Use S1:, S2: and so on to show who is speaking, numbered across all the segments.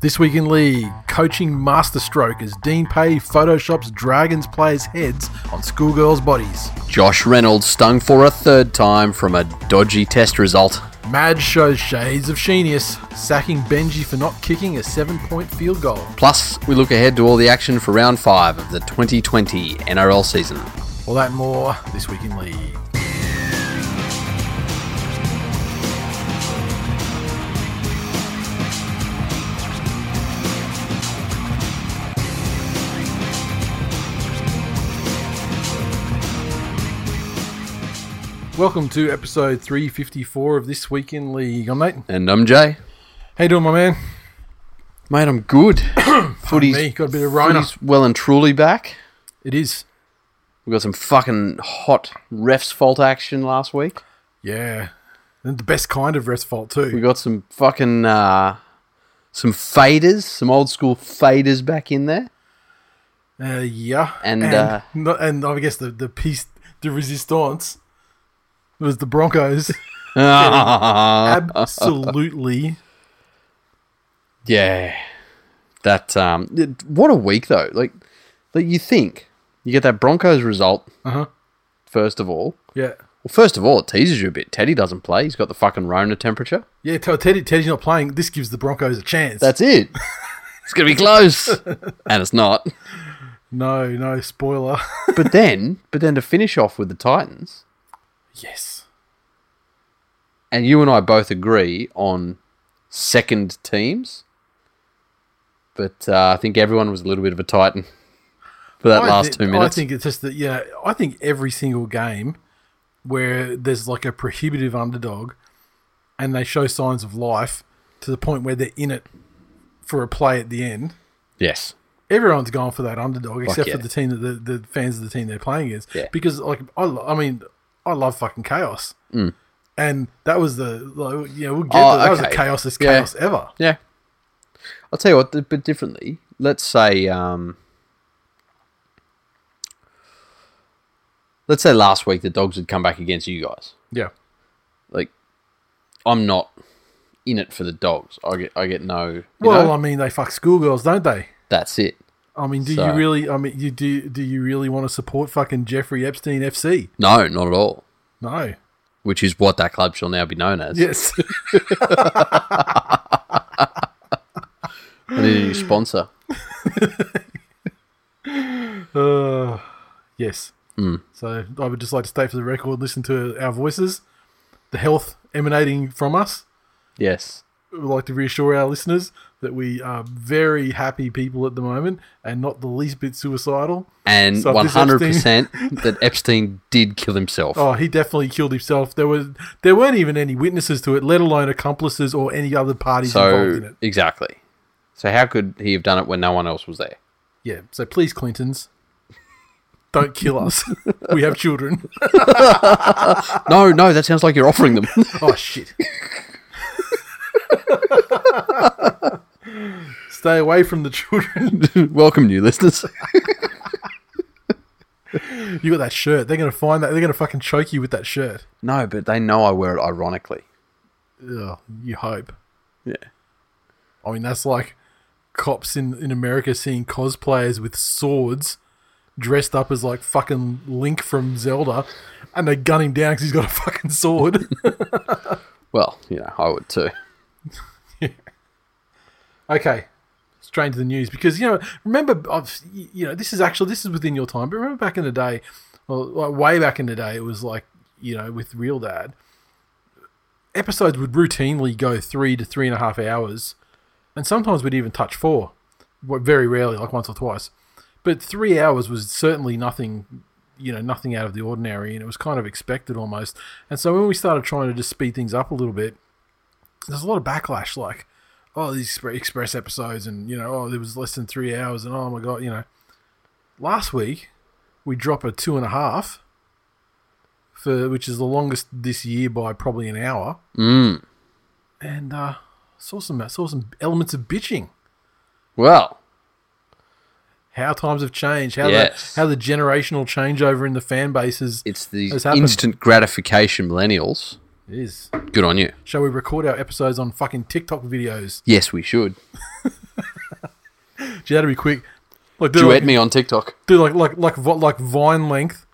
S1: This week in league, coaching masterstroke as Dean Pay photoshops Dragons players' heads on schoolgirls' bodies.
S2: Josh Reynolds stung for a third time from a dodgy test result.
S1: Mad shows shades of Sheenius, sacking Benji for not kicking a seven point field goal.
S2: Plus, we look ahead to all the action for round five of the 2020 NRL season.
S1: All that and more this week in league. Welcome to episode 354 of This Week in League. I'm Nate.
S2: And I'm Jay.
S1: How you doing, my man?
S2: Mate, I'm good. footy's,
S1: me, got a bit of rhino.
S2: footy's well and truly back.
S1: It is.
S2: We got some fucking hot refs fault action last week.
S1: Yeah. And the best kind of rest fault, too.
S2: We got some fucking uh, some faders, some old school faders back in there.
S1: Uh, yeah,
S2: And,
S1: and,
S2: uh,
S1: no- and I guess the the piece de resistance was the Broncos absolutely
S2: Yeah, that um, it- what a week though. Like, like you think you get that Broncos result
S1: Uh-huh.
S2: first of all.
S1: yeah
S2: Well, first of all, it teases you a bit. Teddy doesn't play. He's got the fucking Rona temperature.
S1: yeah. T- Teddy Teddy's not playing. This gives the Broncos a chance.
S2: That's it. it's gonna be close, and it's not.
S1: no no spoiler.
S2: But then, but then to finish off with the Titans,
S1: yes,
S2: and you and I both agree on second teams. But uh, I think everyone was a little bit of a Titan for that
S1: I
S2: last
S1: thi-
S2: two
S1: I
S2: minutes.
S1: think it's just that yeah. I think every single game where there's like a prohibitive underdog, and they show signs of life to the point where they're in it for a play at the end.
S2: yes.
S1: everyone's gone for that underdog except
S2: yeah.
S1: for the team that the, the fans of the team they're playing against.
S2: Yeah.
S1: Because like I, lo- I mean, I love fucking chaos, and that was the like, you know we'll get
S2: Mm. Oh,
S1: to, that was the
S2: okay.
S1: chaosest
S2: Yeah.
S1: chaos ever.
S2: Yeah. I'll tell you what, a bit differently. Let's say, um, let's say last week the dogs had come back against you guys.
S1: Yeah,
S2: Like, I'm not in it for the dogs. I get, I get no. you
S1: well,
S2: know,
S1: I mean they fuck schoolgirls, don't they?
S2: that's it.
S1: I mean, do you
S2: So-
S1: really? I mean, you do? Do you really want to support fucking Jeffrey Epstein FC?
S2: No, not at all.
S1: No.
S2: Which is what that club shall now be known as.
S1: Yes.
S2: I need a new sponsor.
S1: uh, yes.
S2: Mm.
S1: So I would just like to state for the record, listen to our voices, the health emanating from us.
S2: Yes.
S1: would like to reassure our listeners that we are very happy people at the moment and not the least bit suicidal.
S2: And
S1: So this
S2: 100% that Epstein did kill himself.
S1: Oh, he definitely killed himself. There was there weren't even any witnesses to it, let alone accomplices or any other parties involved in
S2: so,
S1: it.
S2: exactly. So, how could he have done it when no one else was there?
S1: Yeah. So please, Clintons, don't kill us. we have children.
S2: No, no, that sounds like you're offering them.
S1: Oh shit. Stay away from the children.
S2: Welcome, new listeners.
S1: You got that shirt. They're gonna find that. They're gonna fucking choke you with that shirt.
S2: No, but they know I wear it ironically.
S1: Ugh, you hope.
S2: Yeah.
S1: I mean, that's like cops in, in America seeing cosplayers with swords dressed up as like fucking Link from Zelda and they gun him down because he's got a fucking sword.
S2: Well, you know, I would too.
S1: okay. Straight into the news because, you know, remember, I've, you know, this is actually, this is within your time, but remember back in the day, well, like way back in the day, it was like, you know, with Real Dad, episodes would routinely go three to three and a half hours, and sometimes we'd even touch four, but very rarely, like once or twice. But three hours was certainly nothing, you know, nothing out of the ordinary, and it was kind of expected almost. And so when we started trying to just speed things up a little bit, there's a lot of backlash like oh these Expre- express episodes and you know oh there was less than three hours and oh my god you know last week we drop a two and a half for which is the longest this year by probably an hour
S2: Mm.
S1: and uh saw some saw some elements of bitching
S2: Well,
S1: how times have changed how
S2: Yes.
S1: the how the generational changeover in the fan base is
S2: it's the
S1: It's happened.
S2: instant gratification millennials.
S1: is
S2: Good on you.
S1: shall we record our episodes on fucking tiktok videos
S2: Yes, we should.
S1: gee that'd be quick like do
S2: Duet
S1: like,
S2: me on TikTok.
S1: do like like like vi- like vine length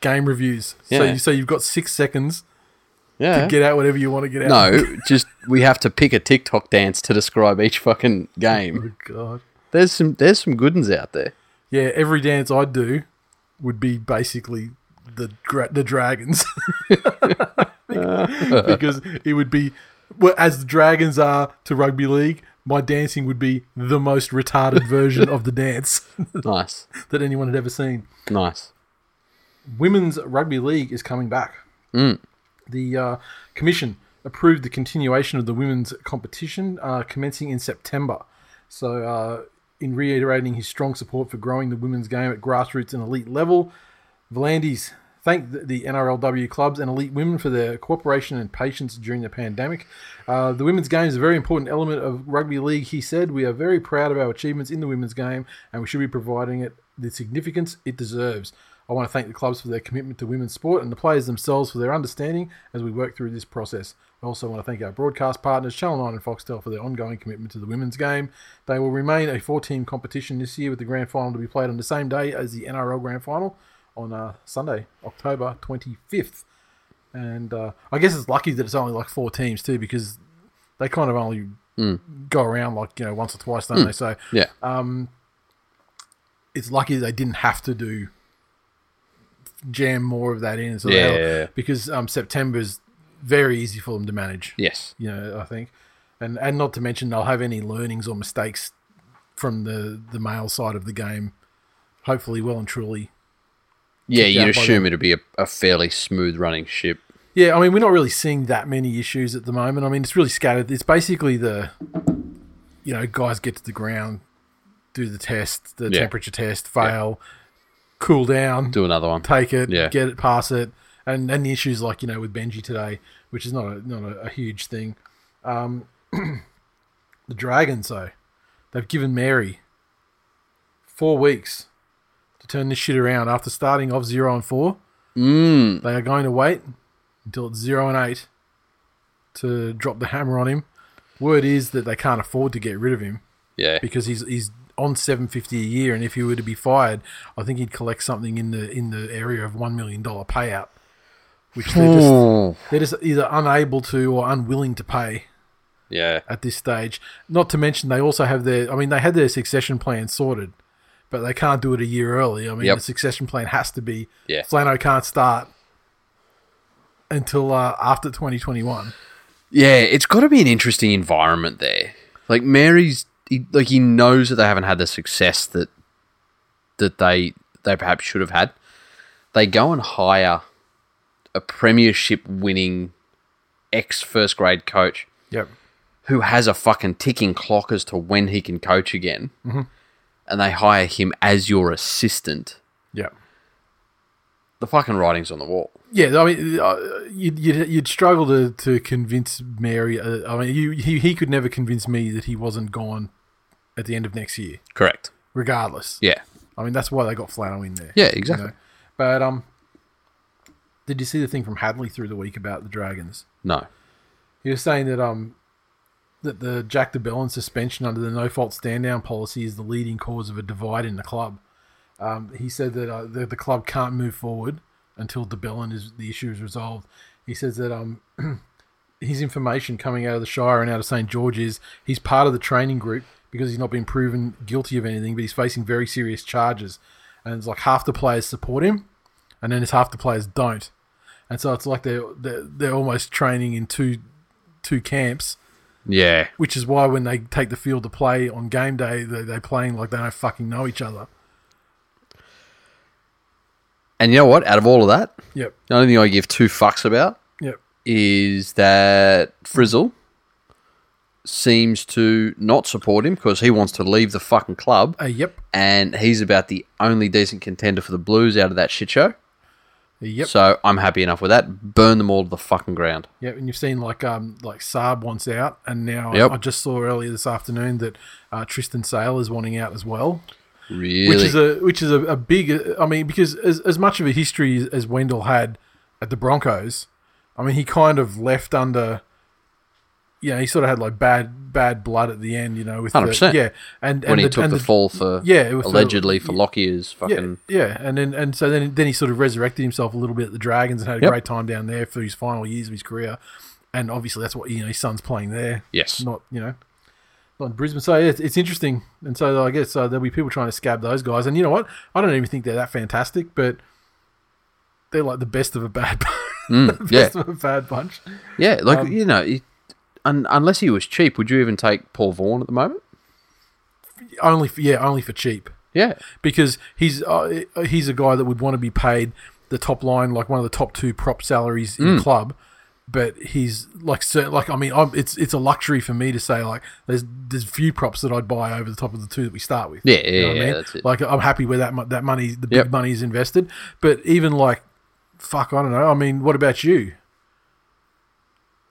S1: game reviews so
S2: Yeah.
S1: you, so you've got six seconds
S2: Yeah.
S1: get out whatever you want to get out
S2: no, just we have to pick a TikTok dance to describe each fucking game.
S1: Oh, god
S2: There's some there's some good ones out there.
S1: yeah every dance i do would be basically the gra- the dragons because it would be well, as the dragons are to rugby league my dancing would be the most retarded version of the dance
S2: Nice.
S1: that anyone had ever seen
S2: Nice.
S1: women's rugby league is coming back. The uh, commission approved the continuation of the women's competition uh, commencing in September. So, uh, in reiterating his strong support for growing the women's game at grassroots and elite level, Volandis thanked the- the NRLW clubs and elite women for their cooperation and patience during the pandemic. Uh, the women's game is a very important element of rugby league, he said. We are very proud of our achievements in the women's game and we should be providing it the significance it deserves. I want to thank the clubs for their commitment to women's sport and the players themselves for their understanding as we work through this process. I also want to thank our broadcast partners, Channel 9 and Foxtel, for their ongoing commitment to the women's game. They will remain a four team competition this year with the grand final to be played on the same day as the NRL grand final on uh, Sunday, October 25th. And uh, I guess it's lucky that it's only like four teams too because they kind of only
S2: Hmm.
S1: go around like, you know, once or twice, don't they? So
S2: Yeah.
S1: it's lucky they didn't have to do jam more of that in. So
S2: Yeah,
S1: they'll-
S2: yeah, yeah.
S1: because um, September's very easy for them to manage.
S2: yes.
S1: You know, I think, and and not to mention they'll have any learnings or mistakes from the the male side of the game, hopefully well and truly.
S2: Yeah,
S1: kicked out
S2: you'd
S1: by
S2: assume it'd be a, a fairly smooth running ship.
S1: Yeah, I mean we're not really seeing that many issues at the moment. I mean it's really scattered. It's basically the, you know, guys get to the ground, do the test, the
S2: Yeah.
S1: temperature test, fail, cool down,
S2: Do another one.
S1: take it,
S2: Yeah.
S1: get it, pass it, and and the issues like you know with Benji today, which is not a not a, a huge thing. Um, the Dragons though, they've given Mary four weeks to turn this shit around. After starting off zero and four,
S2: Mm.
S1: they are going to wait until it's zero and eight to drop the hammer on him. Word is that they can't afford to get rid of him
S2: Yeah.
S1: because he's he's on seven fifty a year, and if he were to be fired, I think he'd collect something in the in the area of one million dollar payout, which they're just
S2: Ooh.
S1: they're just either unable to or unwilling to pay
S2: Yeah.
S1: at this stage. Not to mention they also have their I mean they had their succession plan sorted, but they can't do it a year early. I mean
S2: Yep.
S1: the succession plan has to be
S2: Yeah.
S1: Flano can't start until uh, after twenty twenty one.
S2: Yeah, it's got to be an interesting environment there. Like Mary's, he, like he knows that they haven't had the success that that they they perhaps should have had. They go and hire a premiership winning ex first grade coach
S1: Yep.
S2: who has a fucking ticking clock as to when he can coach again, and they hire him as your assistant.
S1: Yep.
S2: The fucking writing's on the wall.
S1: Yeah, I mean, uh, you'd, you'd, you'd struggle to, to convince Mary. Uh, I mean, you, he, he could never convince me that he wasn't gone at the end of next year,
S2: Correct.
S1: regardless.
S2: Yeah.
S1: I mean, that's why they got Flano in there.
S2: Yeah.
S1: you
S2: Exactly.
S1: know. But um, did you see the thing from Hadley through the week about the Dragons?
S2: No.
S1: He was saying that um, that the Jack DeBellin suspension under the no fault stand down policy is the leading cause of a divide in the club. Um, he said that uh, the, the club can't move forward until DeBellin is the issue is resolved. He says that um, his information coming out of the Shire and out of St George is he's part of the training group because he's not been proven guilty of anything, but he's facing very serious charges. And it's like half the players support him, and then it's half the players don't. And so it's like they're they're, they're almost training in two two camps,
S2: Yeah.
S1: which is why when they take the field to play on game day, they they playing like they don't fucking know each other.
S2: And you know what? Out of all of that,
S1: Yep,
S2: the only thing I give two fucks about
S1: yep,
S2: is that Frizzle seems to not support him because he wants to leave the fucking club,
S1: Uh, yep.
S2: and he's about the only decent contender for the Blues out of that shit show.
S1: Uh, Yep.
S2: So I'm happy enough with that. Burn them all to the fucking ground.
S1: Yeah, and you've seen like um like Saab wants out, and now
S2: Yep.
S1: I, I just saw earlier this afternoon that uh, Tristan Sale is wanting out as well,
S2: Really?
S1: which is a which is a, a big. uh, I mean, because as as much of a history as, as Wendell had at the Broncos, I mean, he kind of left under. You know, he sort of had like bad bad blood at the end. You know, with the,
S2: 100%.
S1: yeah, and, and
S2: when he
S1: the-
S2: took
S1: and
S2: the, fall for
S1: yeah, it was the-
S2: allegedly for Lockyer's
S1: yeah,
S2: fucking
S1: yeah, and then and so then then he sort of resurrected himself a little bit at the Dragons and had a
S2: Yep.
S1: great time down there for his final years of his career, and obviously that's what you know his son's playing there.
S2: Yes.
S1: not you know, not in Brisbane. So yeah, it's, it's interesting, and so I guess uh, there'll be people trying to scab those guys, and you know what? I don't even think they're that fantastic, but they're like the best of a bad, the
S2: Mm, yeah.
S1: best of a bad bunch.
S2: yeah. Like
S1: um,
S2: you know, it, un, unless he was cheap, would you even take Paul Vaughan at the moment?
S1: Only for, yeah, only for cheap.
S2: Yeah,
S1: because he's uh, he's a guy that would want to be paid the top line, like one of the top two prop salaries in
S2: Mm.
S1: the club. But he's like, cer- like I mean, I'm, it's it's a luxury for me to say like, there's there's few props that I'd buy over the top of the two that we start with.
S2: Yeah, yeah,
S1: what
S2: yeah, that's it.
S1: Like I'm happy where that mo- that money, the big
S2: Yep.
S1: money is invested. But even like, fuck, I don't know. I mean, what about you?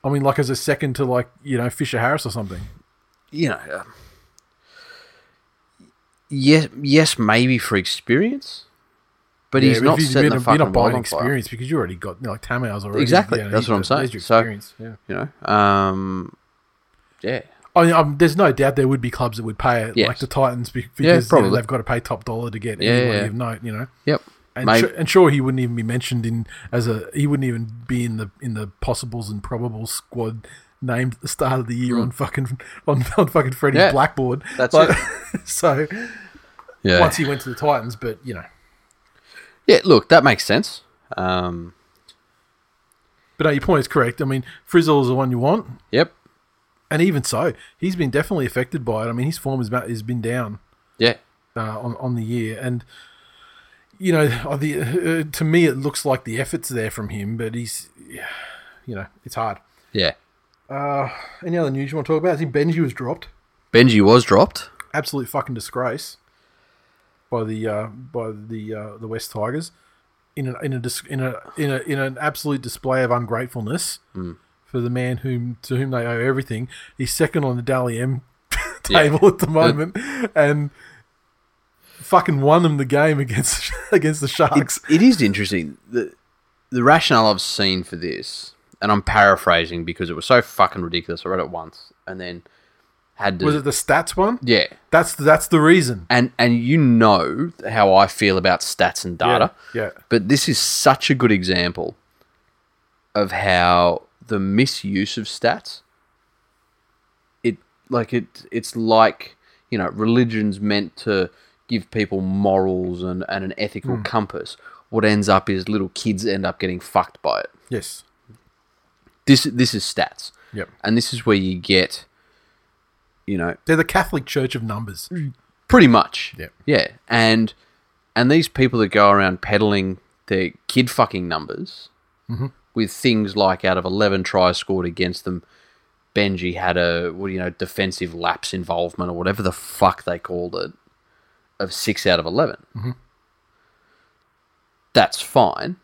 S1: I mean, like as a second to like you know Fisher Harris or something.
S2: you know. Um, yes, yes, maybe for experience, but
S1: Yeah,
S2: he's
S1: but
S2: not
S1: if
S2: setting
S1: you're
S2: the
S1: not-
S2: fucking
S1: You're not buying
S2: world on fire.
S1: experience because you already got you know, like Tamar's already.
S2: Exactly,
S1: you know,
S2: that's what I'm
S1: there's
S2: saying.
S1: your
S2: So-
S1: experience, yeah.
S2: You know, um, yeah,
S1: I mean, um, there's no doubt there would be clubs that would pay it,
S2: Yes.
S1: like the Titans, be- because
S2: Yeah,
S1: you know,
S2: probably.
S1: they've got to pay top dollar to get
S2: Yeah,
S1: anyone
S2: yeah.
S1: of note, you know.
S2: yep,
S1: And,
S2: Maybe-
S1: sure, and sure, he wouldn't even be mentioned in as a he wouldn't even be in the in the possibles and probable squad named at the start of the year on fucking on, on fucking Freddie's
S2: Hmm. Yeah.
S1: blackboard.
S2: That's
S1: so
S2: yeah.
S1: once he went to the Titans, but you know,
S2: Yeah, look, that makes sense. Um,
S1: but no, your point is correct. I mean, Frizzle is the one you want,
S2: yep.
S1: and even so, he's been definitely affected by it. I mean, his form has, ba- has been down.
S2: Yeah.
S1: uh, on on the year, and you know, uh, the uh, to me it looks like the efforts there from him, but he's you know it's hard.
S2: Yeah.
S1: Any other news you want to talk about? I think Benji was dropped,
S2: Benji was dropped.
S1: absolute fucking disgrace by the uh, by the uh, the West Tigers in an in a dis- in a in a in an absolute display of ungratefulness for the man whom to whom they owe everything. He's second on the Dally M table at the moment, and. Fucking won them the game against against the Sharks.
S2: It's, it is interesting. The, the rationale I've seen for this, and I'm paraphrasing because it was so fucking ridiculous. I read it once and then had to.
S1: Was it the stats one?
S2: yeah.
S1: That's that's the reason.
S2: And, and you know how I feel about stats and data.
S1: Yeah.
S2: But this is such a good example of how the misuse of stats it like it it's like, you know, religion's meant to give people morals and, and an ethical compass. What ends up is little kids end up getting fucked by it.
S1: Yes.
S2: This this is stats.
S1: Yep.
S2: And this is where you get you know,
S1: They're the Catholic Church of numbers.
S2: pretty much.
S1: Yep.
S2: Yeah. And and these people that go around peddling their kid fucking numbers with things like out of eleven tries scored against them, Benji had a well, you know defensive lapse involvement or whatever the fuck they called it of six out of 11
S1: Mm-hmm.
S2: That's fine,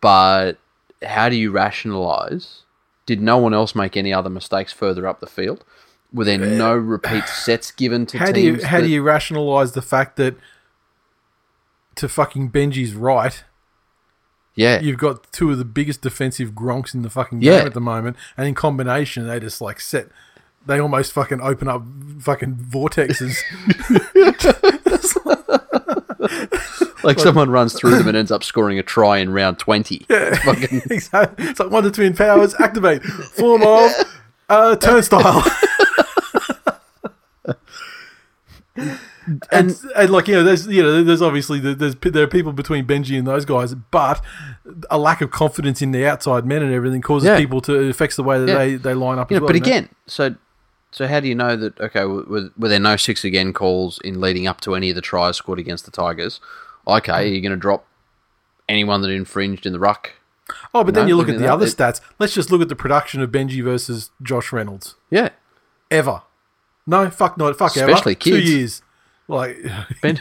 S2: but how do you rationalize? Did no one else make any other mistakes further up the field? Were there no repeat sets given to
S1: How
S2: teams?
S1: do you how
S2: that-
S1: do you rationalize the fact that to fucking Benji's right,
S2: yeah
S1: you've got two of the biggest defensive gronks in the fucking
S2: Yeah.
S1: game at the moment, and in combination they just like set they almost fucking open up fucking vortexes.
S2: Like someone runs through them and ends up scoring a try in round 20. It's fucking-
S1: exactly. It's like one to twin powers, activate. Form of uh, turnstile. and, and like you know, there's you know, there's obviously the- there's p- there are people between Benji and those guys, but a lack of confidence in the outside men and everything causes
S2: Yeah.
S1: people to it affects the way that
S2: Yeah.
S1: they, they line up.
S2: you
S1: as
S2: know,
S1: well,
S2: but
S1: doesn't it?
S2: again, so so how do you know that, okay, were, were there no six again calls in leading up to any of the Hmm. tries scored against the Tigers? Okay, are you going to drop anyone that infringed in the ruck
S1: Oh, but then
S2: No,
S1: you look at
S2: isn't it
S1: the
S2: that-
S1: other
S2: it-
S1: stats. Let's just look at the production of Benji versus Josh Reynolds.
S2: Yeah.
S1: Ever. No, fuck not. Fuck
S2: Especially
S1: ever. Two
S2: kids.
S1: years. Like,
S2: Ben-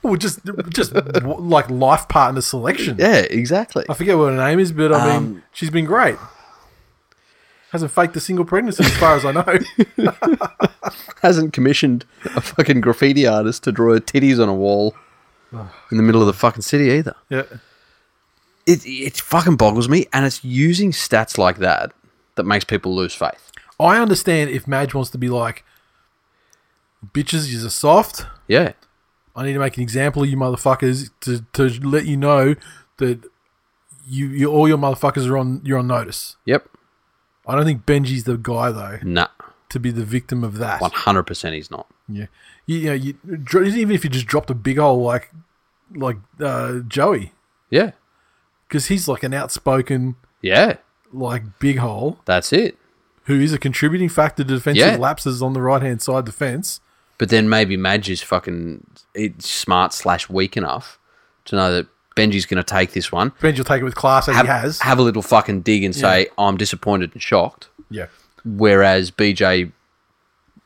S1: well, just, just w- like life partner selection.
S2: yeah, exactly.
S1: I forget what her name is, but I mean, she's been great. Hasn't faked a single pregnancy, as far as I know.
S2: Hasn't commissioned a fucking graffiti artist to draw her titties on a wall in the middle of the fucking city either.
S1: yeah.
S2: It, it fucking boggles me, and it's using stats like that that makes people lose faith.
S1: I understand if Madge wants to be like, bitches, you're soft.
S2: Yeah.
S1: I need to make an example of you motherfuckers to, to let you know that you, you all your motherfuckers are on you're on notice.
S2: Yep.
S1: I don't think Benji's the guy though
S2: Nah.
S1: to be the victim of that.
S2: One hundred percent, he's not.
S1: Yeah, you, you know, you, dro- even if you just dropped a big old like like uh, Joey,
S2: Yeah.
S1: because he's like an outspoken
S2: Yeah.
S1: like big hole
S2: That's it.
S1: who is a contributing factor to defensive
S2: Yeah.
S1: lapses on the right hand side of the fence.
S2: But then maybe Madge is fucking it's smart slash weak enough to know that Benji's going to take this one.
S1: Benji will take it with class as
S2: Have,
S1: he has.
S2: have a little fucking dig and say I'm disappointed and shocked.
S1: yeah,
S2: Whereas BJ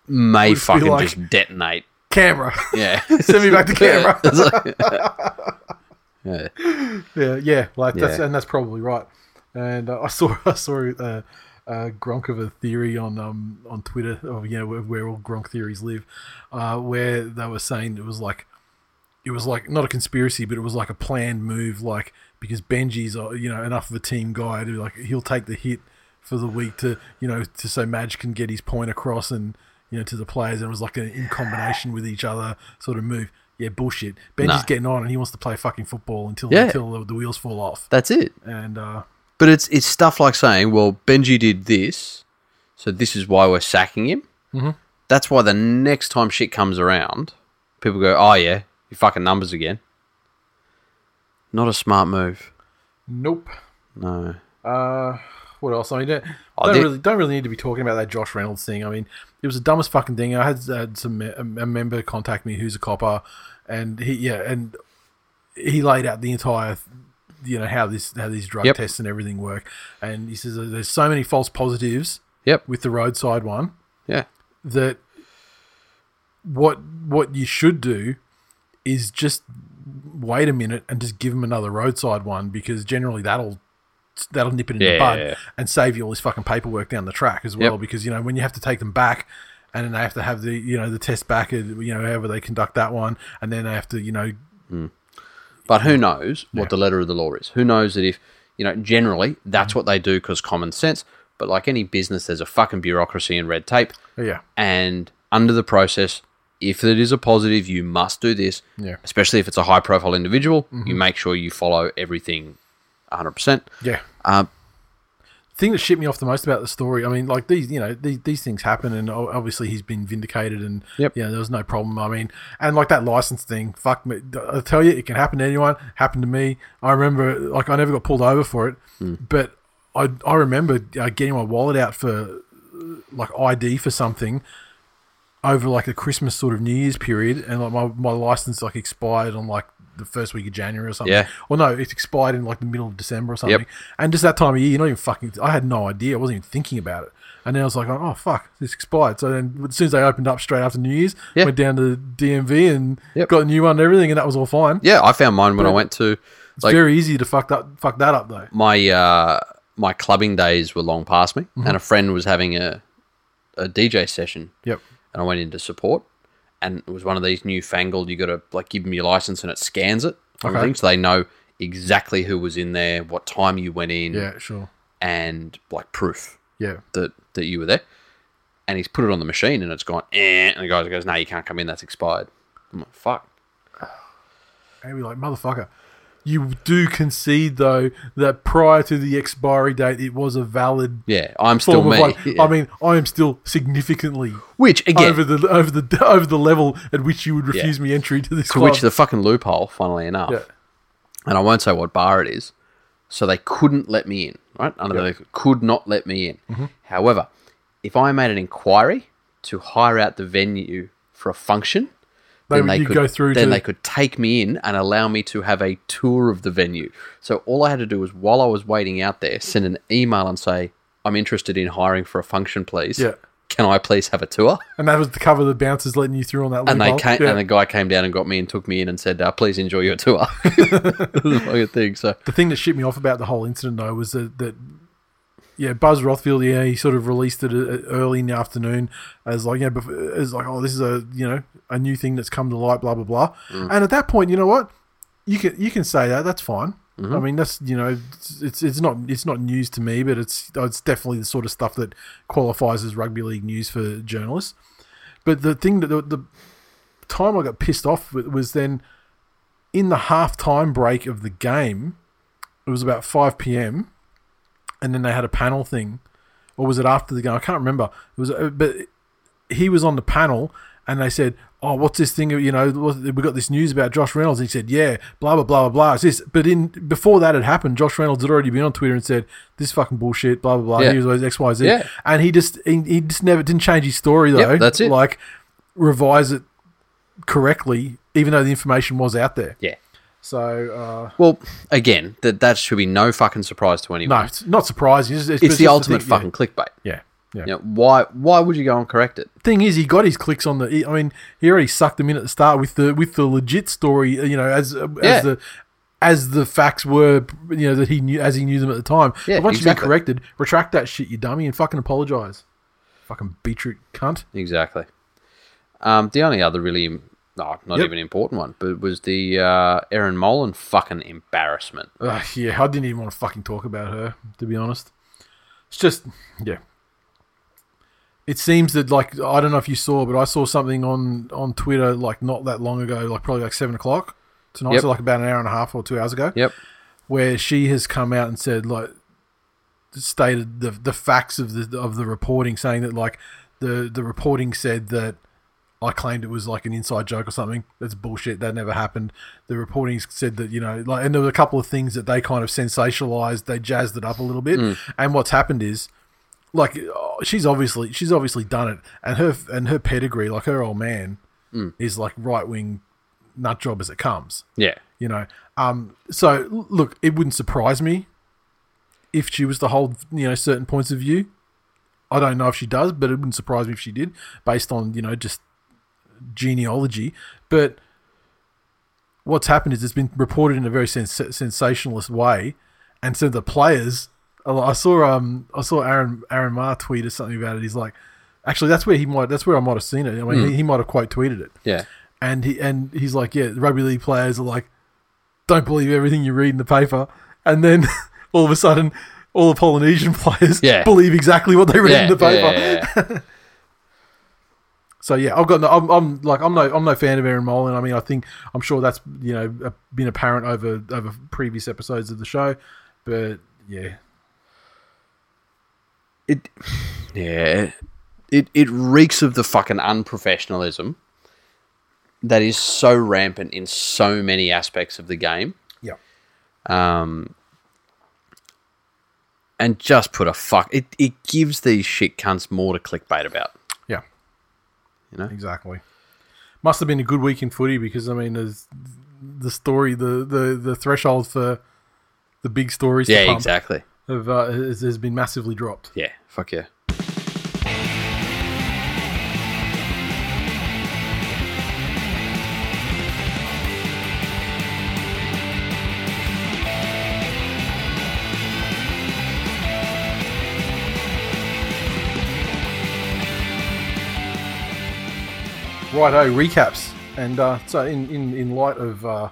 S2: may
S1: be
S2: fucking
S1: like-
S2: just detonate.
S1: camera.
S2: Yeah.
S1: Send me back the camera.
S2: It's like- yeah.
S1: Yeah, yeah, like that's
S2: Yeah.
S1: and that's probably right. And uh, I saw I saw uh, uh, Gronk of a theory on um on Twitter of you know where, where all Gronk theories live, uh, where they were saying it was like it was like not a conspiracy, but it was like a planned move, like because Benji's uh, you know enough of a team guy to like he'll take the hit for the week to you know to so Madge can get his point across and you know to the players and it was like an in combination with each other sort of move. Yeah, bullshit. Benji's
S2: No.
S1: getting on and he wants to play fucking football until
S2: Yeah.
S1: until the, the wheels fall off.
S2: That's it.
S1: And uh,
S2: But it's it's stuff like saying, well, Benji did this, so this is why we're sacking him. Mm-hmm. That's why the next time shit comes around, people go, oh yeah, you fucking numbers again. Not a smart move.
S1: nope.
S2: No.
S1: Uh, what else? I mean, don't,
S2: Oh,
S1: don't
S2: there-
S1: really don't really need to be talking about that Josh Reynolds thing. I mean, it was the dumbest fucking thing. I had, had some me- a member contact me who's a copper, and he yeah, and he laid out the entire you know how this how these drug
S2: Yep.
S1: tests and everything work, and he says uh, there's so many false positives
S2: Yep.
S1: with the roadside one.
S2: Yeah.
S1: that what what you should do is just wait a minute and just give them another roadside one because generally that'll that'll nip it in the
S2: Yeah.
S1: bud and save you all this fucking paperwork down the track as well
S2: Yep.
S1: because you know when you have to take them back and then they have to have the you know the test back at you know however they conduct that one and then they have to you know
S2: But who knows what the letter of the law is? Who knows that if, you know, generally that's what they do because common sense. But like any business, there's a fucking bureaucracy and red tape.
S1: yeah
S2: and under the process, if it is a positive, you must do this.
S1: Yeah. Mm-hmm.
S2: Especially if it's a high profile individual, you make sure you follow everything 100%.
S1: yeah
S2: Um,
S1: thing that shit me off the most about the story, I mean, like these, you know, these, these things happen, and o- obviously he's been vindicated, and
S2: Yep.
S1: you know, there was no problem. I mean, and like that license thing, fuck me, I tell you, it can happen to anyone. Happened to me. I remember, like, I never got pulled over for it, but I I remember uh, getting my wallet out for uh, like ID for something over like the Christmas sort of New Year's period, and like my, my license like expired on like the first week of January or something.
S2: Yeah.
S1: Well, no, it expired in like the middle of December or something. And just that time of year, you're not even fucking. I had no idea. I wasn't even thinking about it. And then I was like, oh fuck, this expired. So then, as soon as they opened up straight after New Year's,
S2: Yeah.
S1: went down to DMV and
S2: Yep.
S1: got a new one and everything, and that was all fine.
S2: yeah, I found mine when I went to
S1: It's
S2: like
S1: very easy to fuck that fuck that up though.
S2: my uh, my clubbing days were long past me,
S1: Mm-hmm.
S2: and a friend was having a a DJ session,
S1: Yep.
S2: and I went in to support, and it was one of these newfangled. You got to like give them your license, and it scans it, and
S1: Okay.
S2: everything, so they know exactly who was in there, what time you went in,
S1: Yeah. Sure.
S2: and like proof.
S1: Yeah.
S2: that that you were there, and he's put it on the machine and it's gone. Eh, and the guy goes, "No, you can't come in. That's expired." I'm like, "Fuck."
S1: And be like, motherfucker. You do concede though that prior to the expiry date, it was a valid
S2: Yeah, I'm still
S1: form of
S2: me.
S1: like,
S2: Yeah.
S1: I mean, I am still significantly
S2: which again,
S1: over the over the over the level at which you would refuse me entry to this
S2: to
S1: club.
S2: which the fucking loophole, funnily enough,
S1: yeah,
S2: and I won't say what bar it is, so they couldn't let me in. Right, under the could not let me in.
S1: Mm-hmm.
S2: However, if I made an inquiry to hire out the venue for a function,
S1: They,
S2: then they
S1: you
S2: could
S1: go through
S2: then
S1: to
S2: they could take me in and allow me to have a tour of the venue. So all I had to do was while I was waiting out there, send an email and say, "I'm interested in hiring for a function, please.
S1: Yeah.
S2: Can I please have a tour?"
S1: and that was the cover the bouncers letting you through on that.
S2: And they
S1: loophole.
S2: came,
S1: Yeah.
S2: and the guy came down and got me and took me in and said, uh, "Please enjoy your tour." It was like a thing. So
S1: the thing that shit me off about the whole incident though was that, that yeah, Buzz Rothfield, yeah, he sort of released it uh, early in the afternoon as like, yeah, bef- as like, oh, this is a you know a new thing that's come to light, blah blah blah. And at that point, you know what, you can you can say that, that's fine. I mean, that's you know, it's, it's it's not it's not news to me, but it's it's definitely the sort of stuff that qualifies as rugby league news for journalists. But the thing that the, the time I got pissed off with was then in the halftime break of the game. It was about five p.m and then they had a panel thing, or was it after the game? I can't remember. It was, uh, but he was on the panel, and they said, "Oh, what's this thing? You know, what- we got this news about Josh Reynolds." And he said, "Yeah, blah blah blah blah blah." It's this, but in before that had happened, Josh Reynolds had already been on Twitter and said, "This is fucking bullshit." Blah blah blah.
S2: Yeah.
S1: He was always X Y Z,
S2: Yeah.
S1: and he just he, he just never didn't change his story though.
S2: that's it.
S1: Like revise it correctly, even though the information was out there.
S2: yeah.
S1: So uh,
S2: Well, again, that that should be no fucking surprise to anyone.
S1: no, it's not surprising. It's, it's-
S2: it's,
S1: it's
S2: the
S1: just
S2: ultimate
S1: thing- yeah.
S2: fucking clickbait.
S1: Yeah. Yeah.
S2: You know, why why would you go and correct it?
S1: thing is, he got his clicks on the. he- I mean, he already sucked them in at the start with the with the legit story. uh, You know, as
S2: Yeah.
S1: as the as the facts were, you know, that he knew as he knew them at the time.
S2: Yeah,
S1: but once
S2: exactly.
S1: you've been corrected, retract that shit, you dummy, and fucking apologize. Fucking beetroot cunt.
S2: Exactly. Um, the only other really, im- no, not
S1: Yep.
S2: even important one, but was the uh, Aaron Molan fucking embarrassment.
S1: Ugh, yeah, I didn't even want to fucking talk about her, to be honest. It's just, yeah. It seems that like I don't know if you saw, but I saw something on on Twitter like not that long ago, like probably like seven o'clock tonight,
S2: Yep.
S1: so like about an hour and a half or two hours ago.
S2: Yep.
S1: where she has come out and said like stated the the facts of the of the reporting saying that like the the reporting said that I claimed it was like an inside joke or something. That's bullshit. That never happened. The reporting said that, you know, like, and there were a couple of things that they kind of sensationalized. They jazzed it up a little bit. And what's happened is, like, oh, she's obviously she's obviously done it, and her and her pedigree, like her old man, is like right wing nut job as it comes
S2: Yeah.
S1: you know. Um, so l- look, it wouldn't surprise me if she was to hold you know certain points of view. I don't know if she does, but it wouldn't surprise me if she did, based on you know just genealogy. But what's happened is it's been reported in a very sens- sensationalist way, and so the players. I saw um I saw Aaron Aaron Marr tweet or something about it. He's like, actually, that's where he might that's where I might have seen it. I mean, he, he might have quote tweeted it
S2: Yeah.
S1: and he and he's like, yeah, the rugby league players are like, don't believe everything you read in the paper, and then all of a sudden, all the Polynesian players
S2: Yeah.
S1: believe exactly what they read
S2: Yeah,
S1: in the paper.
S2: yeah, yeah, yeah.
S1: So yeah, I've got no, I'm, I'm like I'm no I'm no fan of Aaron Molan. I mean, I think I'm sure that's you know been apparent over over previous episodes of the show, but yeah,
S2: it yeah it it reeks of the fucking unprofessionalism that is so rampant in so many aspects of the game
S1: yeah,
S2: um and just put a fuck it it gives these shit cunts more to clickbait about
S1: yeah,
S2: you know
S1: exactly. Must have been a good week in footy because I mean, there's the story, the the the threshold for the big stories. to
S2: yeah
S1: pump.
S2: exactly
S1: have uh, has, has been massively dropped.
S2: yeah fuck yeah
S1: Righto, recaps, and uh, so in, in in light of uh,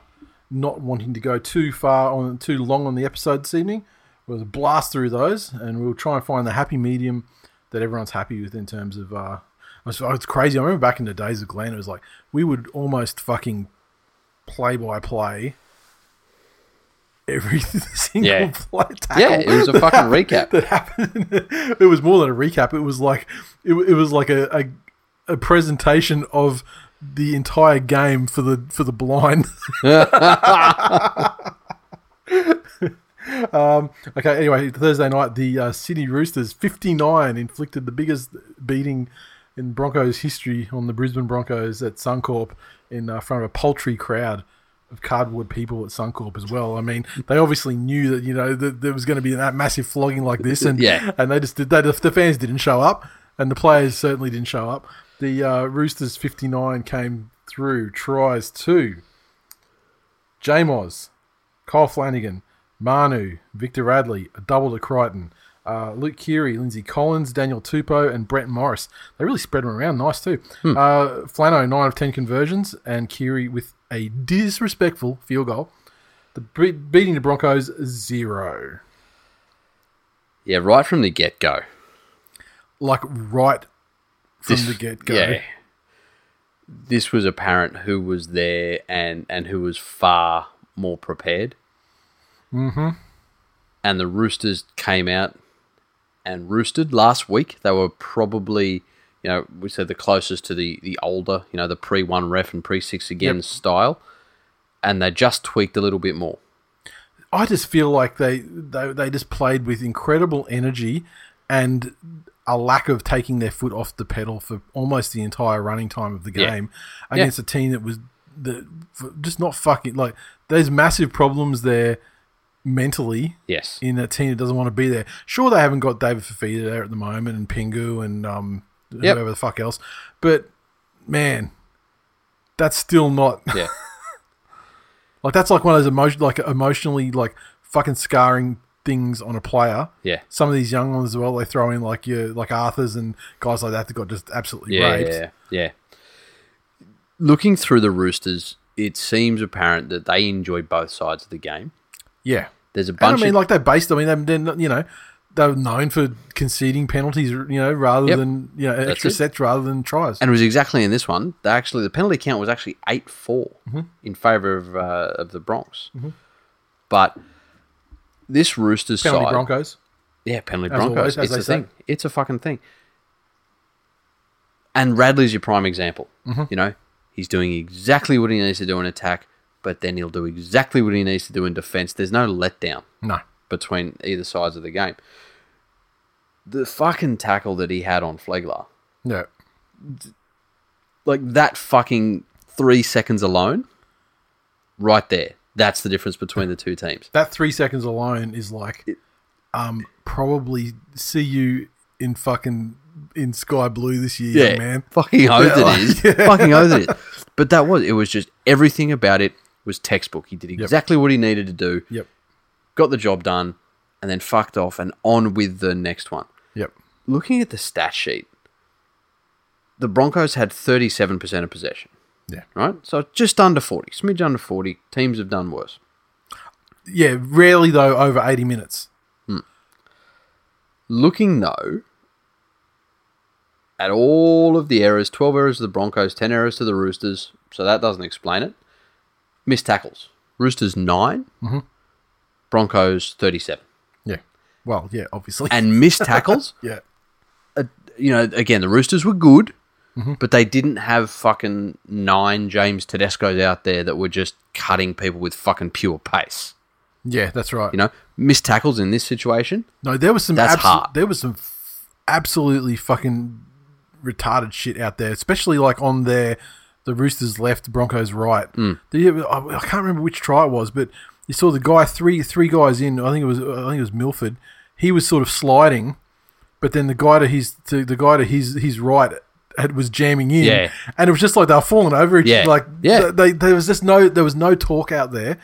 S1: not wanting to go too far on too long on the episode this evening, we'll blast through those, and we'll try and find the happy medium that everyone's happy with in terms of. Uh, it's, it's crazy. I remember back in the days of Glenn, it was like we would almost fucking play by play every single
S2: Yeah.
S1: play tackle
S2: yeah it was a fucking recap
S1: that happened. it was more than a recap. It was like it, it was like a, a a presentation of the entire game for the for the blind. um, okay. Anyway, Thursday night, the uh, Sydney Roosters fifty nine inflicted the biggest beating in Broncos history on the Brisbane Broncos at Suncorp. in uh, front of a paltry crowd of cardboard people at Suncorp as well. I mean, they obviously knew that you know that there was going to be that massive flogging like this, and
S2: Yeah.
S1: and they just did. They, the fans didn't show up, and the players certainly didn't show up. The uh, Roosters fifty nine came through tries to Jamoz, Kyle Flanagan, Manu, Victor Radley, a double to Crichton. Uh, Luke Keary, Lindsay Collins, Daniel Tupou, and Brett Morris. They really spread them around. Nice, too. Uh, Flano, 9 of 10 conversions, and Keary with a disrespectful field goal. The be- beating the Broncos, zero.
S2: Yeah, right from the get go.
S1: Like, right from the get go.
S2: Yeah. This was apparent who was there and, and who was far more prepared. Mm-hmm.
S1: Mm-hmm.
S2: And the Roosters came out and roosted last week. They were probably, you know, we said the closest to the, the older, you know, the pre one ref and pre six again style. And they just tweaked a little bit more.
S1: I just feel like they, they they just played with incredible energy and a lack of taking their foot off the pedal for almost the entire running time of the
S2: Yeah.
S1: game against a team that was the, f- just not fucking like there's massive problems there mentally
S2: Yes.
S1: in a team that doesn't want to be there. Sure, they haven't got David Fafita there at the moment and Pingu and um,
S2: Yep.
S1: whoever the fuck else, but man, that's still not
S2: Yeah.
S1: like that's like one of those emotion, like emotionally, like fucking scarring things on a player.
S2: Yeah.
S1: Some of these young ones as well, they throw in like your like Arthur's and guys like that that got just absolutely
S2: yeah,
S1: raped.
S2: Yeah, yeah. Looking through the Roosters, it seems apparent that they enjoy both sides of the game.
S1: Yeah.
S2: There's a
S1: And I
S2: bunch
S1: mean,
S2: of
S1: like they based. I mean, they- they're not- you know they're known for conceding penalties, you know, rather
S2: Yep.
S1: than you know extra
S2: it.
S1: sets rather than tries.
S2: and it was exactly in this one. They actually the penalty count was actually eight in favour of uh, of the Bronx. But this Roosters
S1: penalty
S2: side,
S1: Broncos.
S2: yeah, penalty
S1: As
S2: Broncos.
S1: always, as
S2: it's
S1: they
S2: a
S1: say.
S2: thing. It's a fucking thing. And Radley's your prime example.
S1: Mm-hmm.
S2: You know, he's doing exactly what he needs to do in attack, but then he'll do exactly what he needs to do in defence. There's no letdown.
S1: No.
S2: between either sides of the game. The fucking tackle that he had on Flegler,
S1: No.
S2: like that fucking three seconds alone, right there. That's the difference between the two teams.
S1: That three seconds alone is like, um, probably see you in fucking in sky blue this year, young man.
S2: fucking oath
S1: Yeah,
S2: it is. Fucking oath it is. But that was it. Was just everything about it was textbook. He did exactly what he needed to do,
S1: Yep.
S2: got the job done, and then fucked off and on with the next one.
S1: Yep.
S2: Looking at the stat sheet, the Broncos had thirty-seven percent of possession.
S1: Yeah.
S2: right? So just under 40, smidge under 40. Teams have done worse.
S1: Yeah, rarely though over eighty minutes.
S2: Looking though at all of the errors 12 errors to the Broncos, 10 errors to the Roosters, so that doesn't explain it. Missed tackles. Roosters 9, Broncos 37.
S1: Yeah. Well, yeah, obviously.
S2: And missed tackles,
S1: yeah.
S2: uh, you know, again, the Roosters were good. But they didn't have fucking nine James Tedesco's out there that were just cutting people with fucking pure pace.
S1: Yeah, that's right.
S2: You know, missed tackles in this situation,
S1: no, there was some
S2: that's
S1: abso-
S2: hard.
S1: there was some f- absolutely fucking retarded shit out there, especially like on their the Roosters left, Broncos right.
S2: Mm.
S1: The- I I can't remember which try it was, but you saw the guy three three guys in. I think it was I think it was Milford. He was sort of sliding, but then the guy to his to the guy to his his right had, was jamming in,
S2: Yeah.
S1: and it was just like they were falling over. each
S2: Yeah.
S1: like
S2: Yeah.
S1: They, there was just no there was no talk out there.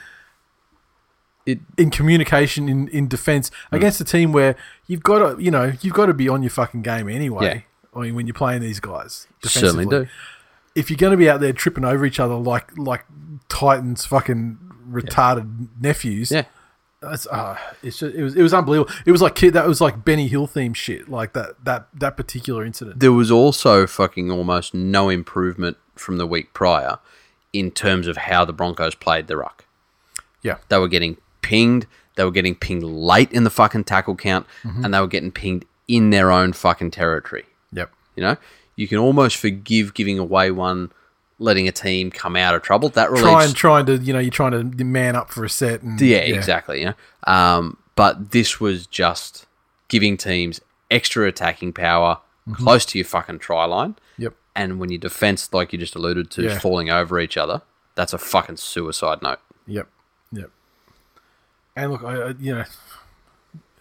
S2: It-
S1: in communication in, in defense
S2: Mm.
S1: against a team where you've got to you know you've got to be on your fucking game anyway. I mean, when you're playing these guys,
S2: certainly
S1: defensively.
S2: do.
S1: If you're going to be out there tripping over each other like like Titans fucking retarded nephews,
S2: Yeah.
S1: that's, uh, it's just, it was it was unbelievable. It was like kid that was like Benny Hill theme shit, like that that that particular incident.
S2: there was also fucking almost no improvement from the week prior in terms of how the Broncos played the ruck.
S1: Yeah,
S2: They were getting pinged, they were getting pinged late in the fucking tackle count, and they were getting pinged in their own fucking territory.
S1: yep,
S2: You know, you can almost forgive giving away one, letting a team come out of trouble. That relates
S1: trying trying to you know you're trying to man up for a set. And,
S2: yeah, exactly. You know, um, but this was just giving teams extra attacking power close to your fucking try line.
S1: Yep,
S2: and when your defense, like you just alluded to,
S1: Yeah.
S2: is falling over each other, that's a fucking suicide note.
S1: Yep, yep. And look, I, I you know,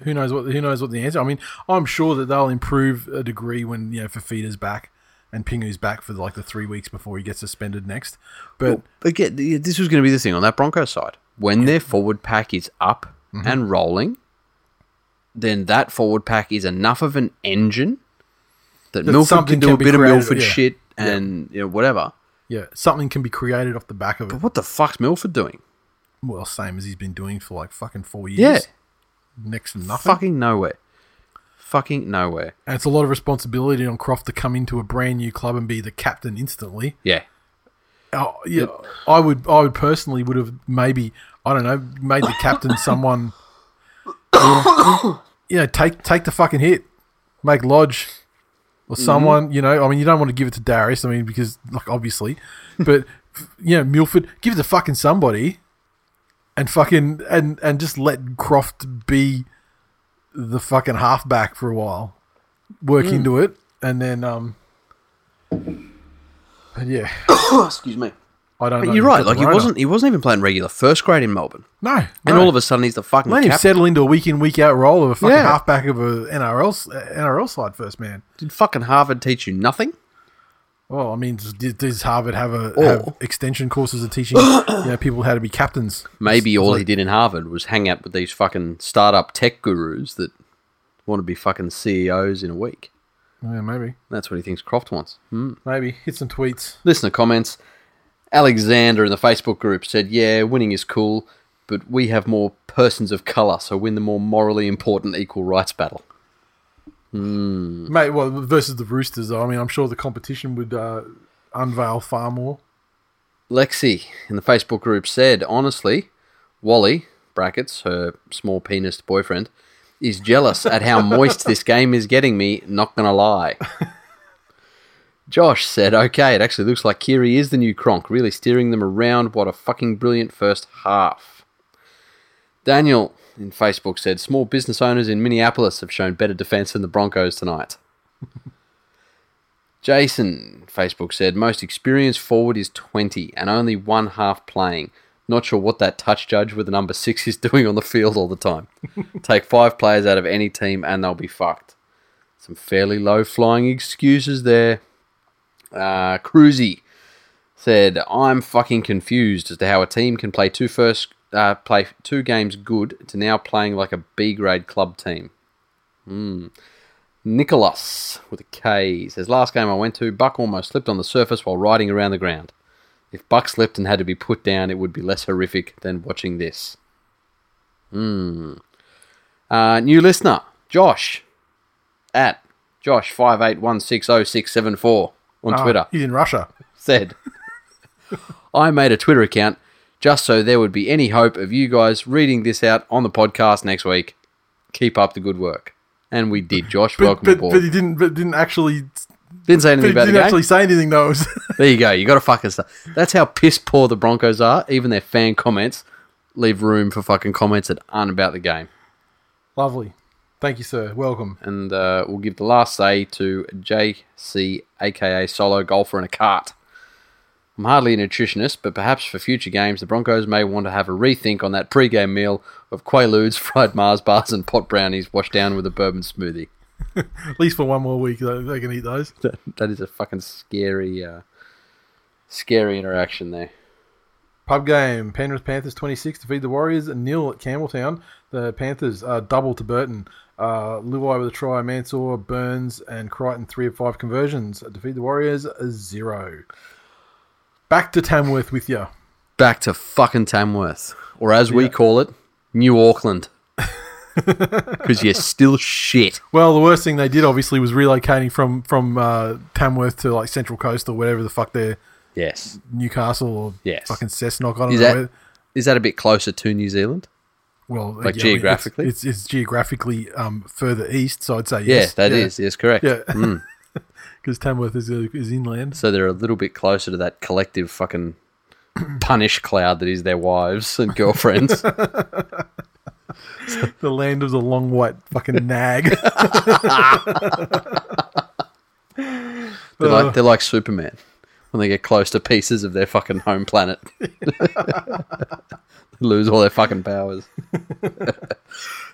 S1: who knows what who knows what the answer? I mean, I'm sure that they'll improve a degree when you know Fafita's back and Pingu's back for like the three weeks before he gets suspended next. But
S2: Again, th- this was going to be the thing on that Broncos side. When their forward pack is up
S1: Mm-hmm.
S2: and rolling, then that forward pack is enough of an engine that,
S1: That
S2: Milford
S1: something
S2: can do
S1: can
S2: a
S1: be
S2: bit of
S1: created,
S2: Milford
S1: yeah.
S2: shit and you know, whatever.
S1: yeah, something can be created off the back of it.
S2: But what the fuck's Milford doing?
S1: Well, same as he's been doing for like fucking four years.
S2: Yeah,
S1: next to nothing.
S2: fucking nowhere. Fucking nowhere.
S1: And it's a lot of responsibility on Croft to come into a brand new club and be the captain instantly.
S2: Yeah.
S1: Oh, yeah, I would. I would personally would have maybe I don't know made the captain someone. You know, take take the fucking hit, make Lodge or someone. You know, I mean, you don't want to give it to Darius. I mean, because like obviously, but you know, Milford, give it to fucking somebody, and fucking and and just let Croft be the fucking halfback for a while, work into it, and then um, but yeah.
S2: Oh, Excuse me.
S1: I don't. know.
S2: You're
S1: He's
S2: right.
S1: got
S2: Like
S1: the
S2: he
S1: Rona.
S2: wasn't. He wasn't even playing regular first grade in Melbourne,
S1: No,
S2: and all of a sudden he's the fucking
S1: Let him
S2: captain.
S1: settle into a week in week out role of a fucking
S2: Yeah.
S1: halfback of a NRL s- uh, NRL side first man.
S2: Did fucking Harvard teach you nothing?
S1: Well, I mean, does- did, does Harvard have a
S2: Or-
S1: have extension courses of teaching you know, people how to be captains?
S2: Maybe all he did in Harvard was hang out with these fucking startup tech gurus that want to be fucking CEOs in a week.
S1: Yeah, maybe,
S2: That's what he thinks Croft wants. Hmm.
S1: maybe hit some tweets.
S2: Listener comments. Alexander in the Facebook group said, "Yeah, winning is cool, but we have more persons of color, so win the more morally important equal rights battle."
S1: Mate, well, versus the Roosters, though, I mean, I'm sure the competition would uh, unveil far more.
S2: Lexi in the Facebook group said, honestly, Wally, brackets, her small penis boyfriend, is jealous at how moist this game is getting me, not gonna lie. Josh said, okay, it actually looks like Kiri is the new Kronk, really steering them around. What a fucking brilliant first half. Daniel in Facebook said, small business owners in Minneapolis have shown better defense than the Broncos tonight. Jason, Facebook said, most experienced forward is 20 and only one half playing. Not sure what that touch judge with the number six is doing on the field all the time. Take five players out of any team and they'll be fucked. Some fairly low flying excuses there. Uh, Cruzy said, I'm fucking confused as to how a team can play two first. Uh, play two games good to now playing like a B grade club team. Hmm. Nicholas with a K says, Last game I went to, Buck almost slipped on the surface while riding around the ground. If Buck slipped and had to be put down, it would be less horrific than watching this. Hmm. Uh, new listener, Josh, at Josh58160674 on
S1: Ah,
S2: Twitter,
S1: he's in Russia.
S2: said, I made a Twitter account just so there would be any hope of you guys reading this out on the podcast next week. Keep up the good work. And we did, Josh.
S1: But,
S2: welcome
S1: but,
S2: aboard.
S1: but he didn't. But didn't actually.
S2: Didn't say
S1: But
S2: anything
S1: he
S2: about the
S1: didn't
S2: game.
S1: actually say anything though. It was-
S2: There you go. You got to fucking start. That's how piss poor the Broncos are. Even their fan comments leave room for fucking comments that aren't about the game.
S1: Lovely. Thank you, sir. Welcome.
S2: And uh, we'll give the last say to JC, aka Solo Golfer in a Cart. I'm hardly a nutritionist, but perhaps for future games, the Broncos may want to have a rethink on that pre-game meal of Quaaludes, fried Mars bars, and pot brownies washed down with a bourbon smoothie.
S1: At least for one more week, though, they can eat those.
S2: That is a fucking scary, uh, scary interaction there.
S1: Pub game. Penrith Panthers 26 to feed the Warriors. Nil at Campbelltown. The Panthers uh, double to Burton. Uh, Luai with a try. Mansour, Burns, and Crichton three of five conversions. To feed the Warriors, a zero. Back to Tamworth with you.
S2: back to fucking Tamworth, or as we call it, New Auckland, because you're still shit.
S1: Well, the worst thing they did obviously was relocating from from uh, Tamworth to like Central Coast or whatever the fuck they're
S2: Yes,
S1: Newcastle or
S2: Yes.
S1: fucking Cessnock. I don't
S2: is
S1: know.
S2: that
S1: where-
S2: is that a bit closer to New Zealand?
S1: well,
S2: like
S1: yeah,
S2: geographically?
S1: it's, it's, it's geographically um, further east, so I'd say
S2: Yeah,
S1: yes.
S2: that is yes, correct.
S1: Yeah, because Tamworth is uh, is inland.
S2: So they're a little bit closer to that collective fucking punish cloud that is their wives and girlfriends.
S1: The land of the long white fucking nag.
S2: They're
S1: Uh.
S2: like they're like Superman when they get close to pieces of their fucking home planet. they lose all their fucking powers.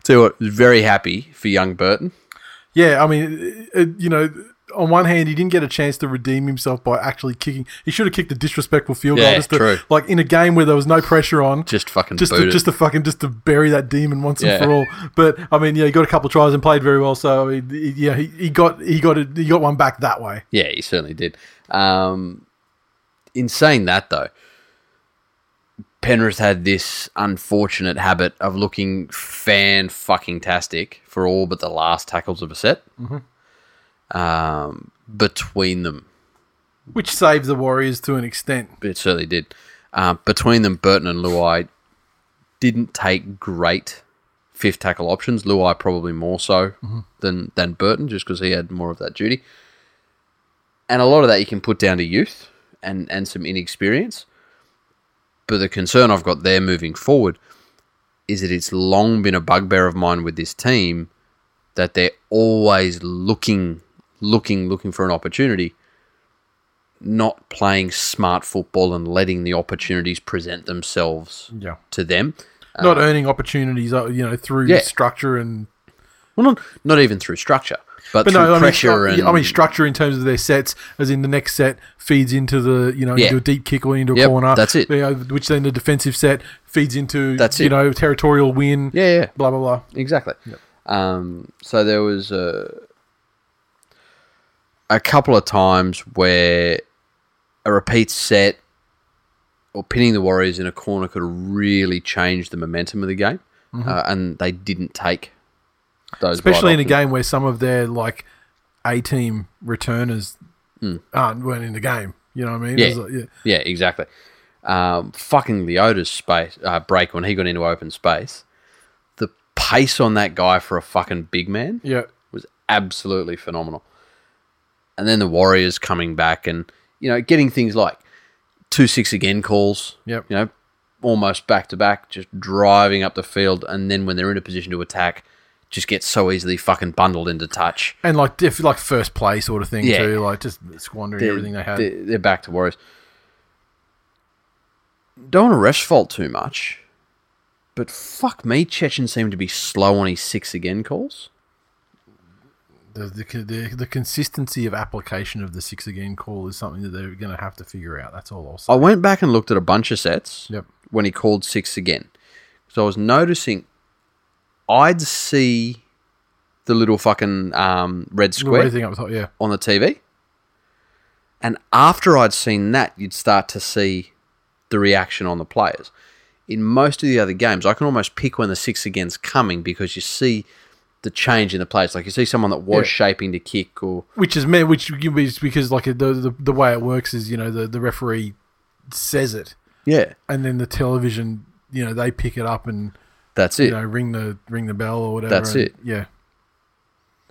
S2: Tell you what, very happy for young Burton.
S1: Yeah, I mean, it, it- you know, on one hand, he didn't get a chance to redeem himself by actually kicking. He should have kicked a disrespectful field goal,
S2: Yeah,
S1: just to,
S2: true.
S1: like in a game where there was no pressure on,
S2: Just fucking
S1: just
S2: boot
S1: to,
S2: it.
S1: just to fucking just to bury that demon once
S2: Yeah.
S1: and for all. But I mean, yeah, he got a couple of tries and played very well. So I mean, he- yeah, he, he got he got a, he got one back that way.
S2: Yeah, he certainly did. Um, in saying that, though, Penrith had this unfortunate habit of looking fan fucking tastic for all but the last tackles of a set um, between them.
S1: which saved the Warriors to an extent.
S2: It certainly did. Um, between them, Burton and Luai didn't take great fifth tackle options. Luai probably more so than than Burton, just because he had more of that duty. And a lot of that you can put down to youth and and some inexperience. But the concern I've got there moving forward is that it's long been a bugbear of mine with this team that they're always looking, looking, looking for an opportunity not playing smart football and letting the opportunities present themselves
S1: Yeah,
S2: to them.
S1: not earning opportunities, uh, you know, through
S2: Yeah.
S1: structure and.
S2: Well, not, not even through structure, but,
S1: But
S2: through
S1: no, I mean,
S2: pressure
S1: I-
S2: and
S1: I mean structure in terms of their sets, as in the next set feeds into the you know
S2: Yeah.
S1: into a deep kick or into a
S2: Yep,
S1: corner.
S2: that's it.
S1: You know, which then the defensive set feeds into
S2: That's
S1: you
S2: it.
S1: know territorial win.
S2: yeah, yeah,
S1: Blah blah blah.
S2: exactly. Um, so there was a, a couple of times where a repeat set or pinning the Warriors in a corner could really change the momentum of the game, uh, and they didn't take those.
S1: Mm-hmm. Especially
S2: right
S1: in a
S2: options.
S1: game where some of their like A team returners aren't weren't in the game. You know what I mean?
S2: Hmm. Yeah.
S1: It was like- yeah.
S2: Yeah, exactly. Um, fucking Leota's space uh, break when he got into open space. The pace on that guy for a fucking big man
S1: Yeah.
S2: was absolutely phenomenal. And then the Warriors coming back and you know getting things like two six again calls.
S1: Yep.
S2: You know, almost back to back, just driving up the field, and then when they're in a position to attack, just get so easily fucking bundled into touch.
S1: And like diff, like first play sort of thing
S2: Yeah.
S1: too, like just squandering everything they had.
S2: They're, they're back to Warriors. Don't want to rest fault too much, but fuck me, Chechen seemed to be slow on his six again calls.
S1: the, the, the, the consistency of application of the six again call is something that they're going to have to figure out. That's all I'll say.
S2: I went back and looked at a bunch of sets
S1: Yep.
S2: when he called six again. So I was noticing I'd see the little fucking um, red
S1: The way
S2: square
S1: thing up top, yeah.
S2: on the TV. And after I'd seen that, you'd start to see the reaction on the players. In most of the other games, I can almost pick when the six again's coming because you see the change in the players. Like you see someone that was
S1: Yeah.
S2: shaping to kick or
S1: Which is me, which is because like the, the the way it works is you know the, the referee says it,
S2: yeah,
S1: and then the television you know they pick it up and
S2: that's
S1: you
S2: it.
S1: know ring the ring the bell or whatever.
S2: That's
S1: and-
S2: it.
S1: Yeah.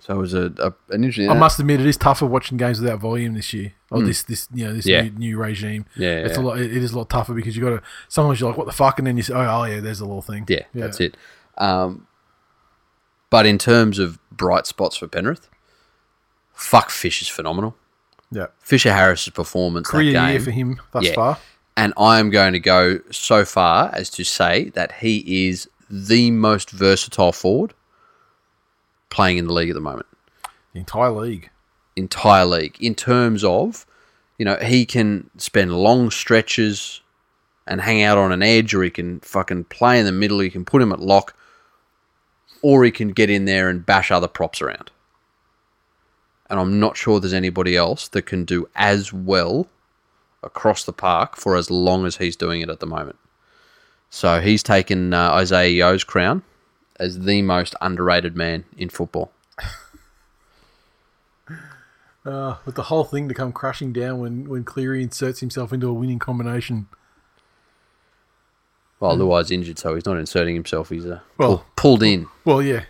S2: So it was a, a an interesting.
S1: I must admit it is tougher watching games without volume this year. Or this this you know this
S2: Hmm. Yeah.
S1: new, new regime.
S2: Yeah, yeah,
S1: it's a
S2: yeah.
S1: lot. It it is a lot tougher because you got to. Sometimes you're like, what the fuck, and then you say, oh, oh yeah, there's a little thing.
S2: Yeah, that's it. Um, but in terms of bright spots for Penrith, fuck Fish is phenomenal.
S1: Yeah,
S2: Fisher Harris's performance
S1: career
S2: that
S1: year
S2: game
S1: for him thus
S2: Yeah.
S1: far.
S2: And I am going to go so far as to say that he is the most versatile forward playing in the league at the moment,
S1: The entire league.
S2: entire league, in terms of, you know, he can spend long stretches and hang out on an edge, or he can fucking play in the middle, you can put him at lock, or he can get in there and bash other props around. And I'm not sure there's anybody else that can do as well across the park for as long as he's doing it at the moment. So he's taken uh, Isaiah Yo's crown as the most underrated man in football.
S1: Uh, with the whole thing to come crashing down when, when Cleary inserts himself into a winning combination.
S2: Well, Luai's injured, so he's not inserting himself. He's uh,
S1: Mm. Well-
S2: pull- pulled in.
S1: Well, yeah.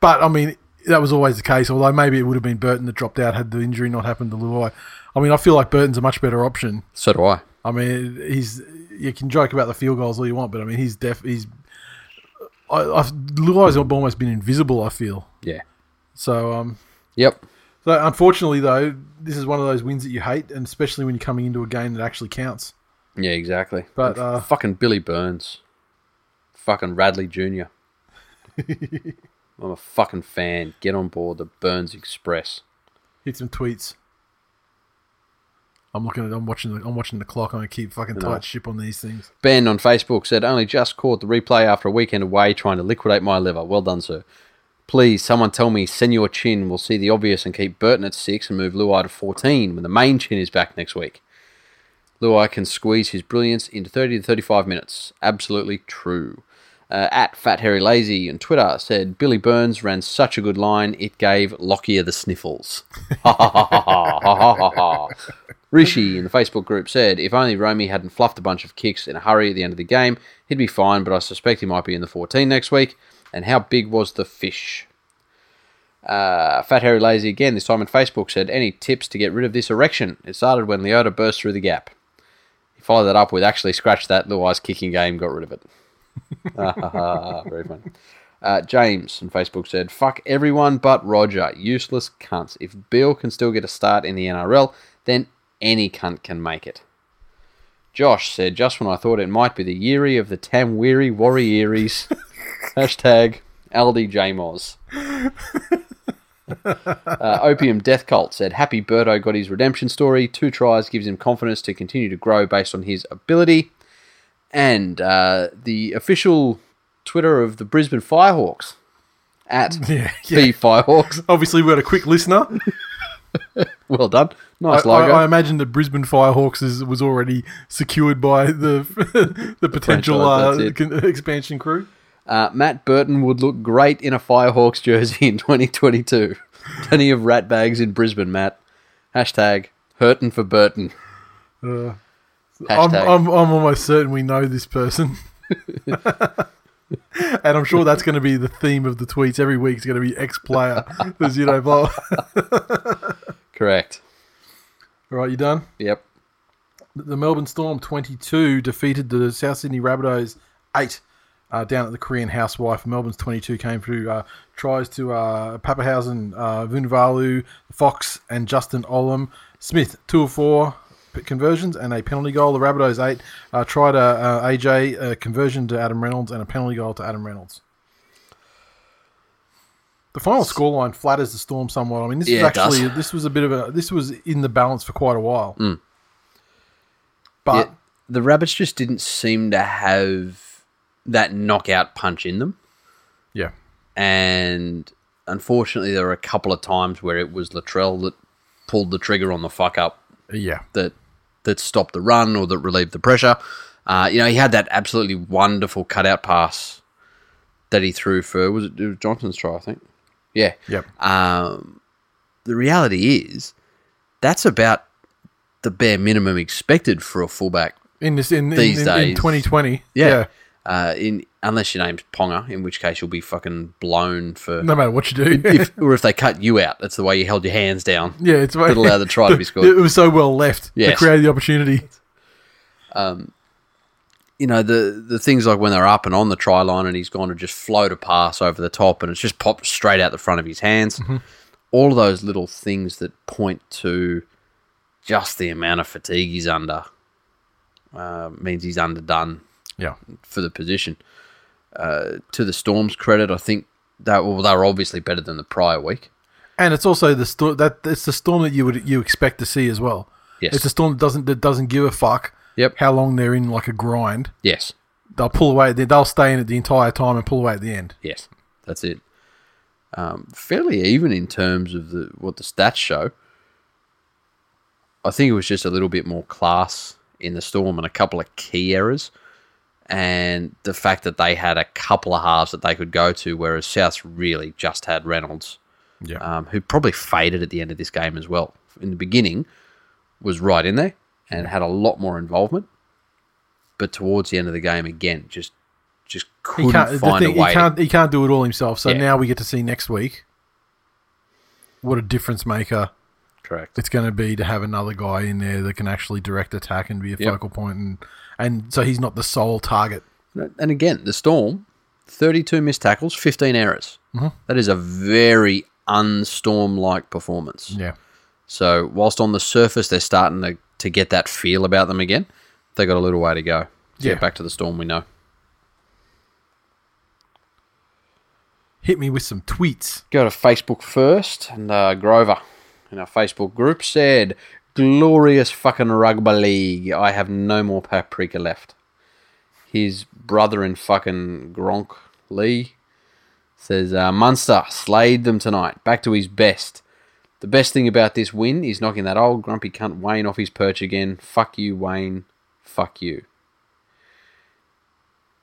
S1: But, I mean, that was always the case, although maybe it would have been Burton that dropped out had the injury not happened to Luai. I mean, I feel like Burton's a much better option.
S2: So do I.
S1: I mean, he's you can joke about the field goals all you want, but I mean, he's def he's I, I've, Luai's almost been invisible. I feel
S2: Yeah.
S1: so. Um,
S2: Yep.
S1: So unfortunately, though, this is one of those wins that you hate, and especially when you're coming into a game that actually counts.
S2: Yeah, exactly.
S1: But,
S2: And
S1: uh,
S2: fucking Billy Burns, fucking Radley Junior. I'm a fucking fan. Get on board the Burns Express.
S1: Hit some tweets. I'm looking at. I'm watching. The, I'm watching the clock. I'm gonna keep fucking
S2: No.
S1: tight ship on these things.
S2: Ben on Facebook said, only just caught the replay after a weekend away trying to liquidate my liver. Well done, sir. Please, someone tell me Senor Chin will see the obvious and keep Burton at 6 and move Luai to 14 when the main Chin is back next week. Luai can squeeze his brilliance into 30 to 35 minutes. Absolutely true. Uh, at Fat Harry Lazy on Twitter said, Billy Burns ran such a good line, it gave Lockyer the sniffles. Ha ha ha ha ha ha ha ha. Rishi in the Facebook group said, if only Romy hadn't fluffed a bunch of kicks in a hurry at the end of the game, he'd be fine, but I suspect he might be in the 14 next week. And how big was the fish? Uh, Fat Harry Lazy again, this time on Facebook, said, any tips to get rid of this erection? It started when Leota burst through the gap. He followed that up with, actually scratch that, Luai's kicking game got rid of it. Ah, ha, ha, Very funny. Uh, James on Facebook said, "Fuck everyone but Roger, useless cunts. If Bill can still get a start in the NRL, then any cunt can make it." Josh said, "Just when I thought it might be the Yeary of the Tam Weary Warrieries, hashtag Aldi Jmoz." Uh, Opium Death Cult said, "Happy Birdo got his redemption story. Two tries gives him confidence to continue to grow based on his ability." And uh, the official Twitter of the Brisbane Firehawks at
S1: Yeah,
S2: the Firehawks.
S1: Obviously, we had a quick listener.
S2: Well done,
S1: I,
S2: nice
S1: I,
S2: logo.
S1: I imagine that Brisbane Firehawks is, was already secured by the the potential
S2: Franchise,
S1: uh,
S2: that's
S1: con- expansion crew.
S2: Uh, Matt Burton would look great in a Firehawks jersey in 2022. Plenty of rat bags in Brisbane, Matt. Hashtag hurtin' for Burton.
S1: Uh, I'm,
S2: Hashtag.
S1: I'm, I'm almost certain we know this person. and I'm sure that's going to be the theme of the tweets every week. It's going to be ex player. There's, you know, blah. All
S2: Correct.
S1: right, you done?
S2: Yep.
S1: The Melbourne Storm 22 defeated the South Sydney Rabbitohs 8 uh, down at the Korean housewife. Melbourne's 22 came through uh, tries to uh, Papahausen, uh, Vunivalu, Fox, and Justin Olam. Smith, 2 of 4 p- conversions and a penalty goal. The Rabbitohs 8 uh, tried a, uh AJ uh conversion to Adam Reynolds and a penalty goal to Adam Reynolds. The final scoreline flatters the Storm somewhat. I mean, this
S2: Yeah, it
S1: is
S2: does.
S1: actually this was a bit of a this was in the balance for quite a while.
S2: Mm.
S1: But Uh,
S2: Yeah, the Rabbits just didn't seem to have that knockout punch in them.
S1: Yeah.
S2: and unfortunately, there were a couple of times where it was Latrell that pulled the trigger on the fuck up
S1: Yeah.
S2: that that stopped the run or that relieved the pressure. Uh, you know, he had that absolutely wonderful cutout pass that he threw for was it, it was Johnson's try, I think. Yeah.
S1: Yep.
S2: Um, the reality is that's about the bare minimum expected for a fullback.
S1: In this in, in,
S2: These
S1: in, in
S2: days.
S1: 2020.
S2: Uh, in unless your name's Ponga, in which case you'll be fucking blown for
S1: No matter what you do.
S2: if or if they cut you out. That's the way you held your hands down.
S1: yeah, it's
S2: That'll allow the try to be scored.
S1: It was so well left. Yeah.
S2: Yes.
S1: created the opportunity.
S2: you know the the things like when they're up and on the try line and he's gone to just float a pass over the top and it's just popped straight out the front of his hands all of those little things that point to just the amount of fatigue he's under uh, means he's underdone
S1: Yeah.
S2: for the position uh, to the storm's credit i think that well they were obviously better than the prior week
S1: And it's also the storm that it's the storm that you would you expect to see as well.
S2: Yes.
S1: It's a storm that doesn't that doesn't give a fuck
S2: Yep.
S1: how long they're in like a grind.
S2: yes
S1: They'll pull away they- they'll stay in it the entire time and pull away at the end.
S2: Yes, that's it. Um, fairly even in terms of the what the stats show. I think it was just a little bit more class in the storm and a couple of key errors, and the fact that they had a couple of halves that they could go to, whereas South really just had Reynolds,
S1: Yeah.
S2: um, who probably faded at the end of this game as well. In the beginning, was right in there and had a lot more involvement, but towards the end of the game again, just just
S1: he
S2: couldn't
S1: can't the
S2: find
S1: thing,
S2: a way.
S1: he
S2: to
S1: can't he can't do it all himself. So
S2: Yeah.
S1: now we get to see next week what a difference maker
S2: Correct.
S1: it's going to be to have another guy in there that can actually direct attack and be a
S2: Yep.
S1: focal point and and so he's not the sole target
S2: And
S1: Mm-hmm.
S2: again, the Storm, 32 missed tackles, 15 errors. That is a very unstorm like performance.
S1: Yeah.
S2: So whilst on the surface they're starting to, to get that feel about them again, they got a little way to go. To
S1: Yeah.
S2: Get back to the storm we know.
S1: Hit me with some tweets.
S2: Go to Facebook first, and uh, Grover in our Facebook group said, "Glorious fucking rugby league. I have no more paprika left." His brother in fucking Gronk Lee says, uh, "Munster slayed them tonight. Back to his best. The best thing about this win is knocking that old grumpy cunt Wayne off his perch again. Fuck you, Wayne. Fuck you."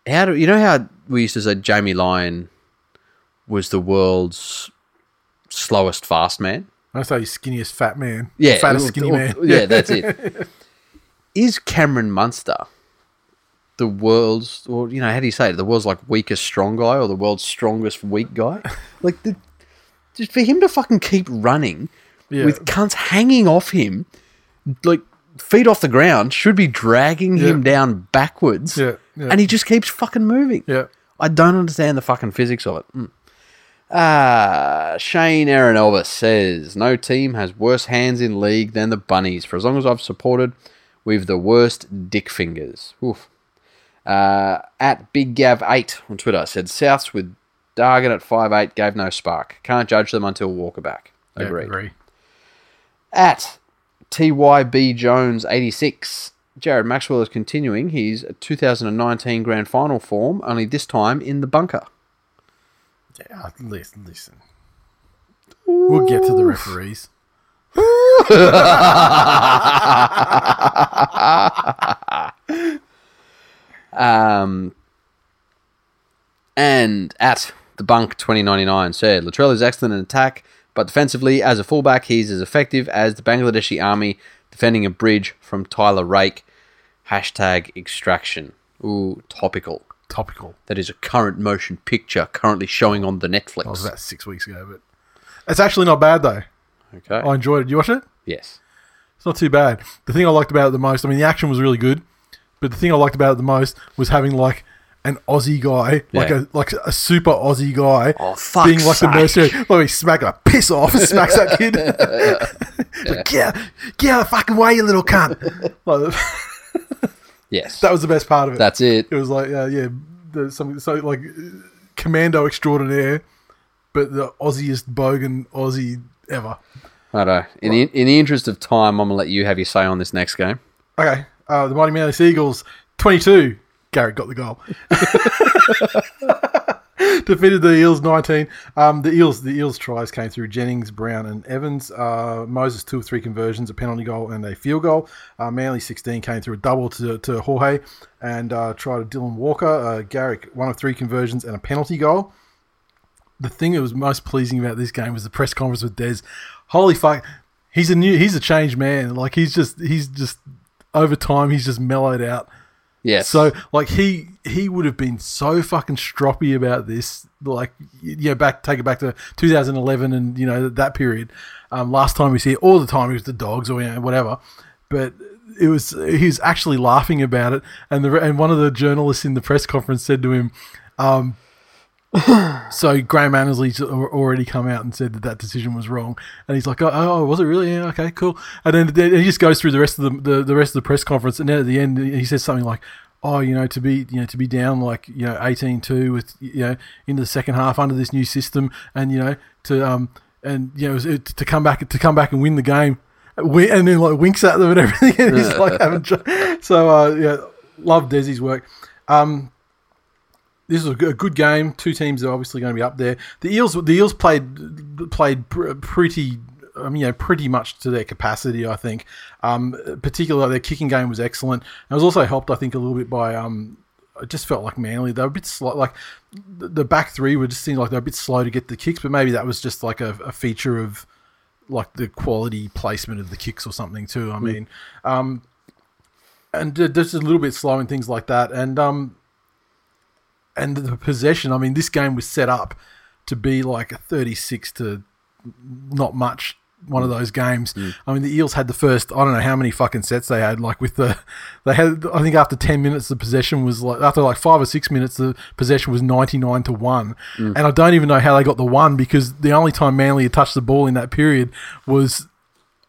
S2: How do you know how we used to say Jamie Lyon was the world's slowest fast man?
S1: I say skinniest fat man.
S2: Yeah,
S1: fattest
S2: or-
S1: skinny
S2: or-
S1: man.
S2: Yeah, that's it. Is Cameron Munster the world's, or you know, how do you say it? The world's like weakest strong guy, or the world's strongest weak guy? Like the, just for him to fucking keep running
S1: Yeah.
S2: with cunts hanging off him, like feet off the ground, should be dragging him
S1: Yeah.
S2: down backwards,
S1: Yeah, yeah.
S2: and he just keeps fucking moving.
S1: Yeah.
S2: I don't understand the fucking physics of it. Mm. Ah, Shane Aaron Elvis says no team has worse hands in league than the Bunnies. For as long as I've supported, we've the worst dick fingers. Oof. Uh, at Big Gav Eight on Twitter said Souths with Dargan at five eight gave no spark. Can't judge them until Walker back.
S1: Yeah,
S2: Agreed.
S1: agree.
S2: At TYB Jones 86, Jared Maxwell is continuing his 2019 grand final form, only this time in the bunker.
S1: Yeah, listen, listen. We'll get to the referees.
S2: Um, and at the bunk 2099 said Latrell is excellent in attack, but defensively as a fullback, he's as effective as the Bangladeshi army defending a bridge from Tyler Rake. Hashtag extraction. Ooh, topical.
S1: Topical.
S2: That is a current motion picture currently showing on the Netflix.
S1: Oh, That was about six weeks ago, but it's actually not bad though.
S2: Okay.
S1: I enjoyed it. You watch it?
S2: yes.
S1: It's not too bad. The thing I liked about it the most, I mean, the action was really good, but the thing I liked about it the most was having like an Aussie guy, like
S2: Yeah.
S1: a like a super Aussie guy,
S2: Oh, fuck's
S1: being like the
S2: sake.
S1: mercenary. Like he smack a piss off and smacks that kid. like, get, out- get out of the fucking way, you little cunt. Like,
S2: Yes.
S1: that was the best part of it.
S2: That's it.
S1: it was like uh, yeah, there's something so like uh, commando extraordinaire, but the Aussiest bogan Aussie ever.
S2: Righto. uh, In the, in the interest of time, I'm going to let you have your say on this next game.
S1: Okay, uh, the Mighty Manly Seagulls, 22. Garrett got the goal. Defeated the Eels 19. Um, the Eels, the Eels tries came through Jennings, Brown, and Evans. Uh, Moses two of three conversions, a penalty goal, and a field goal. Uh, Manly 16 came through a double to, to Jorge and uh, tried a Dylan Walker. Uh, Garrick one of three conversions and a penalty goal the thing that was most pleasing about this game was the press conference with Des. Holy fuck, he's a new, he's a changed man. Like he's just, he's just over time, he's just mellowed out.
S2: Yes.
S1: So like he he would have been so fucking stroppy about this. Like y- yeah, back take it back to 2011 and you know that period. Um, last time he was here, all the time he was the dogs or you know, whatever. But it was he was actually laughing about it, and the and one of the journalists in the press conference said to him. Um, so Graham Annesley's al- already come out and said that that decision was wrong, and he's like, "Oh, oh was it really? Yeah, okay, cool." And then, then he just goes through the rest of the, the the rest of the press conference, and then at the end he says something like, "Oh, you know, to be you know to be down like you know 18-2 with you know into the second half under this new system, and you know to um and you know it- to come back to come back and win the game, Wi- and then like winks at them and everything, and he's like having tr- so uh, yeah, love Desi's work. Um, this is a g- a good game. Two teams are obviously going to be up there. The Eels, the Eels played played pr- pretty, um, you know, pretty much to their capacity. I think, um, particularly their kicking game was excellent. And it was also helped, I think, a little bit by. Um, I just felt like Manly. They were a bit slow. Like the the back three were just seemed like they were a bit slow to get the kicks, but maybe that was just like a, a feature of like the quality placement of the kicks or something too. I mean, um, and uh, just a little bit slow and things like that. And um, and the possession. I mean, this game was set up to be like a 36 to not much one of those games. I mean, the Eels had the first I don't know how many fucking sets they had. Like with the they had I think after ten minutes the possession was like after like five or six minutes the possession was ninety nine to one, and I don't even know how they got the one because the only time Manly had touched the ball in that period was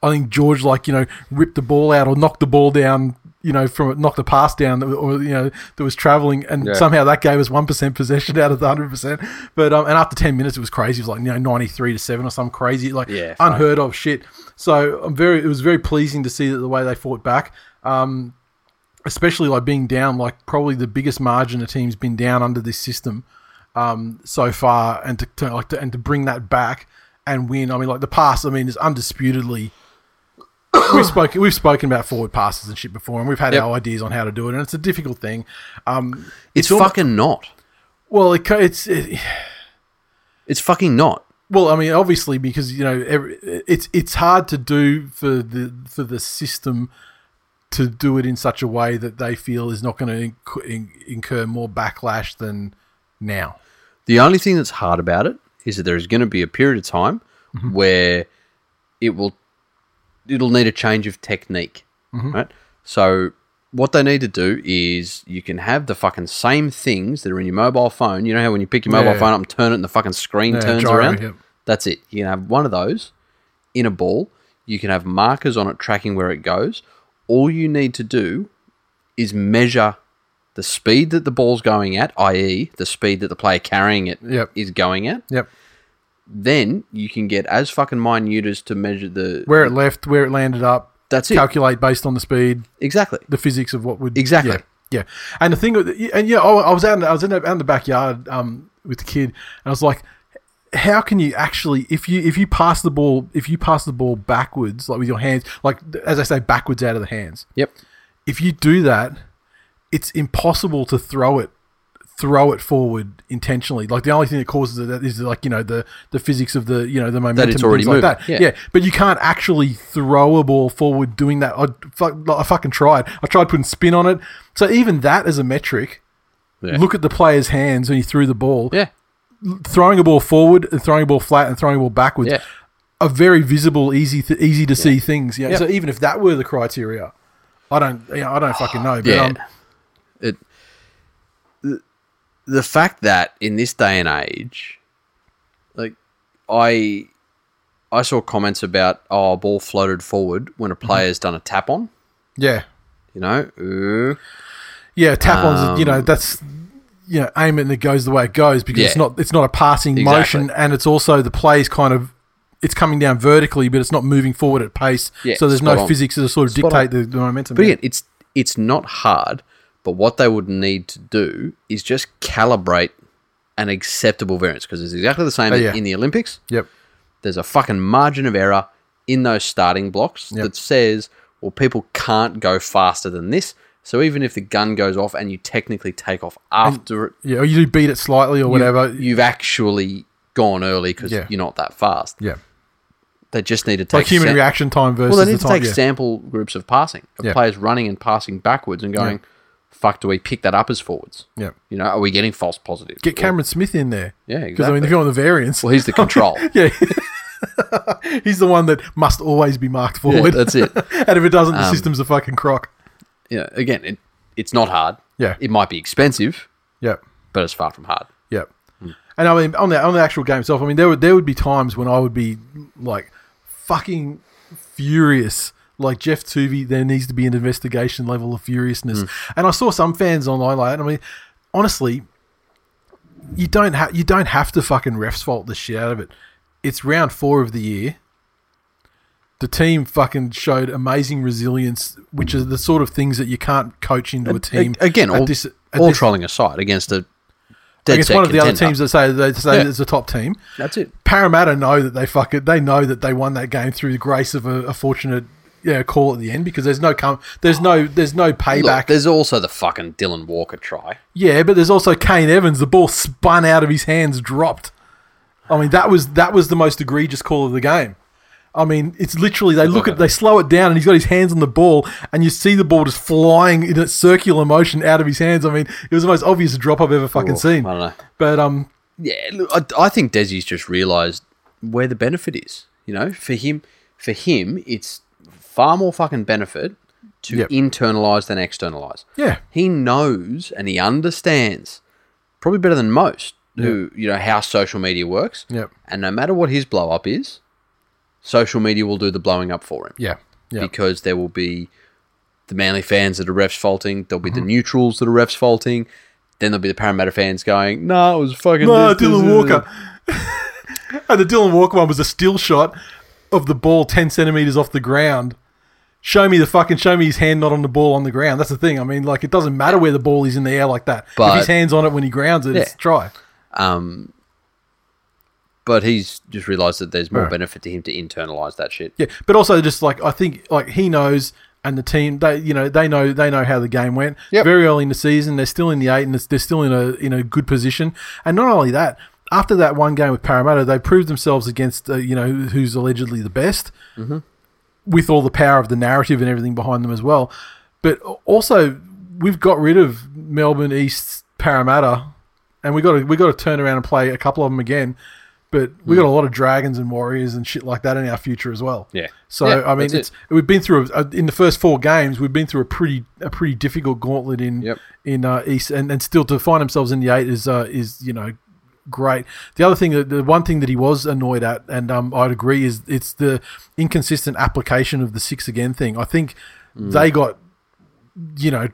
S1: I think George like you know ripped the ball out or knocked the ball down. You know, from knocked the pass down, that- or you know, that was traveling, and
S2: Yeah.
S1: somehow that gave us one percent possession out of the hundred percent. But um, and after ten minutes, it was crazy. It was like you know ninety three to seven or some crazy like
S2: Yeah, fuck.
S1: unheard of shit. So I'm very. It was very pleasing to see that the way they fought back. Um, especially like being down, like probably the biggest margin a team's been down under this system um, so far, and to, to like to, and to bring that back and win. I mean, like the pass. I mean, is undisputedly. we've spoken. We've spoken about forward passes and shit before, and we've had
S2: Yep.
S1: our ideas on how to do it, and it's a difficult thing. Um,
S2: It's,
S1: almo-
S2: fucking not.
S1: well, it, co- it's it,
S2: It's fucking not.
S1: Well, I mean, obviously, because you know, every, it's it's hard to do for the for the system to do it in such a way that they feel is not going to incur more backlash than now.
S2: The only thing that's hard about it is that there is going to be a period of time
S1: Mm-hmm.
S2: where it will it'll need a change of technique,
S1: Mm-hmm.
S2: right? So what they need to do is you can have the fucking same things that are in your mobile phone. You know how when you pick your mobile
S1: Yeah.
S2: phone up and turn it and the fucking screen
S1: Yeah,
S2: turns
S1: gyro,
S2: around?
S1: yep.
S2: That's it. You can have one of those in a ball. You can have markers on it tracking where it goes. All you need to do is measure the speed that the ball's going at, i.e., the speed that the player carrying it is
S1: Yep.
S2: going at.
S1: Yep.
S2: Then you can get as fucking minute as to measure the.
S1: Where it left, where it landed up.
S2: That's it.
S1: Calculate based on the speed,
S2: exactly.
S1: the physics of what would
S2: Exactly.
S1: Yeah, yeah. and the thing, with- and yeah, I I was out, in, I was in the, out in the backyard um, with the kid, and I was like, how can you actually if you if you pass the ball if you pass the ball backwards like with your hands like as I say backwards out of the hands
S2: Yep.
S1: if you do that, it's impossible to throw it throw it forward intentionally. Like the only thing that causes it is like you know the the physics of the you know the momentum
S2: it's already
S1: things like that.
S2: moving, yeah.
S1: but you can't actually throw a ball forward doing that. I, fuck, I fucking tried. I tried putting spin on it. So even that as a metric.
S2: Yeah.
S1: Look at the player's hands when he threw the ball.
S2: Yeah.
S1: Throwing a ball forward and throwing a ball flat and throwing a ball backwards
S2: Yeah.
S1: are very visible, easy, th- easy to see things. Yeah. So even if that were the criteria, I don't, you know, I don't fucking know. But
S2: Yeah.
S1: um,
S2: it, the, the fact that in this day and age, like I, I saw comments about oh a ball floated forward when
S1: Mm-hmm.
S2: a player's done a tap on.
S1: yeah,
S2: You know,
S1: Mm.
S2: Ooh.
S1: yeah, tap ons. you know, that's you know, aim it and it goes the way it goes because it's
S2: Um, Yeah.
S1: not, it's not a passing
S2: Exactly.
S1: motion, and it's also the play's kind of, it's coming down vertically, but it's not moving forward at pace.
S2: Yeah,
S1: so there's
S2: spot
S1: no
S2: on.
S1: physics that sort of
S2: Spot
S1: dictate the, the momentum.
S2: But again, it's it's not hard. But what they would need to do is just calibrate an acceptable variance because it's exactly the same
S1: Oh, yeah.
S2: in the Olympics.
S1: Yep.
S2: There's a fucking margin of error in those starting blocks that says, well, people can't go faster than this. So even if the gun goes off and you technically take off after it,
S1: Yeah, or you do beat it slightly or whatever.
S2: you've actually gone early because
S1: Yeah.
S2: you're not that fast.
S1: yeah.
S2: They just need to take
S1: Like human
S2: sa-
S1: reaction time versus
S2: well, they need
S1: the
S2: to
S1: time.
S2: take
S1: yeah.
S2: sample groups of passing of
S1: Yeah.
S2: players running and passing backwards and going, "Fuck, do we pick that up as forwards?
S1: Yeah.
S2: You know, are we getting false positives?
S1: Get
S2: Or-
S1: Cameron Smith in there. Because
S2: Yeah,
S1: I mean,
S2: exactly.
S1: if you're on the variance,
S2: Well, he's the control.
S1: Yeah. He's the one that must always be marked
S2: yeah,
S1: forward.
S2: that's it. Um,
S1: and if it doesn't, the system's a fucking crock.
S2: Yeah, again, it, it's not hard.
S1: Yeah.
S2: it might be expensive,
S1: Yep.
S2: but it's far from hard.
S1: Yep.
S2: Hmm.
S1: And I mean, on the on the actual game itself, I mean, there would there would be times when I would be like fucking furious. Like Jeff Tuvey, there needs to be an investigation level of furiousness.
S2: Hmm.
S1: And I saw some fans online like, that, and I mean, honestly, you don't have you don't have to fucking refs fault the shit out of it. It's round four of the year. The team fucking showed amazing resilience, which are the sort of things that you can't coach into a team.
S2: A- again,
S1: at
S2: all,
S1: this- at
S2: all
S1: this-
S2: trolling aside, against a dead
S1: against
S2: set
S1: one of the other
S2: contender.
S1: teams that say they say
S2: Yeah.
S1: it's a top team.
S2: That's it.
S1: Parramatta know that they fuck it. They know that they won that game through the grace of a, a fortunate yeah, call at the end because there's no com- there's no there's no
S2: Look,
S1: payback.
S2: there's also the fucking Dylan Walker try.
S1: yeah, but there's also Kane Evans. The ball spun out of his hands, dropped. I mean, that was that was the most egregious call of the game. I mean, it's literally they look at they slow it down and he's got his hands on the ball and you see the ball just flying in a circular motion out of his hands. I mean, it was the most obvious drop I've ever fucking
S2: Oof,
S1: seen.
S2: I don't know.
S1: But um,
S2: Yeah, look, I, I think Desi's just realised where the benefit is. You know, for him, for him, it's far more fucking benefit to
S1: Yep.
S2: internalize than externalize.
S1: Yeah.
S2: He knows and he understands probably better than most who you know how social media works.
S1: Yep.
S2: And no matter what his blow up is, social media will do the blowing up for him.
S1: Yeah. Yeah.
S2: Because there will be the Manly fans that are refs faulting, there'll be
S1: Mm-hmm.
S2: the neutrals that are refs faulting, then there'll be the Parramatta fans going, "No, it was fucking
S1: No,
S2: this, this,
S1: Dylan
S2: this, this."
S1: Walker. and the Dylan Walker one was a still shot of the ball 10 centimeters off the ground. Show me the fucking, show me his hand not on the ball on the ground. That's the thing. I mean, like, it doesn't matter where the ball is in the air like that. if
S2: But-
S1: his hand's on it when he grounds it, it's
S2: Yeah.
S1: try.
S2: Um, but he's just realised that there's more
S1: Right.
S2: benefit to him to internalise that shit.
S1: Yeah, but also just like I think like he knows and the team they you know they know they know how the game went
S2: Yep.
S1: very early in the season. They're still in the eight and it's, they're still in a in a good position. And not only that, after that one game with Parramatta, they proved themselves against uh, you know who's allegedly the best with all the power of the narrative and everything behind them as well. But also we've got rid of Melbourne East Parramatta and we got to we got to turn around and play a couple of them again. But we
S2: Hmm.
S1: got a lot of dragons and warriors and shit like that in our future as well.
S2: Yeah.
S1: So
S2: Yeah,
S1: I mean,
S2: that's it.
S1: it's we've been through a, in the first four games we've been through a pretty a pretty difficult gauntlet in
S2: Yep.
S1: in uh, East and, and still to find themselves in the eight is uh, is you know great. The other thing that the one thing that he was annoyed at, and um, I'd agree, is it's the inconsistent application of the six again thing. I think
S2: Mm.
S1: they got you know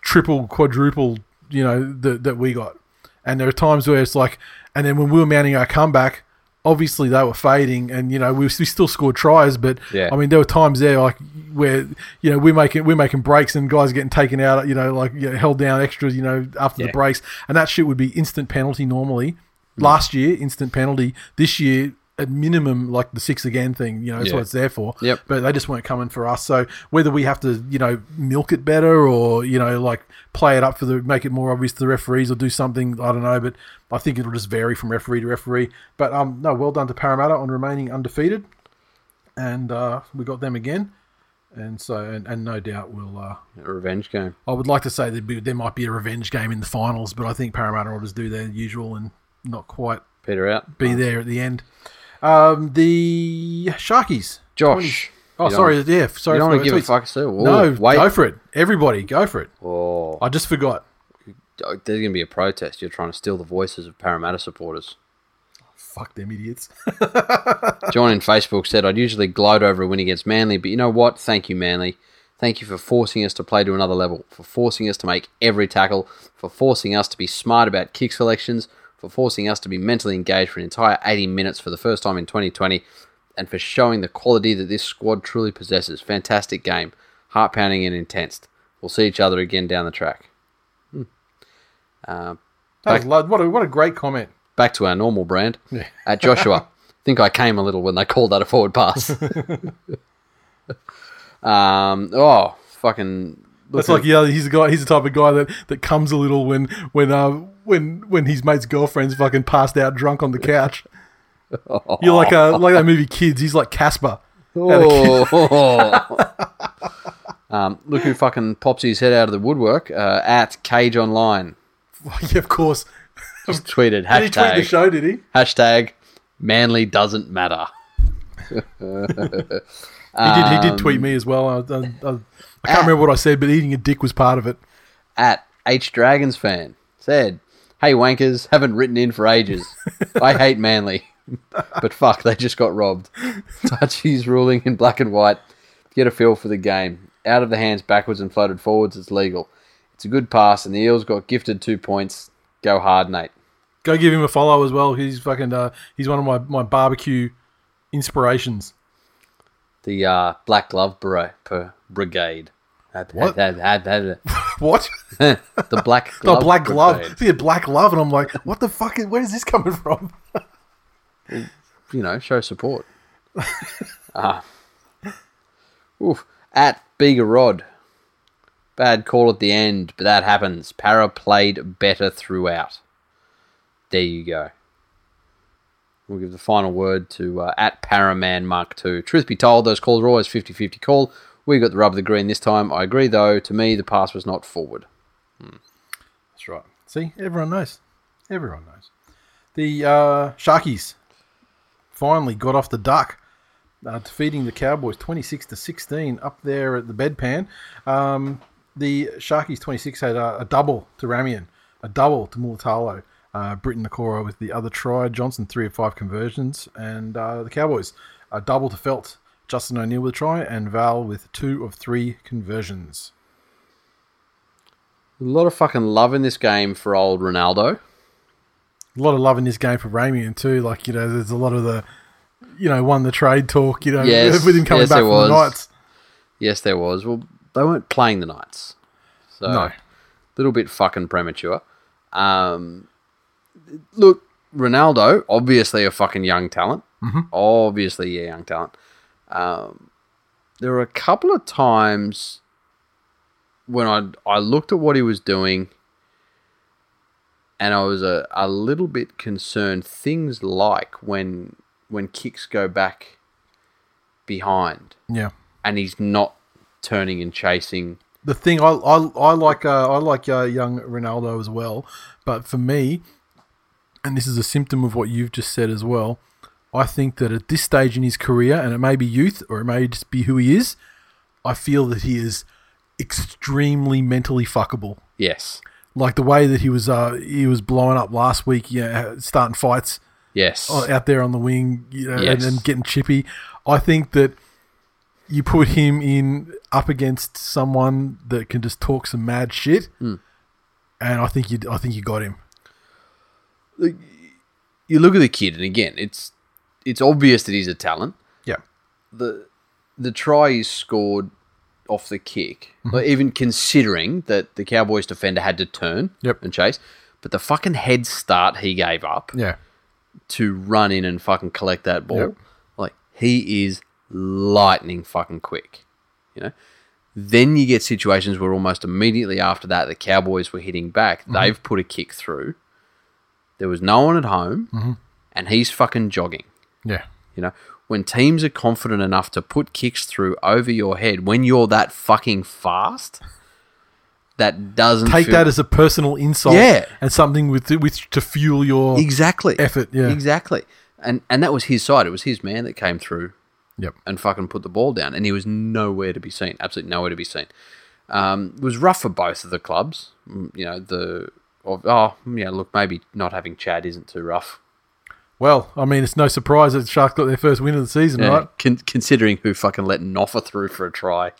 S1: triple quadruple you know that that we got, and there are times where it's like, and then when we were mounting our comeback. Obviously, they were fading, and you know we, we still scored tries, but
S2: Yeah.
S1: I mean there were times there like where you know we're making we're making breaks and guys getting taken out, you know, like you know, held down extra, you know, after the
S2: Yeah. Mm.
S1: breaks, and that shit would be instant penalty normally. Last year, instant penalty. This year, at minimum, like the six again thing. You know, that's
S2: Yeah.
S1: what it's there for.
S2: Yep.
S1: But they just weren't coming for us. So whether we have to, you know, milk it better or you know, like play it up for the make it more obvious to the referees or do something, I don't know. But I think it'll just vary from referee to referee. But um, no, well done to Parramatta on remaining undefeated, and uh, we got them again. And so, and, and no doubt we'll uh,
S2: A revenge game.
S1: I would like to say there'd be, there might be a revenge game in the finals, but I think Parramatta will just do their usual and not quite
S2: Peter out.
S1: be there at the end. Um, the Sharkies.
S2: Josh.
S1: Oh,
S2: You
S1: sorry.
S2: don't-
S1: Yeah, sorry.
S2: You don't want
S1: for
S2: to give
S1: the
S2: a
S1: tweets.
S2: fuck, sir. Ooh,
S1: No,
S2: wait.
S1: go for it. Everybody, go for it.
S2: Oh,
S1: I just forgot.
S2: there's going to be a protest. You're trying to steal the voices of Parramatta supporters.
S1: Fuck them idiots.
S2: John in Facebook said, I'd usually gloat over a win against Manly, but you know what? Thank you, Manly. Thank you for forcing us to play to another level, for forcing us to make every tackle, for forcing us to be smart about kick selections, for forcing us to be mentally engaged for an entire 80 minutes for the first time in 2020, and for showing the quality that this squad truly possesses. Fantastic game, heart pounding and intense. We'll see each other again down the track.
S1: That was lo- what, a, what a great comment.
S2: Back to our normal brand.
S1: Yeah.
S2: At Joshua, think I came a little when they called that a forward pass. um, oh, fucking.
S1: That's like yeah, he's a guy. He's the type of guy that, that comes a little when when uh, when when his mate's girlfriend's fucking passed out drunk on the couch. You're like uh like that movie Kids. He's like Casper. Out of Kids.
S2: Oh. um, look who fucking pops his head out of the woodwork uh, at Cage Online.
S1: yeah, of course.
S2: Just tweeted
S1: Did he tweet the
S2: hashtag,
S1: show? Did he?
S2: hashtag Manly doesn't matter.
S1: He did. He did tweet me as well. I, I, I, I can't remember what I said, but eating a dick was part of it.
S2: at H Dragons fan said, "Hey wankers, haven't written in for ages. I hate Manly, but fuck, they just got robbed. Touchy's ruling in black and white. Get a feel for the game. Out of the hands, backwards and floated forwards. It's legal. It's a good pass, and the Eels got gifted two points. Go hard, Nate.
S1: Go give him a follow as well. He's fucking. Uh, he's one of my, my barbecue inspirations.
S2: The uh, Black Glove Bro- per Brigade."
S1: What?
S2: the
S1: What?
S2: black
S1: The
S2: glove
S1: black glove.
S2: Brigade.
S1: See a black glove, and I'm like, what the fuck? Is, where is this coming from?
S2: you know, show support. Ah, oof. At Bigger Rod. Bad call at the end, but that happens. Para played better throughout. There you go. We'll give the final word to uh, at Paraman Mark Two. Truth be told, those calls are always 50 50 call. We got the rub of the green this time. I agree, though. To me, the pass was not forward. Hmm.
S1: That's right. See, everyone knows. Everyone knows. The uh, Sharkies finally got off the duck. uh, defeating the Cowboys 26 to 16 up there at the bedpan. Um, the Sharkies 26 had a, a double to Ramian, a double to Mulatalo. Uh, Britton Nakora with the other try, Johnson three of five conversions, and uh, the Cowboys a double to Felt, Justin O'Neill with a try, and Val with two of three conversions.
S2: A lot of fucking love in this game for old Ronaldo.
S1: a lot of love in this game for Ramian too. Like you know, there's a lot of the, you know, won the trade talk. You know,
S2: Yes,
S1: with him coming
S2: yes,
S1: back
S2: there
S1: from
S2: was.
S1: the Knights.
S2: Yes, there was. Well, they weren't playing the Knights. So
S1: No.
S2: little bit fucking premature. Um, look, Ronaldo, obviously a fucking young talent. Obviously a young talent. Um, there were a couple of times when I I looked at what he was doing, and I was a, a little bit concerned. Things like when when kicks go back behind,
S1: Yeah,
S2: and he's not turning and chasing.
S1: the thing I I, I like uh, I like uh, young Ronaldo as well, but for me, and this is a symptom of what you've just said as well. I think that at this stage in his career, and it may be youth or it may just be who he is, I feel that he is extremely mentally fuckable.
S2: Yes,
S1: Like the way that he was uh, he was blowing up last week, you know, starting fights.
S2: yes,
S1: uh, out there on the wing, you know,
S2: Yes.
S1: and, and getting chippy. I think that you put him in up against someone that can just talk some mad shit, and I think you, I think you got him.
S2: you look at the kid, and again, it's it's obvious that he's a talent.
S1: Yeah,
S2: The the try is scored off the kick, Like, even considering that the Cowboys defender had to turn
S1: Yep.
S2: and chase. But the fucking head start he gave up
S1: yeah,
S2: to run in and fucking collect that ball,
S1: Yep.
S2: like he is lightning fucking quick. You know, then you get situations where almost immediately after that, the Cowboys were hitting back.
S1: Mm-hmm.
S2: They've put a kick through. There was no one at home,
S1: Mm-hmm.
S2: and he's fucking jogging.
S1: yeah,
S2: You know, when teams are confident enough to put kicks through over your head, when you're that fucking fast, that doesn't
S1: Take
S2: feel-
S1: that as a personal insult,
S2: Yeah.
S1: and something with with to fuel your
S2: exactly
S1: effort, yeah.
S2: exactly. And and that was his side. It was his man that came through
S1: Yep,
S2: and fucking put the ball down, and he was nowhere to be seen. Absolutely nowhere to be seen. Um, it was rough for both of the clubs. Mm, You know the of, oh yeah, look maybe not having Chad isn't too rough.
S1: well, I mean, it's no surprise that Sharks got their first win of the season,
S2: Yeah,
S1: right?
S2: con- considering who fucking let Noffa through for a try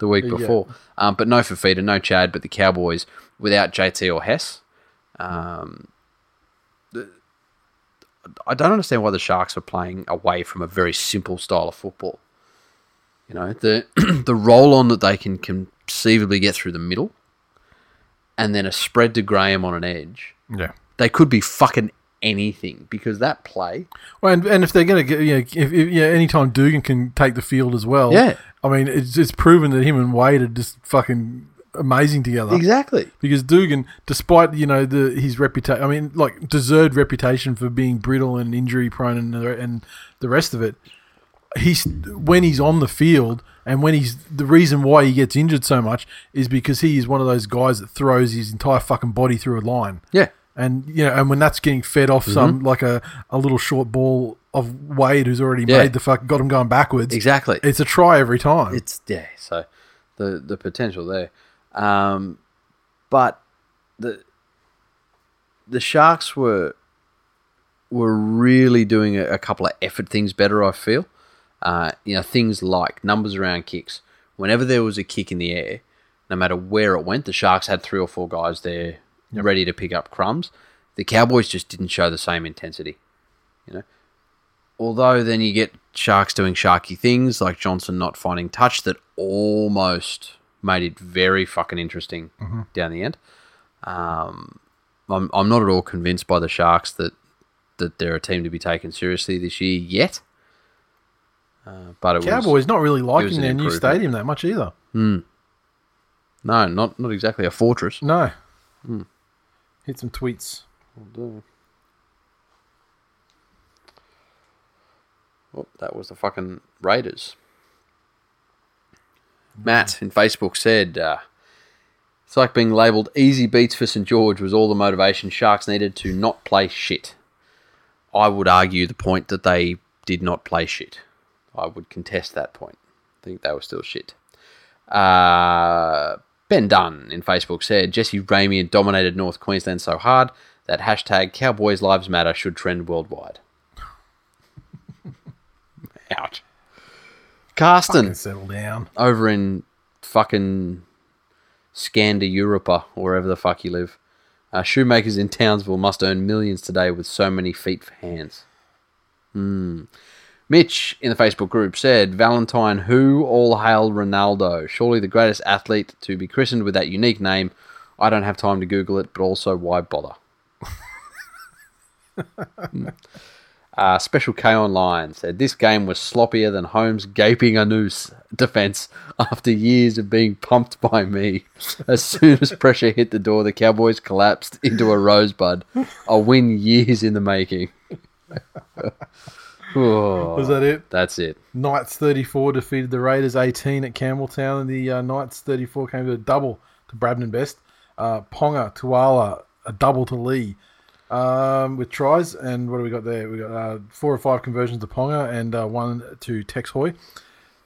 S2: the week
S1: Yeah.
S2: before. Um, but no Fafita, no Chad, but the Cowboys without JT or Hess. Um, the, I don't understand why the Sharks are playing away from a very simple style of football. You know, the the roll on that they can conceivably get through the middle and then a spread to Graham on an edge.
S1: Yeah.
S2: They could be fucking anything because that play
S1: Well, and, and if they're going to get, you know, if, if yeah, anytime Dugan can take the field as well.
S2: Yeah.
S1: I mean, it's, it's proven that him and Wade are just fucking amazing together.
S2: Exactly.
S1: Because Dugan, despite you know the his reputation, I mean, like deserved reputation for being brittle and injury prone and the, and the rest of it, he's when he's on the field and when he's the reason why he gets injured so much is because he is one of those guys that throws his entire fucking body through a line.
S2: Yeah.
S1: And you know, and when that's getting fed off some
S2: Mm-hmm.
S1: like a, a little short ball of Wade who's already
S2: Yeah.
S1: made the fuck got him going backwards.
S2: Exactly.
S1: It's a try every time.
S2: It's yeah. So the the potential there, um, but the the sharks were were really doing a, a couple of effort things better. I feel, uh, you know, things like numbers around kicks. Whenever there was a kick in the air, no matter where it went, the sharks had three or four guys there ready to pick up crumbs. The Cowboys just didn't show the same intensity although then you get sharks doing sharky things like Johnson not finding touch that almost made it very fucking interesting down the end. Um, I'm, I'm not at all convinced by the sharks that that they're a team to be taken seriously this year yet. Uh, but it was
S1: Cowboys not really
S2: it was
S1: liking
S2: an
S1: their new
S2: improvement.
S1: stadium that much either.
S2: no, not not exactly a fortress.
S1: No.
S2: Hmm.
S1: Hit some tweets.
S2: Oh, that was the fucking Raiders. Matt in Facebook said, uh, "It's like being labelled easy beats for St George was all the motivation Sharks needed to not play shit." I would argue the point that they did not play shit. I would contest that point. I think they were still shit. Uh, ben Dunn in Facebook said Jesse Ramian dominated North Queensland so hard that hashtag Cowboys Lives Matter should trend worldwide. Ouch. Carsten Hmm.
S1: Fucking settle down.
S2: over in fucking Scanda Europa, wherever the fuck you live. Uh, shoemakers in Townsville must earn millions today with so many feet for hands. Hmm. Mitch in the Facebook group said, Valentine, who? All hail Ronaldo. Surely the greatest athlete to be christened with that unique name. I don't have time to Google it, but also why bother? Hmm. uh, Special K Online said, This game was sloppier than Holmes gaping a noose defense after years of being pumped by me. As soon as pressure hit the door, the Cowboys collapsed into a rosebud. A win years in the making. Oh,
S1: Was that it?
S2: that's it.
S1: Knights 34 defeated the Raiders 18 at Campbelltown, and the uh, Knights 34 came to a double to Brabden Best. Uh, Ponga, Tuala, a double to Lee um, with tries. And what do we got there? We got uh, four or five conversions to Ponga and uh, one to Tex Hoy.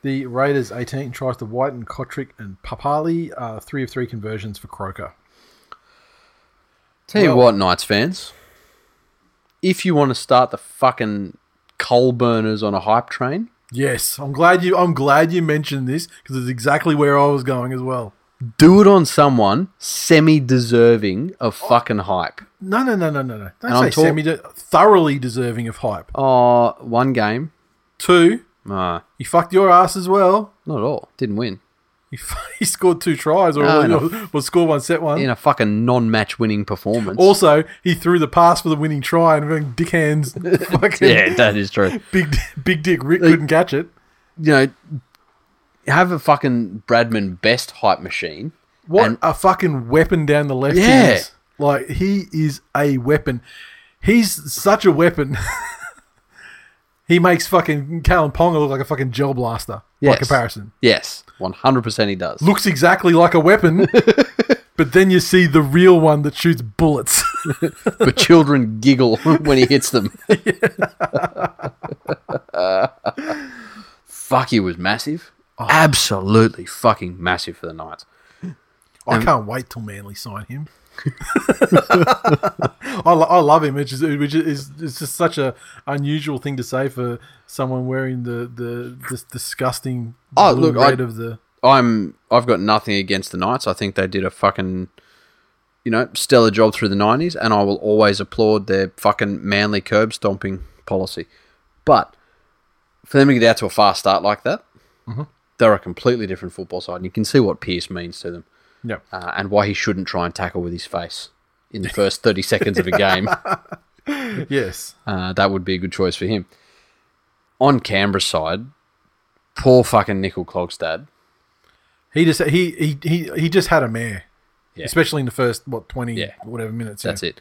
S1: The Raiders 18 tries to White and Kotrick and Papali, uh, three of three conversions for Croker.
S2: Tell you
S1: Well-
S2: what, Knights fans, if you want to start the fucking coal burners on a hype train,
S1: Yes, I'm glad you. I'm glad you mentioned this because it's exactly where I was going as well.
S2: do it on someone semi-deserving of fucking hype.
S1: No, no, no, no, no, no. Don't
S2: And I'm
S1: say
S2: talk-
S1: semi. thoroughly deserving of hype.
S2: Uh, one game.
S1: Two,
S2: Nah,
S1: he fucked your ass as well.
S2: not at all. Didn't win.
S1: He, f- he scored two tries, or,
S2: No,
S1: or,
S2: no.
S1: or score one, set one.
S2: In a fucking non-match winning performance.
S1: Also, he threw the pass for the winning try, and then Dick Hands, fucking
S2: yeah, that is true.
S1: big, big Dick Rick couldn't catch it.
S2: You know, have a fucking Bradman best hype machine.
S1: What
S2: And-
S1: a fucking weapon down the left.
S2: Yeah.
S1: is. Like, he is a weapon. He's such a weapon. he makes fucking Kalen Ponga look like a fucking gel blaster by
S2: Yes.
S1: comparison.
S2: Yes, one hundred percent he does.
S1: Looks exactly like a weapon, but then you see the real one that shoots bullets.
S2: but children giggle when he hits them. Fuck, he was massive. Oh, Absolutely fucking massive for the Knights.
S1: I can't wait till Manly sign him. I, lo- I love him, which is which is it's just such a unusual thing to say for someone wearing the the this disgusting
S2: Oh,
S1: blue
S2: look, I-
S1: red of the.
S2: I'm I've got nothing against the Knights. I think they did a fucking you know, stellar job through the nineties and I will always applaud their fucking manly curb stomping policy. But for them to get out to a fast start like that, they're a completely different football side. And you can see what Pierce means to them.
S1: Yep.
S2: uh, and why he shouldn't try and tackle with his face in the first 30 seconds of a game.
S1: Yes.
S2: Uh, that would be a good choice for him. On Canberra's side, poor fucking Nickel Clogstad.
S1: He just he he he, he just had a mare,
S2: Yeah.
S1: especially in the first what twenty
S2: Yeah.
S1: whatever minutes.
S2: That's it.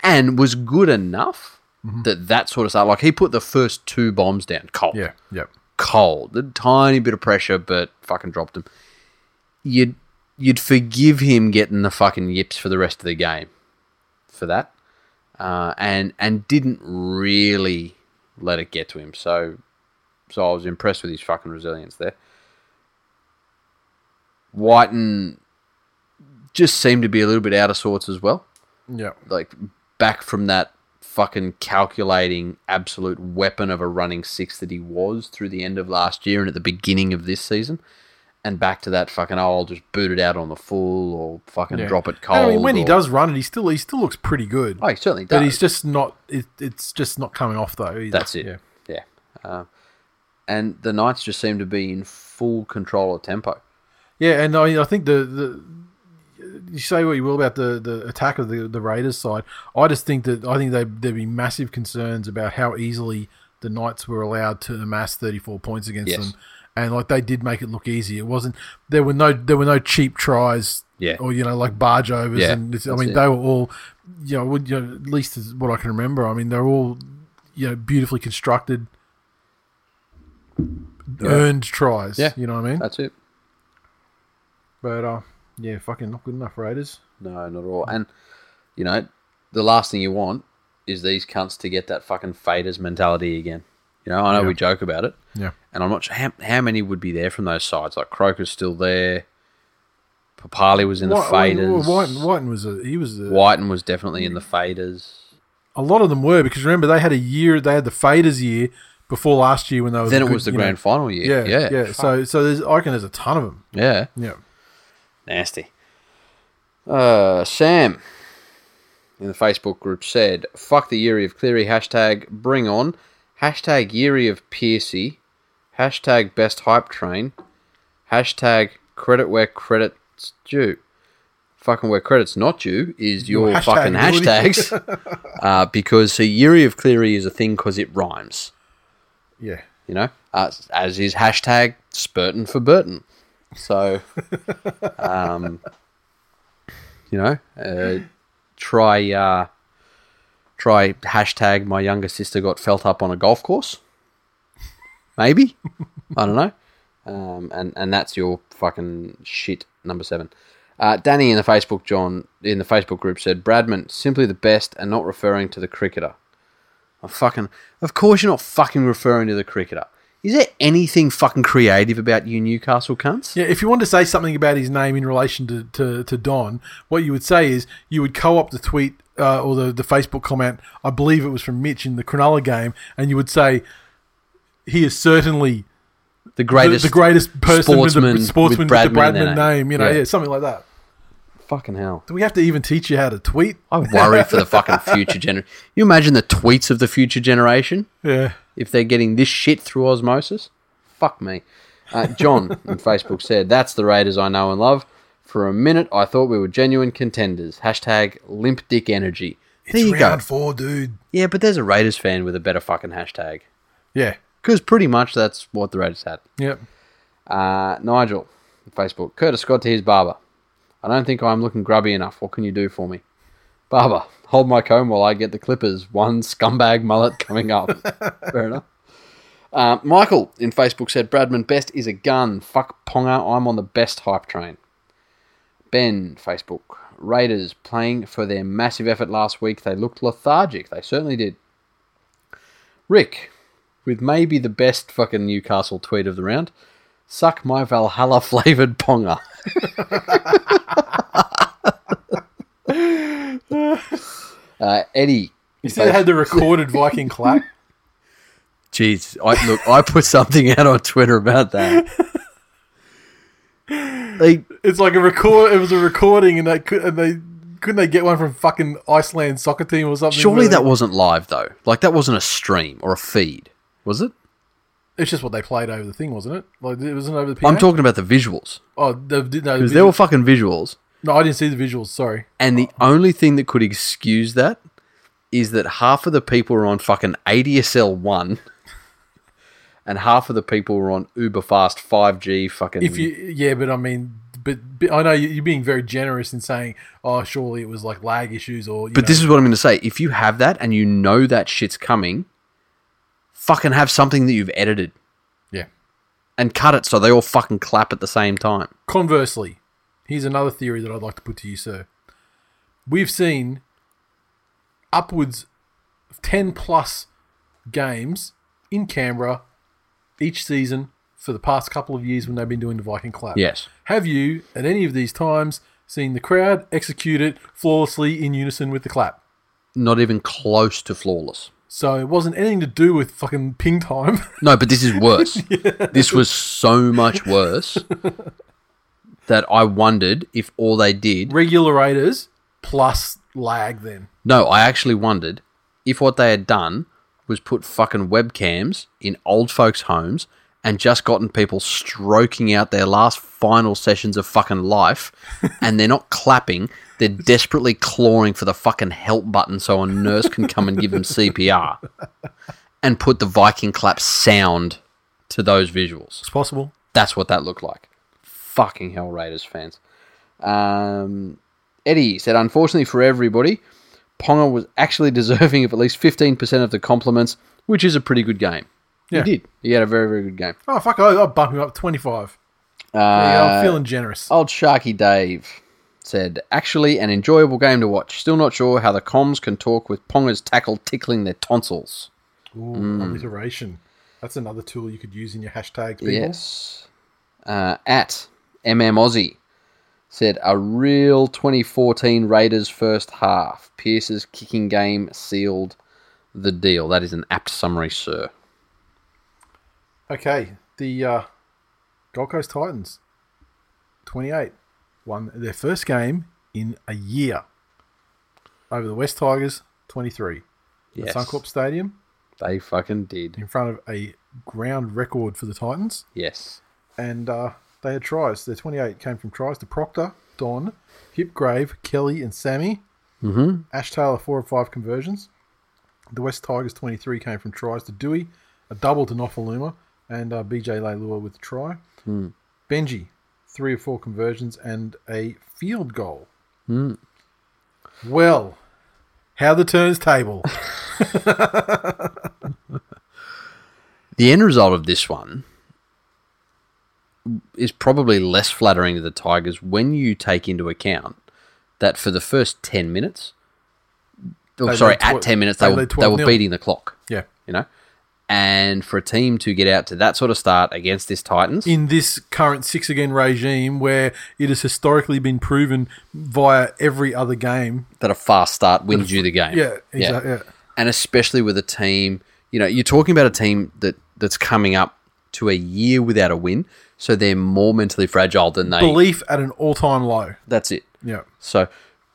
S2: And was good enough that that sort of stuff, like he put the first two bombs down cold.
S1: Yeah. Yep.
S2: Cold. A tiny bit of pressure, but fucking dropped him. You'd, you'd forgive him getting the fucking yips for the rest of the game for that. uh, and and didn't really let it get to him. So so I was impressed with his fucking resilience there. Whiten just seemed to be a little bit out of sorts as well.
S1: Yep.
S2: Like back from that fucking calculating absolute weapon of a running six that he was through the end of last year and at the beginning of this season. And back to that fucking oh, I'll just boot it out on the full or fucking
S1: Yeah.
S2: drop it
S1: And
S2: cold.
S1: I mean, when he
S2: or-
S1: does run it, he still he still looks pretty good.
S2: oh, he certainly does.
S1: but he's just not. It, it's just not coming off though. either.
S2: That's it. Yeah. yeah. Uh, and the Knights just seem to be in full control of tempo.
S1: Yeah, and I mean, I think the, the you say what you will about the, the attack of the, the Raiders side. I just think that I think they there'd be massive concerns about how easily the Knights were allowed to amass thirty four points against
S2: Yes.
S1: them, and like they did make it look easy. It wasn't there were no there were no cheap tries.
S2: Yeah.
S1: Or you know, like barge overs,
S2: Yeah,
S1: and this, I
S2: that's
S1: mean,
S2: it.
S1: they were all, you know, would- you know, at least is what I can remember. I mean, they're all, you know, beautifully constructed, earned tries.
S2: Yeah.
S1: you know what I mean.
S2: That's it.
S1: But uh, yeah, fucking not good enough Raiders.
S2: No, not at all. And, you know, the last thing you want is these cunts to get that fucking faders mentality again. You know, I know we joke about it,
S1: Yeah.
S2: And I'm not sure how, how many would be there from those sides. Like Croker's still there. Papali was in the
S1: Whi- Whi-
S2: faders.
S1: Whiten, Whiten was a he was a,
S2: Whiten was definitely in the faders.
S1: a lot of them were because remember they had a year they had the faders year before last year when they were
S2: then
S1: good,
S2: it was the
S1: you know,
S2: grand final year.
S1: yeah
S2: Yeah.
S1: yeah so so there's I reckon there's a ton of them
S2: Yeah.
S1: yeah
S2: Nasty. Uh, Sam in the Facebook group said, fuck the Yuri of Cleary, hashtag bring on, hashtag Yuri of Piercy, hashtag best hype train, hashtag credit where credit's due. Fucking where credit's not due is your
S1: Hashtag
S2: fucking
S1: ability.
S2: hashtags. uh, because so Yuri of Cleary is a thing because it rhymes,
S1: yeah
S2: you know, uh, as is hashtag Spurton for Burton. So, um, you know, uh, try uh, try hashtag my younger sister got felt up on a golf course. Maybe I don't know, um, and and that's your fucking shit number seven. Uh, Danny in the Facebook John in the Facebook group said Bradman simply the best and not referring to the cricketer. I'm fucking of course you're not fucking referring to the cricketer. Is there anything fucking creative about you Newcastle cunts?
S1: Yeah, if you wanted to say something about his name in relation to, to, to Don, what you would say is you would co opt the tweet uh, or the, the Facebook comment, I believe it was from Mitch in the Cronulla game, and you would say, he is certainly
S2: The
S1: the-
S2: greatest
S1: the, greatest person
S2: sportsman
S1: with the sportsman with, the
S2: Bradman in their
S1: Bradman
S2: name.
S1: name, you know,
S2: Yeah.
S1: yeah. something like that.
S2: Fucking hell.
S1: Do we have to even teach you how to tweet?
S2: I worry for the fucking future generation. You imagine the tweets of the future generation
S1: Yeah.
S2: if they're getting this shit through osmosis? Fuck me. Uh, John on Facebook said, That's the Raiders I know and love. For a minute, I thought we were genuine contenders. Hashtag limp dick energy. There
S1: it's
S2: you go.
S1: round four, dude.
S2: Yeah, but there's a Raiders fan with a better fucking hashtag.
S1: Yeah.
S2: Because pretty much that's what the Raiders had.
S1: Yep.
S2: Uh, Nigel, on Facebook. Curtis Scott to his barber. I don't think I'm looking grubby enough. What can you do for me? Barber, hold my comb while I get the clippers. One scumbag mullet coming up. Fair enough. Uh, Michael in Facebook said, Bradman, best is a gun. Fuck Ponga, I'm on the best hype train. Ben, Facebook. Raiders playing for their massive effort last week. They looked lethargic. They certainly did. Rick, with maybe the best fucking Newcastle tweet of the round. Suck my Valhalla flavored ponga. uh, Eddie,
S1: You said it had the recorded Viking clap.
S2: jeez, I look, I put something out on Twitter about that. Like,
S1: It's like a record. It was a recording, and they could, and they couldn't they get one from fucking Iceland soccer team or something.
S2: surely
S1: where they-
S2: that wasn't live though. Like, that wasn't a stream or a feed, was it?
S1: It's just what they played over the thing, wasn't it? Like it wasn't over the. PA?
S2: I'm talking about the visuals
S1: Oh, the, the, no, the
S2: because there were
S1: visuals-
S2: fucking visuals.
S1: no, I didn't see the visuals. Sorry.
S2: And the
S1: Oh.
S2: only thing that could excuse that is that half of the people were on fucking ADSL one, and half of the people were on uber fast five G fucking.
S1: If you, yeah, but I mean, but, but I know you- you're being very generous in saying, oh, surely it was like lag issues or. You
S2: but
S1: know,
S2: this is what I'm going to say: if you have that and you know that shit's coming, fucking have something that you've edited
S1: yeah.
S2: and cut it so they all fucking clap at the same time.
S1: Conversely, here's another theory that I'd like to put to you, sir. We've seen upwards of 10 plus games in Canberra each season for the past couple of years when they've been doing the Viking Clap.
S2: Yes.
S1: Have you, at any of these times, seen the crowd execute it flawlessly in unison with the clap?
S2: Not even close to flawless.
S1: So it wasn't anything to do with fucking ping time.
S2: No, but this is worse. This was so much worse that I wondered if all they did
S1: Regulators plus lag then.
S2: No, I actually wondered if what they had done was put fucking webcams in old folks' homes and just gotten people stroking out their last final sessions of fucking life and they're not clapping, they're desperately clawing for the fucking help button so a nurse can come and give them CPR and put the Viking clap sound to those visuals.
S1: It's possible.
S2: That's what that looked like. Fucking hell, Raiders fans. Um, Eddie said, unfortunately for everybody, Ponga was actually deserving of at least 15% of the compliments, which is a pretty good game.
S1: Yeah.
S2: He did. He had a very, very good game.
S1: Oh, fuck, I, I'll bump him up 25. Yeah,
S2: Uh,
S1: I'm feeling generous.
S2: Old Sharky Dave said, actually, an enjoyable game to watch. Still not sure how the comms can talk with Ponga's tackle tickling their tonsils.
S1: Ooh, alliteration. That's another tool you could use in your hashtags. People.
S2: Yes. Uh, at MM Aussie said a real 2014 Raiders first half. Pierce's kicking game sealed the deal. That is an apt summary, sir.
S1: Okay, the uh, Gold Coast Titans, 28, won their first game in a year over the West Tigers, 23.
S2: Yes.
S1: At Suncorp Stadium,
S2: They fucking did.
S1: in front of a ground record for the Titans,
S2: Yes.
S1: and uh, they had tries. Their 28 came from tries to Proctor, Don, Hipgrave, Kelly, and Sammy. Mm-hmm. Ash Taylor, four of five conversions. The West Tigers, 23, came from tries to Dewey, a double to Nofaluma, and uh, BJ Leilua with a try. Benji, three of four conversions, and a field goal. Well, how the turns table.
S2: The end result of this one is probably less flattering to the Tigers when you take into account that for the first 10 minutes, oh,
S1: They
S2: sorry,
S1: led
S2: at
S1: twe-
S2: 10 minutes,
S1: they
S2: they, were,
S1: led
S2: they were
S1: 12-0.
S2: beating the clock,
S1: yeah.
S2: you know? And for a team to get out to that sort of start against this Titans,
S1: in this current six again regime where it has historically been proven via every other game.
S2: that a fast start wins you the game.
S1: Yeah, exactly. Yeah.
S2: and especially with a team, you know, you're talking about a team that that's coming up to a year without a win, so they're more mentally fragile than they.
S1: Belief at an all time low.
S2: that's it.
S1: Yeah.
S2: So,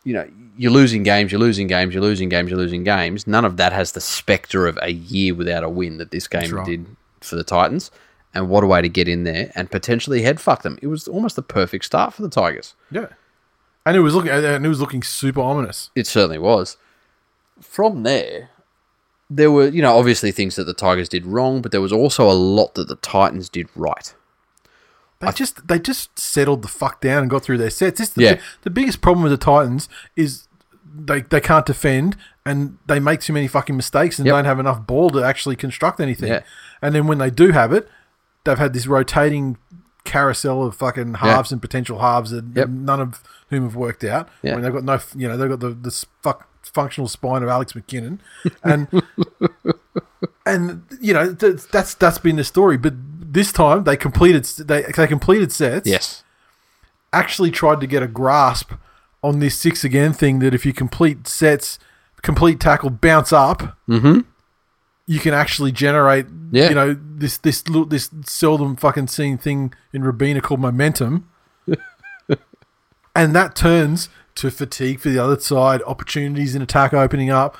S2: you know, you're losing games, you're losing games, you're losing games, you're losing games. None of that has the specter of a year without a win that this game
S1: right.
S2: did for the Titans. And what a way to get in there and potentially head fuck them. It was almost the perfect start for the Tigers.
S1: Yeah. And it was looking and it was looking super ominous.
S2: It certainly was. From there, there were, you know, obviously things that the Tigers did wrong, but there was also a lot that the Titans did right.
S1: They just they just settled the fuck down and got through their sets. This is the,
S2: Yeah.
S1: bi- the biggest problem with the Titans is they, they can't defend and they make too many fucking mistakes and
S2: Yep.
S1: don't have enough ball to actually construct anything.
S2: Yeah.
S1: And then when they do have it, they've had this rotating carousel of fucking halves and potential halves that
S2: Yep.
S1: none of whom have worked out.
S2: Yeah.
S1: I mean, they've got no, f- you know, they've got the, the s- fuck functional spine of Alex McKinnon, and and you know th- that's that's been the story. But this time they completed s- they they completed sets
S2: Yes.
S1: actually tried to get a grasp on this six again thing that if you complete sets, complete tackle, bounce up, you can actually generate,
S2: Yeah.
S1: you know, this this little- this seldom fucking seen thing in Rabina called momentum, and that turns to fatigue for the other side, opportunities in attack opening up,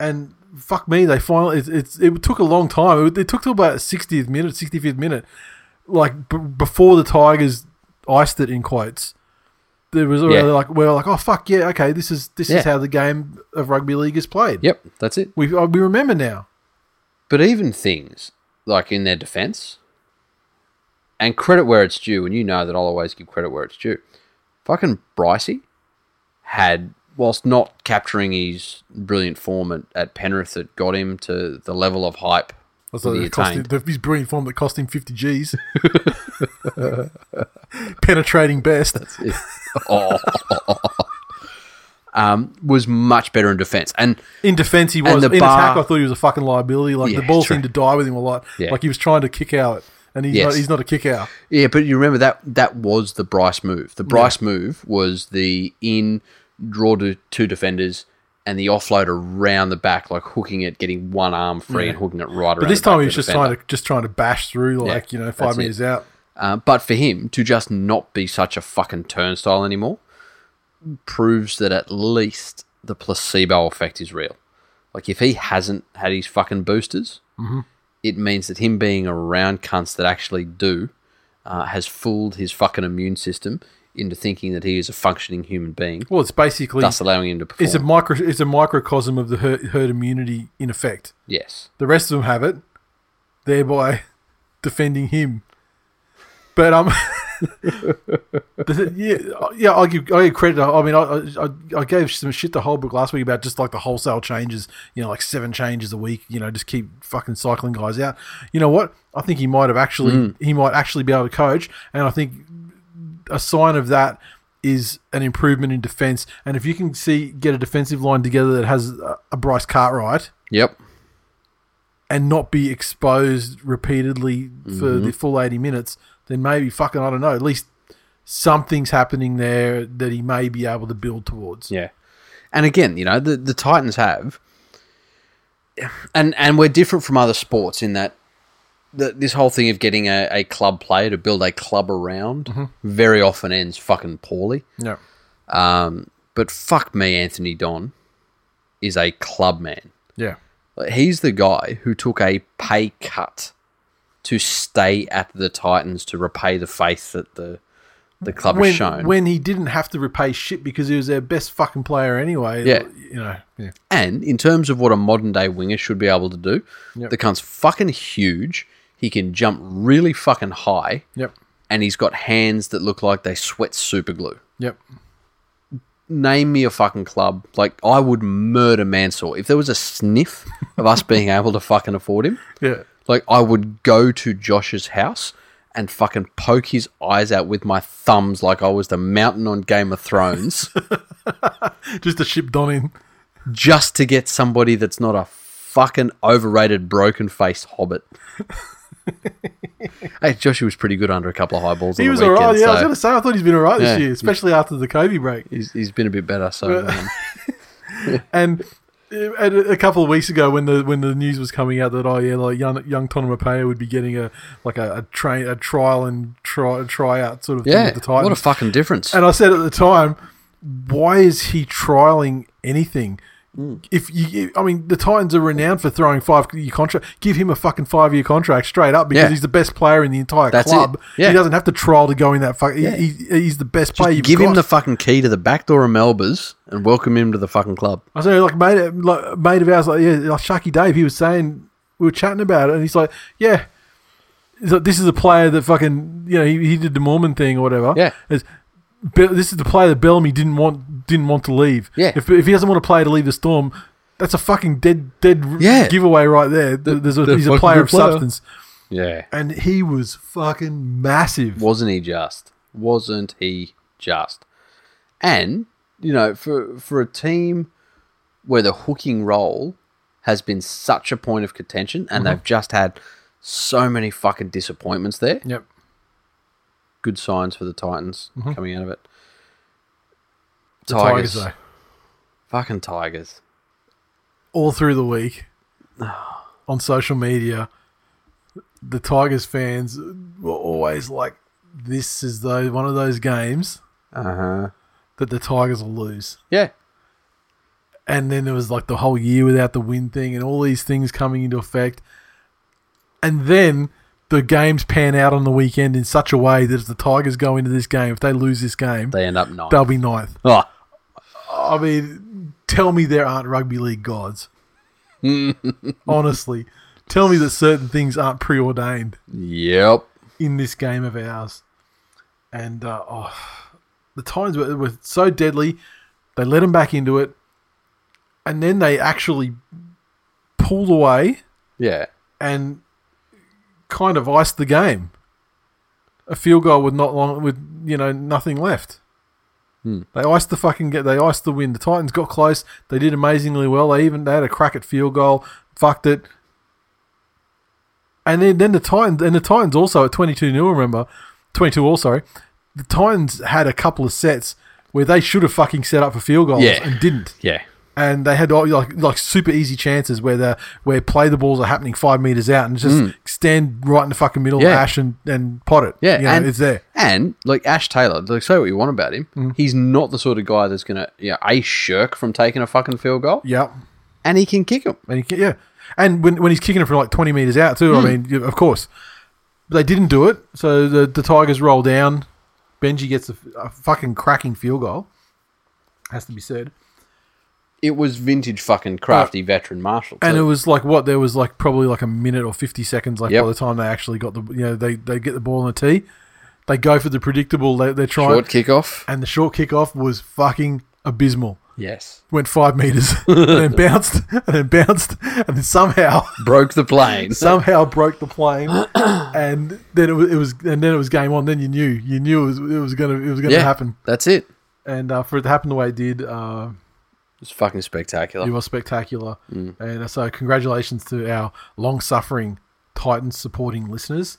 S1: and fuck me, they finally it, it's it took a long time. It, it took till about sixtieth minute, sixty fifth minute, like b- before the Tigers iced it in quotes. There was already
S2: Yeah.
S1: like we are like oh fuck yeah okay this is this
S2: Yeah.
S1: is how the game of rugby league is played.
S2: Yep, that's it.
S1: We uh, we remember now.
S2: But even things like in their defense, and credit where it's due, and you know that I'll always give credit where it's due. Fucking Brycey had, whilst not capturing his brilliant form at, at Penrith that got him to the level of hype
S1: That's
S2: that
S1: like
S2: he
S1: it cost him,
S2: attained.
S1: the, his brilliant form that cost him fifty G's. Penetrating best.
S2: oh. um, was much better in defense. And
S1: In defence, he
S2: And
S1: was.
S2: the
S1: In attack,
S2: bar-
S1: I thought he was a fucking liability. Like the
S2: Yeah,
S1: ball
S2: true.
S1: seemed to die with him a lot.
S2: Yeah.
S1: Like he was trying to kick out, and he's
S2: Yes.
S1: not, he's not a kick out.
S2: yeah, but you remember that that was the Bryce move. The Bryce move was the in draw to two defenders and the offload around the back, like hooking it, getting one arm free and hooking it right around.
S1: But this
S2: the back
S1: time,
S2: of
S1: he
S2: the
S1: was just
S2: defender.
S1: trying to just trying to bash through,
S2: Yeah,
S1: like you know,
S2: that's
S1: five
S2: it.
S1: meters out.
S2: Uh, but for him to just not be such a fucking turnstile anymore proves that at least the placebo effect is real. Like if he hasn't had his fucking boosters,
S1: Mm-hmm.
S2: it means that him being around cunts that actually do uh, has fooled his fucking immune system into thinking that he is a functioning human being,
S1: Well, it's basically
S2: thus allowing him to perform.
S1: it's a micro it's a microcosm of the herd, herd immunity in effect.
S2: yes,
S1: The rest of them have it, thereby defending him. But um, the- yeah, yeah, I give I give credit. I mean, I, I I gave some shit to Holbrook last week about just like the wholesale changes. You know, like seven changes a week. You know, just keep fucking cycling guys out. You know what? I think he might have actually he might actually be able to coach, and I think a sign of that is an improvement in defense. And if you can see get a defensive line together that has a, a Bryce Cartwright
S2: yep,
S1: and not be exposed repeatedly for
S2: Mm-hmm.
S1: the full 80 minutes, then maybe fucking, I don't know, at least something's happening there that he may be able to build towards.
S2: Yeah. And again, you know, the, the Titans have and and we're different from other sports in that the, this whole thing of getting a, a club player to build a club around very often ends fucking poorly.
S1: No.
S2: Um, but fuck me, Anthony Don is a club man.
S1: Yeah.
S2: Like, He's the guy who took a pay cut to stay at the Titans to repay the faith that the the club
S1: When,
S2: has shown.
S1: when he didn't have to repay shit because he was their best fucking player anyway.
S2: Yeah.
S1: You know, yeah.
S2: And in terms of what a modern day winger should be able to do,
S1: Yep.
S2: the cunt's fucking huge. He can jump really fucking high,
S1: Yep.
S2: and he's got hands that look like they sweat super glue.
S1: Yep.
S2: Name me a fucking club. Like, I would murder Mansour. If there was a sniff of us being able to fucking afford him,
S1: Yeah.
S2: like, I would go to Josh's house and fucking poke his eyes out with my thumbs like I was the mountain on Game of Thrones.
S1: Just to ship Don in.
S2: just to get somebody that's not a fucking overrated broken faced hobbit. hey, Joshua was pretty good under a couple of high balls.
S1: He
S2: on
S1: was
S2: the weekend,
S1: alright. Yeah, I was
S2: so
S1: going to say, I thought he's been alright
S2: Yeah.
S1: this year, especially after the Kobe break.
S2: he's, he's been a bit better. So um,
S1: And, uh, and a a couple of weeks ago, when the when the news was coming out that oh yeah, like young young Tonomapea would be getting a like a, a train a trial and try tryout sort of thing
S2: yeah,
S1: with the Titans.
S2: what a fucking difference.
S1: and I said at the time, why is he trialing anything?
S2: Mm.
S1: If you, I mean, the Titans are renowned for throwing five year contract. Give him a fucking five year contract straight up because
S2: Yeah.
S1: he's the best player in the entire
S2: That's it.
S1: club.
S2: Yeah.
S1: He doesn't have to trial to go in that fuck. he-
S2: Yeah.
S1: He, he's the best player. You've
S2: Give
S1: got.
S2: him the fucking key to the back door of Melba's and welcome him to the fucking club.
S1: I was like, mate, like, mate of ours, like, yeah, like Sharky Dave, he was saying, we were chatting about it, and he's like, yeah, he's like, this is a player that fucking, you know, he, he did the Mormon thing or whatever.
S2: Yeah.
S1: It's, Be- this is the player that Bellamy didn't want didn't want to leave.
S2: Yeah.
S1: If, if he doesn't want a player to leave the Storm, that's a fucking dead dead r-
S2: Yeah.
S1: giveaway right there. Th- There's a,
S2: they're
S1: he's a
S2: fucking
S1: player
S2: good
S1: of
S2: player.
S1: substance,
S2: Yeah,
S1: and he was fucking massive.
S2: wasn't he just? Wasn't he just? And you know, for for a team where the hooking role has been such a point of contention, and
S1: Mm-hmm.
S2: they've just had so many fucking disappointments there.
S1: Yep.
S2: Good signs for the Titans coming out of it.
S1: Mm-hmm. The
S2: Tigers,
S1: Tigers though.
S2: fucking Tigers.
S1: all through the week on social media, the Tigers fans were always like, "This is though one of those games
S2: Uh huh.
S1: that the Tigers will lose."
S2: Yeah.
S1: And then there was like the whole year without the win thing, and all these things coming into effect. And then the games pan out on the weekend in such a way that if the Tigers go into this game, if they lose this game,
S2: They end up nine.
S1: they'll be ninth.
S2: Oh,
S1: I mean, tell me there aren't rugby league gods. Honestly, tell me that certain things aren't preordained
S2: yep.
S1: in this game of ours. And uh, oh, the times were, were so deadly. They let them back into it, and then they actually pulled away
S2: Yeah.
S1: and kind of iced the game. A field goal with not long with you know nothing left. They iced the fucking get. They iced the win. The Titans got close. They did amazingly well. They even they had a crack at field goal. Fucked it. And then, then the Titans and the Titans also at twenty two 0 Remember, twenty two all. Sorry, the Titans had a couple of sets where they should have fucking set up for field goals
S2: Yeah.
S1: and didn't
S2: Yeah.
S1: and they had like like super easy chances where the where play the balls are happening five meters out and just stand right in the fucking middle,
S2: Mm. Yeah.
S1: ash and and pot it.
S2: Yeah,
S1: You know,
S2: and
S1: it's there. Mm-hmm.
S2: And like Ash Taylor, like say what you want about him, he's not the sort of guy that's gonna, you know, a shirk from taking a fucking field goal,
S1: Yeah,
S2: and he can kick him.
S1: and he, can- yeah, and when when he's kicking it from like twenty meters out too.
S2: Mm.
S1: I mean, yeah, of course, but they didn't do it. So the the Tigers roll down. Benji gets a, a fucking cracking field goal. Has to be said.
S2: It was vintage fucking crafty veteran Marshall.
S1: And it
S2: too.
S1: was like what there was like probably like a minute or fifty seconds left
S2: Yep.
S1: by the time they actually got the you know they they get the ball on the tee, they go for the predictable they, they're trying
S2: short kickoff.
S1: and the short kickoff was fucking abysmal.
S2: Yes,
S1: Went five meters and then bounced and then bounced and then somehow
S2: broke the plane.
S1: somehow broke the plane and then it was, it was and then it was game on. Then you knew you knew it was it was gonna it was gonna
S2: yeah,
S1: happen
S2: That's it.
S1: and uh, for it to happen the way it did, uh,
S2: It's fucking spectacular.
S1: You are spectacular. And uh, so, congratulations to our long suffering Titans supporting listeners.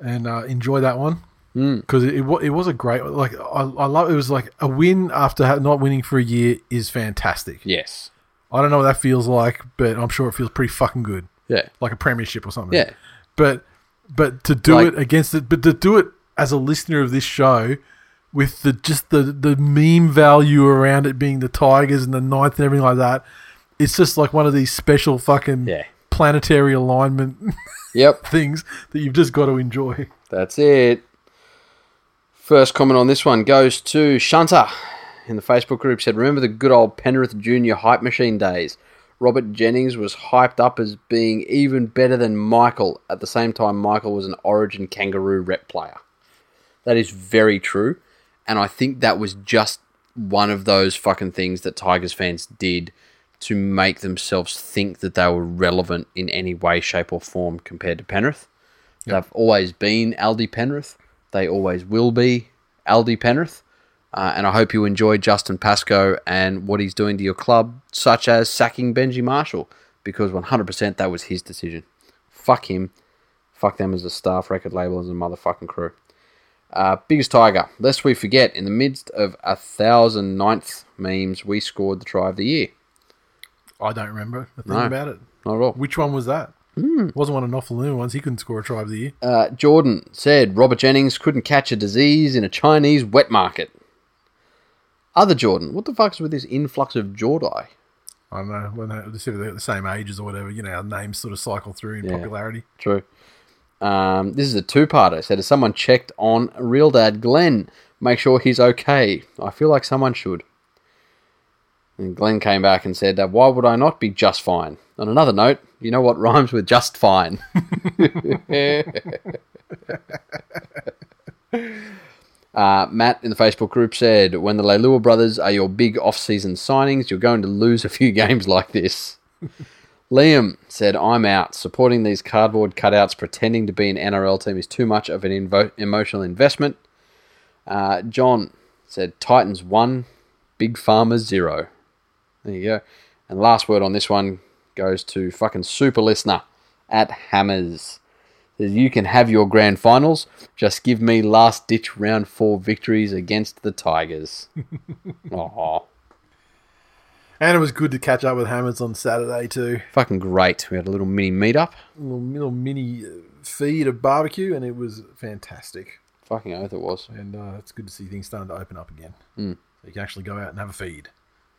S1: And uh, enjoy that one. Because it, wa- it was a great, like, I, I love it. was like a win after ha- not winning for a year is fantastic.
S2: yes.
S1: I don't know what that feels like, but I'm sure it feels pretty fucking good.
S2: Yeah.
S1: Like a premiership or something.
S2: Yeah.
S1: But but to do
S2: Like-
S1: it against it but to do it as a listener of this show with the just the the meme value around it being the Tigers and the ninth and everything like that, it's just like one of these special fucking
S2: Yeah.
S1: planetary alignment
S2: Yep.
S1: things that you've just got to enjoy.
S2: That's it. First comment on this one goes to Shanta in the Facebook group said, Remember the good old Penrith Junior hype machine days? Robert Jennings was hyped up as being even better than Michael. At the same time, Michael was an origin kangaroo rep player. That is very true. And I think that was just one of those fucking things that Tigers fans did to make themselves think that they were relevant in any way, shape, or form compared to Penrith. They've always been Aldi Penrith. They always will be Aldi Penrith. Uh, and I hope you enjoy Justin Pascoe and what he's doing to your club, such as sacking Benji Marshall, because 100% that was his decision. Fuck him. Fuck them as a staff, record label, as a motherfucking crew. Uh, biggest Tiger. Lest we forget, in the midst of a thousand ninth memes, we scored the try of the year.
S1: I don't remember a thing
S2: No. Hmm.
S1: about it.
S2: Not at all.
S1: Which
S2: Which
S1: one was that? Wasn't one of Nofaluma ones. He couldn't score a try of the year.
S2: uh, Jordan said Robert Jennings couldn't catch a disease in a Chinese wet market. Other Jordan, what the fuck's with this influx of Jordai?
S1: I don't know. When they, just if they're the same ages or whatever, you know, our names sort of cycle through in popularity.
S2: True. Um, this is a two-parter. It Said, has someone checked on real dad Glenn? Make sure he's okay. I feel like someone should. And Glenn came back and said, uh, "Why would I not be just fine?" On another note, you know what rhymes with just fine? uh, Matt in the Facebook group said, "When the Leilua brothers are your big off-season signings, you're going to lose a few games like this." Liam said, I'm out. Supporting these cardboard cutouts pretending to be an NRL team is too much of an invo- emotional investment. Uh, John said, Titans 1, Big Farmer 0. There you go. And last word on this one goes to fucking super listener at Hammers. Says, you can have your grand finals. Just give me last ditch round four victories against the Tigers. Aw.
S1: And it was good to catch up with Hammers on Saturday too.
S2: Fucking great. We had a little mini meetup.
S1: little, little mini uh, feed of barbecue, and it was fantastic.
S2: Fucking oath it was.
S1: And uh, it's good to see things starting to open up again. So you can actually go out and have a feed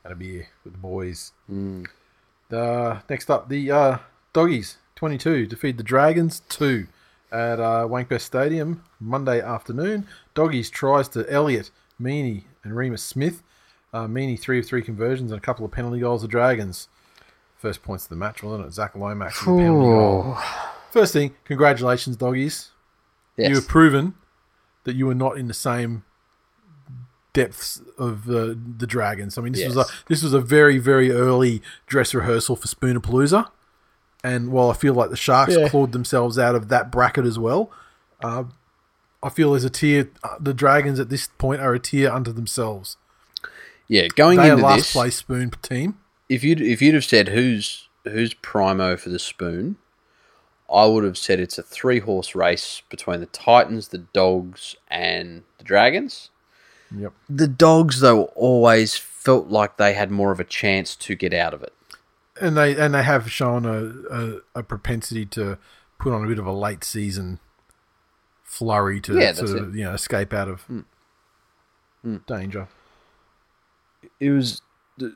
S1: and a beer with the boys. Uh, next up, the uh, doggies 22 to feed the dragons 2 at uh, Wankbest Stadium Monday afternoon. Doggies tries to Elliot, Meany, and Remus Smith. Uh, Meany three of three conversions and a couple of penalty goals. The Dragons first points of the match, wasn't it? Zach Lomax with a penalty goal. First thing, congratulations, doggies.
S2: Yes.
S1: You have proven that you were not in the same depths of uh, the dragons. I mean, this was
S2: Yes.
S1: a this was a very very early dress rehearsal for Spoonapalooza, and while I feel like the Sharks
S2: Yeah.
S1: clawed themselves out of that bracket as well, uh, I feel there's a tier. Uh, the dragons at this point are a tier under themselves.
S2: Yeah, going
S1: They are
S2: into
S1: last
S2: this,
S1: place Spoon team.
S2: if you'd if you'd have said who's who's primo for the spoon, I would have said it's a three horse race between the Titans, the Dogs, and the Dragons.
S1: Yep.
S2: The Dogs, though, always felt like they had more of a chance to get out of it.
S1: and they and they have shown a, a, a propensity to put on a bit of a late season flurry to
S2: Yeah,
S1: sort
S2: that's Hmm.
S1: of you know escape out of danger.
S2: It was the,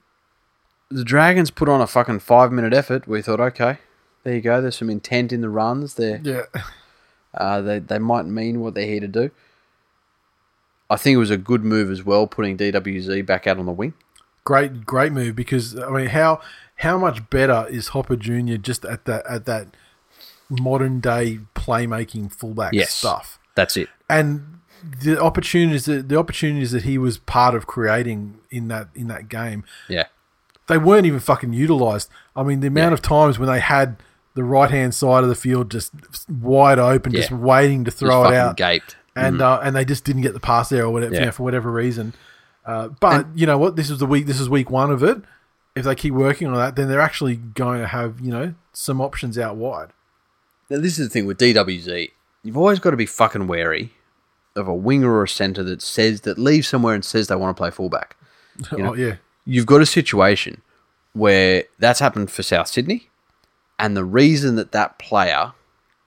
S2: the Dragons put on a fucking five minute effort. We thought, okay, there you go. There's some intent in the runs. There,
S1: Yeah,
S2: Uh, they, they might mean what they're here to do. I think it was a good move as well, putting DWZ back out on the wing.
S1: great great move because I mean how how much better is Hopper Junior just at that at that modern day playmaking fullback
S2: Yes.
S1: stuff
S2: That's it.
S1: and the opportunities that the opportunities that he was part of creating in that in that game
S2: Yeah.
S1: they weren't even fucking utilized. I mean, the amount
S2: Yeah.
S1: of times when they had the right hand side of the field just wide open, just
S2: Yeah.
S1: waiting to
S2: Just
S1: throw it
S2: fucking
S1: out,
S2: gaped.
S1: and uh, and they just didn't get the pass there or whatever
S2: Yeah.
S1: you know, for whatever reason. Uh, but you know what? This is the week. This is week one of it. If they keep working on that, then they're actually going to have you know some options out wide.
S2: Now, this is the thing with DWZ. You've always got to be fucking wary of a winger or a centre that says that leaves somewhere and says they want to play fullback. You know?
S1: oh yeah,
S2: You've got a situation where that's happened for South Sydney, and the reason that that player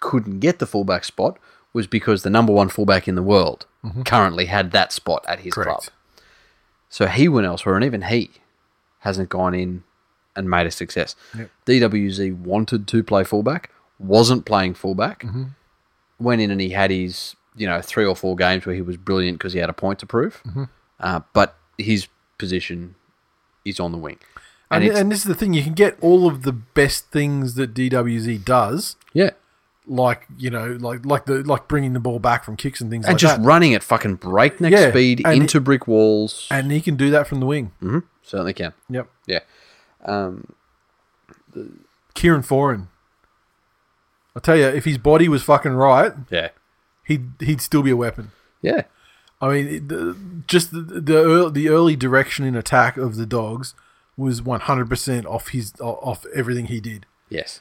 S2: couldn't get the fullback spot was because the number one fullback in the world currently had that spot at his
S1: Correct.
S2: club. So he went elsewhere, and even he hasn't gone in and made a success. DWZ wanted to play fullback, wasn't playing fullback, went in and he had his you know three or four games where he was brilliant because he had a point to prove, uh, but his position is on the wing, and,
S1: and,
S2: it's,
S1: and this is the thing. You can get all of the best things that DWZ does,
S2: yeah,
S1: like you know, like like the like bringing the ball back from kicks and things
S2: and
S1: like
S2: just
S1: that.
S2: running at fucking breakneck
S1: Yeah,
S2: speed
S1: and
S2: into brick walls
S1: and he can do that from the wing.
S2: certainly can,
S1: Yep.
S2: yeah.
S1: Kieran Foran. I tell you, if his body was fucking right,
S2: Yeah,
S1: he'd he'd still be a weapon.
S2: yeah,
S1: I mean, it- the, just the the early, the early direction in attack of the dogs was 100% off his off everything he did.
S2: yes,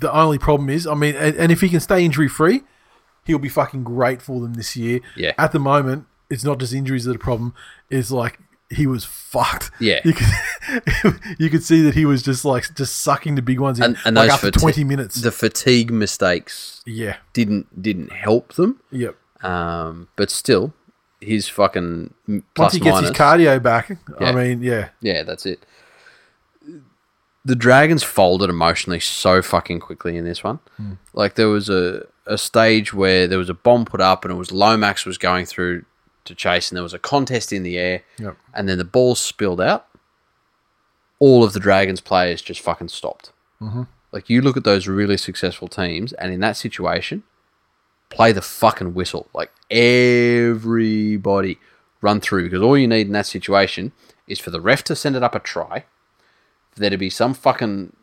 S1: The only problem is, I mean, and, and if he can stay injury free, he'll be fucking great for them this year.
S2: Yeah.
S1: At the moment, it's not just injuries that are the problem. It's like he was fucked.
S2: Yeah.
S1: You could, you could see that he was just like just sucking the big ones in
S2: and and
S1: like
S2: those
S1: after
S2: fati-
S1: 20 minutes.
S2: the fatigue mistakes
S1: yeah.
S2: didn't didn't help them.
S1: Yep.
S2: Um, but still, his fucking m-
S1: Once
S2: plus
S1: he gets
S2: minus.
S1: his cardio back, I
S2: Yeah.
S1: mean, yeah.
S2: yeah, that's it. The Dragons folded emotionally so fucking quickly in this one. Like there was a, a stage where there was a bomb put up and it was Lomax was going through to chase and there was a contest in the air
S1: Yep.
S2: and then the ball spilled out. All of the Dragons players just fucking stopped. Like you look at those really successful teams, and in that situation, play the fucking whistle. Like everybody run through because all you need in that situation is for the ref to send it up a try, for there to be some fucking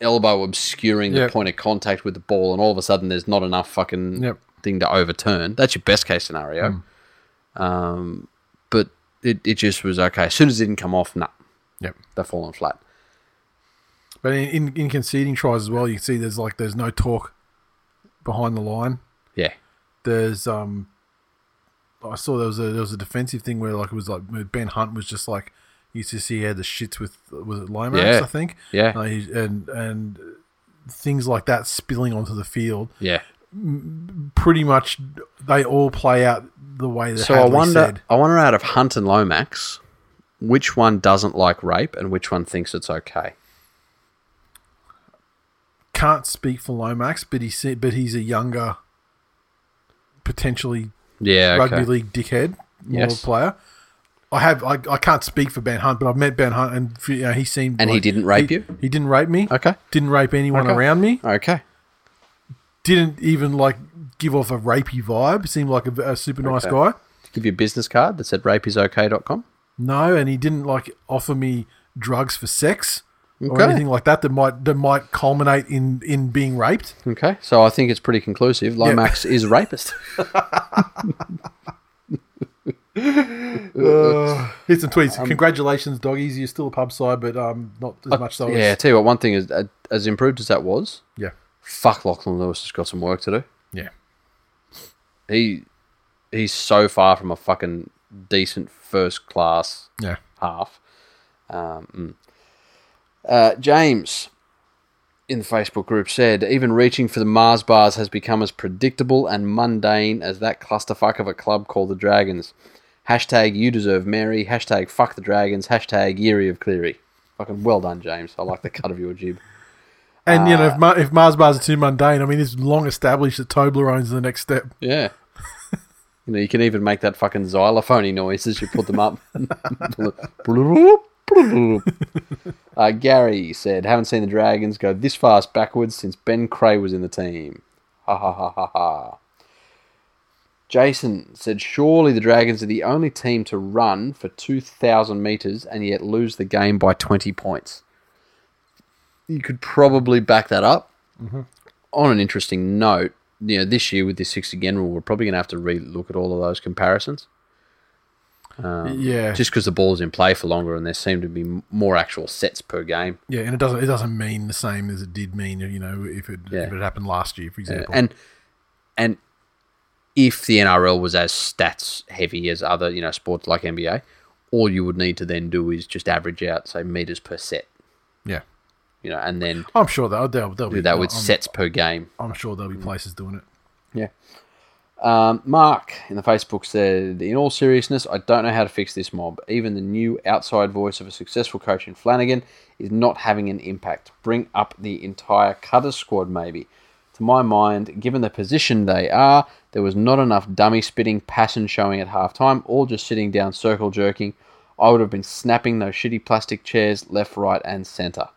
S2: elbow obscuring
S1: Yep.
S2: the point of contact with the ball, and all of a sudden there's not enough fucking
S1: Yep.
S2: thing to overturn. That's your best case scenario. Um,
S1: Hmm.
S2: but it, it just was okay. As soon as it didn't come off, nah,
S1: Yep.
S2: they're falling flat.
S1: But in, in, in conceding tries as well, you can see there's like there's no talk behind the line.
S2: Yeah.
S1: There's um, I saw there was a there was a defensive thing where like it was like where Ben Hunt was just like you used to see he had the shits with was it Lomax
S2: Yeah.
S1: I think
S2: Yeah.
S1: Uh, he- and and things like that spilling onto the field.
S2: Yeah.
S1: Pretty much they all play out the way that
S2: So I
S1: Hadley
S2: wonder,
S1: said.
S2: I wonder out of Hunt and Lomax, which one doesn't like rape and which one thinks it's okay.
S1: Can't speak for Lomax, but he said but he's a younger potentially
S2: Yeah. Okay.
S1: rugby league dickhead more
S2: Yes.
S1: player. I have I, I can't speak for Ben Hunt, but I've met Ben Hunt and you know, he seemed
S2: And he didn't rape you?
S1: He didn't rape me.
S2: Okay.
S1: Didn't rape anyone
S2: Okay.
S1: around me.
S2: Okay.
S1: Didn't even like give off a rapey vibe. Seemed like a, a super nice guy.
S2: Give you a business card that said rapeisok.com.
S1: No, and he didn't like offer me drugs for sex or
S2: Okay.
S1: anything like that that might that might culminate in in being raped.
S2: Okay. So I think it's pretty conclusive. Lomax is rapist.
S1: Uh, Here's some tweets. Congratulations, doggies. You're still a pub side, but um, not as much so.
S2: Oh, yeah.
S1: As,
S2: Tell you what, one thing is, uh, as improved as that was,
S1: yeah,
S2: fuck Lachlan Lewis has got some work to do.
S1: yeah.
S2: He he's so far from a fucking decent first class
S1: Yeah.
S2: half. Um, uh, James in the Facebook group said, even reaching for the Mars bars has become as predictable and mundane as that clusterfuck of a club called the Dragons. Hashtag you deserve Mary. Hashtag fuck the Dragons. Hashtag Yeri of Cleary. Fucking well done, James. I like the cut of your jib.
S1: And you know,
S2: Uh,
S1: if, Ma- if Mars bars are too mundane, I mean, it's long established that Toblerone's the next step.
S2: Yeah. you know, you can even make that fucking xylophony noise as you put them up. uh, Gary said, haven't seen the Dragons go this fast backwards since Ben Cray was in the team. Ha ha ha ha ha. Jason said, surely the Dragons are the only team to run for 2,000 metres and yet lose the game by 20 points. You could probably back that up on an interesting note, you know, this year with this 60 again rule, we're probably going to have to relook at all of those comparisons.
S1: yeah,
S2: Um, just because the ball's in play for longer and there seem to be m- more actual sets per game.
S1: yeah, and it doesn't it doesn't mean the same as it did mean you know if it
S2: Yeah.
S1: if it happened last year, for example.
S2: And and if the NRL was as stats heavy as other you know sports like NBA, all you would need to then do is just average out say meters per set,
S1: yeah,
S2: you know, and then
S1: I'm sure they'll they'll, they'll
S2: do
S1: be
S2: that with
S1: I'm,
S2: sets per game.
S1: I'm sure there'll be places doing it.
S2: Yeah. Um, Mark in the Facebook said, "In all seriousness, I don't know how to fix this mob. Even the new outside voice of a successful coach in Flanagan is not having an impact. Bring up the entire cutter squad, maybe. To my mind, given the position they are, there was not enough dummy spitting, passion showing at halftime, all just sitting down, circle jerking. I would have been snapping those shitty plastic chairs left, right, and centre."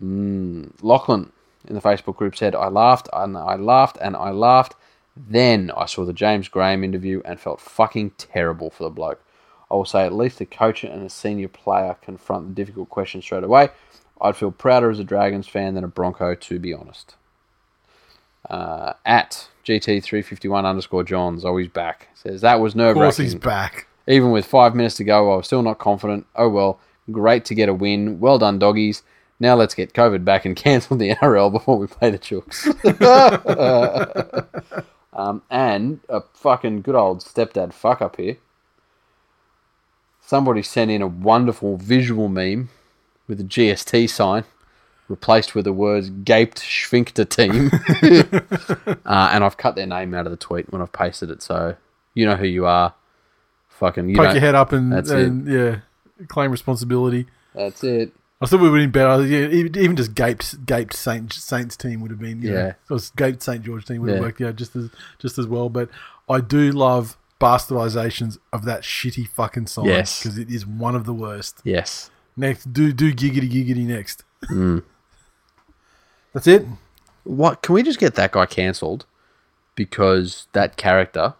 S2: Lachlan in the Facebook group said, I laughed and I laughed and I laughed. Then I saw the James Graham interview and felt fucking terrible for the bloke. I will say at least the coach and a senior player confront the difficult questions straight away. I'd feel prouder as a Dragons fan than a Bronco, to be honest. Uh, at GT351 underscore Johns, oh, he's back. Says, that was nerve
S1: Of course, he's
S2: wracking.
S1: back.
S2: Even with five minutes to go, I was still not confident. Oh well, great to get a win. Well done, doggies. Now let's get COVID back and cancel the NRL before we play the Chooks. um, and a fucking good old stepdad fuck up here. Somebody sent in a wonderful visual meme with a GST sign replaced with the words gaped sphincter team. uh, and I've cut their name out of the tweet when I've pasted it. So you know who you are. Fucking, you
S1: Poke
S2: know,
S1: your head up and,
S2: That's
S1: and yeah, claim responsibility.
S2: That's it.
S1: I thought we would have been better. Yeah, e- Even just gaped, gaped Saint, Saints team would have been, you
S2: Yeah.
S1: yeah. Know, or gaped Saint George team would
S2: Yeah.
S1: have worked, yeah, just as just as well. But I do love bastardizations of that shitty fucking song
S2: Yes.
S1: because it is one of the worst.
S2: Yes.
S1: Next, do do giggity giggity next.
S2: Mm.
S1: That's it.
S2: What can we just get that guy cancelled because that character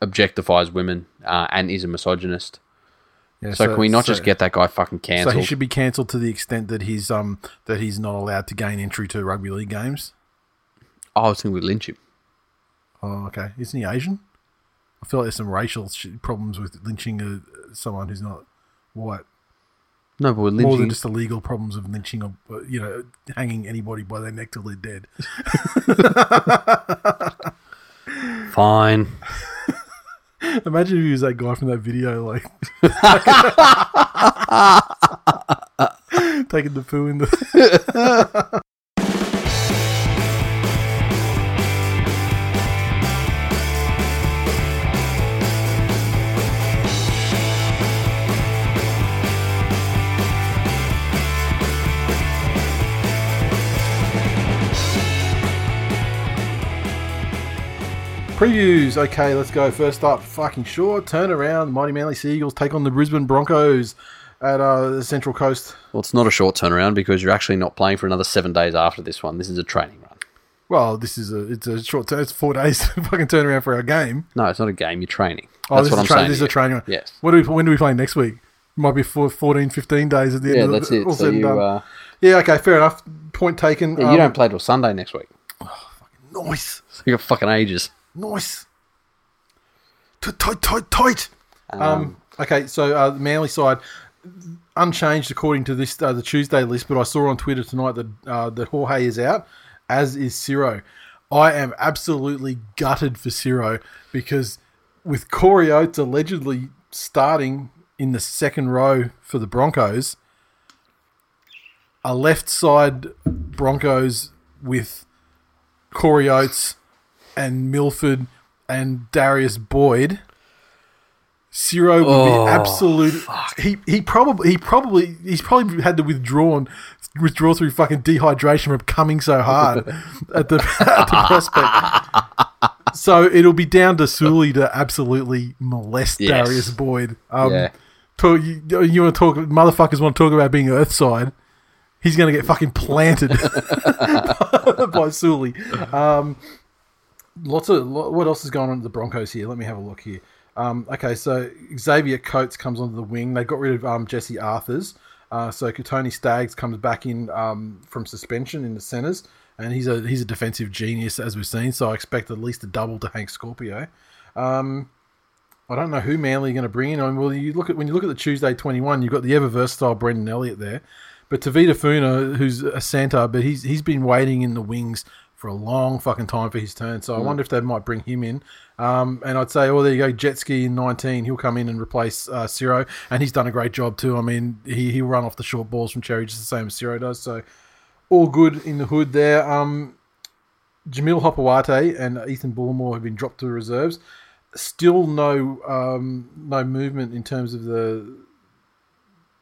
S2: objectifies women uh, and is a misogynist.
S1: Yeah,
S2: So, can we not just
S1: so-
S2: get that guy fucking
S1: So
S2: cancelled?
S1: he should be cancelled to the extent that he's um that he's not allowed to gain entry to rugby league games.
S2: oh, I was thinking we'd lynch him.
S1: Oh, okay. Isn't he Asian? I feel like there's some racial sh- problems with lynching a, someone who's not white.
S2: No, but we're
S1: More
S2: lynching.
S1: than just the legal problems of lynching, or uh, you know, hanging anybody by their neck till they're dead.
S2: Fine.
S1: Imagine if he was that guy from that video, like taking the poo in the. Previews. Okay, let's go. First up, fucking sure. Turn around. Mighty Manly Seagulls take on the Brisbane Broncos at uh, the Central Coast.
S2: Well, it's not a short turnaround because you're actually not playing for another seven days after this one. This is a training run.
S1: Well, this is a it's a short turn. It's four days fucking turnaround for our game.
S2: No, it's not a game. You're training.
S1: Oh,
S2: That's
S1: this is
S2: what I'm
S1: a tra-
S2: saying.
S1: This is
S2: to
S1: a
S2: you.
S1: training. run.
S2: Yes.
S1: What do we when do we play next week? Might be four, 14, 15 days at the end.
S2: Yeah,
S1: of
S2: that's
S1: the,
S2: it.
S1: all
S2: So
S1: said and
S2: you,
S1: done. Um,
S2: uh,
S1: yeah. Okay. Fair enough. Point taken.
S2: yeah, you don't play till Sunday next week.
S1: don't. Nice.
S2: So you got fucking ages.
S1: Nice. Tight, tight, tight, tight. Um, okay, so uh, the Manly side unchanged according to this uh, the Tuesday list, but I saw on Twitter tonight that uh, that Jorge is out, as is Ciro. I am absolutely gutted for Ciro because with Corey Oates allegedly starting in the second row for the Broncos, a left side Broncos with Corey Oates and Milford and Darius Boyd, Ciro would
S2: Oh,
S1: be absolute. He he probably he probably he's probably had to withdrawn withdraw through fucking dehydration from coming so hard at the, at the prospect. So it'll be down to Suli to absolutely molest
S2: Yes.
S1: Darius Boyd. Um,
S2: Yeah.
S1: talk, you, you want to talk? Motherfuckers want to talk about being Earthside. He's going to get fucking planted by Suli. Um, lots of lo- what else is going on at the Broncos here? Let me have a look here. Um, okay, so Xavier Coates comes onto the wing. They got rid of um, Jesse Arthurs. Uh, so Katoni Staggs comes back in um, from suspension in the centres, and he's a he's a defensive genius as we've seen. So I expect at least a double to Hank Scorpio. I don't know who Manly are going to bring in. I mean, well, you look at when you look at the Tuesday twenty one, you've got the ever versatile Brendan Elliott there, but Tavita Funa, who's a centre, but he's he's been waiting in the wings for a long fucking time for his turn. So I wonder if they might bring him in. Um, and I'd say, oh, there you go, Jetski in nineteen, he'll come in and replace uh, Ciro, and he's done a great job too. I mean, he he'll run off the short balls from Cherry just the same as Ciro does. So all good in the hood there. Um, Jamil Hopawate and Ethan Bullmore have been dropped to the reserves. Still no um, no movement in terms of the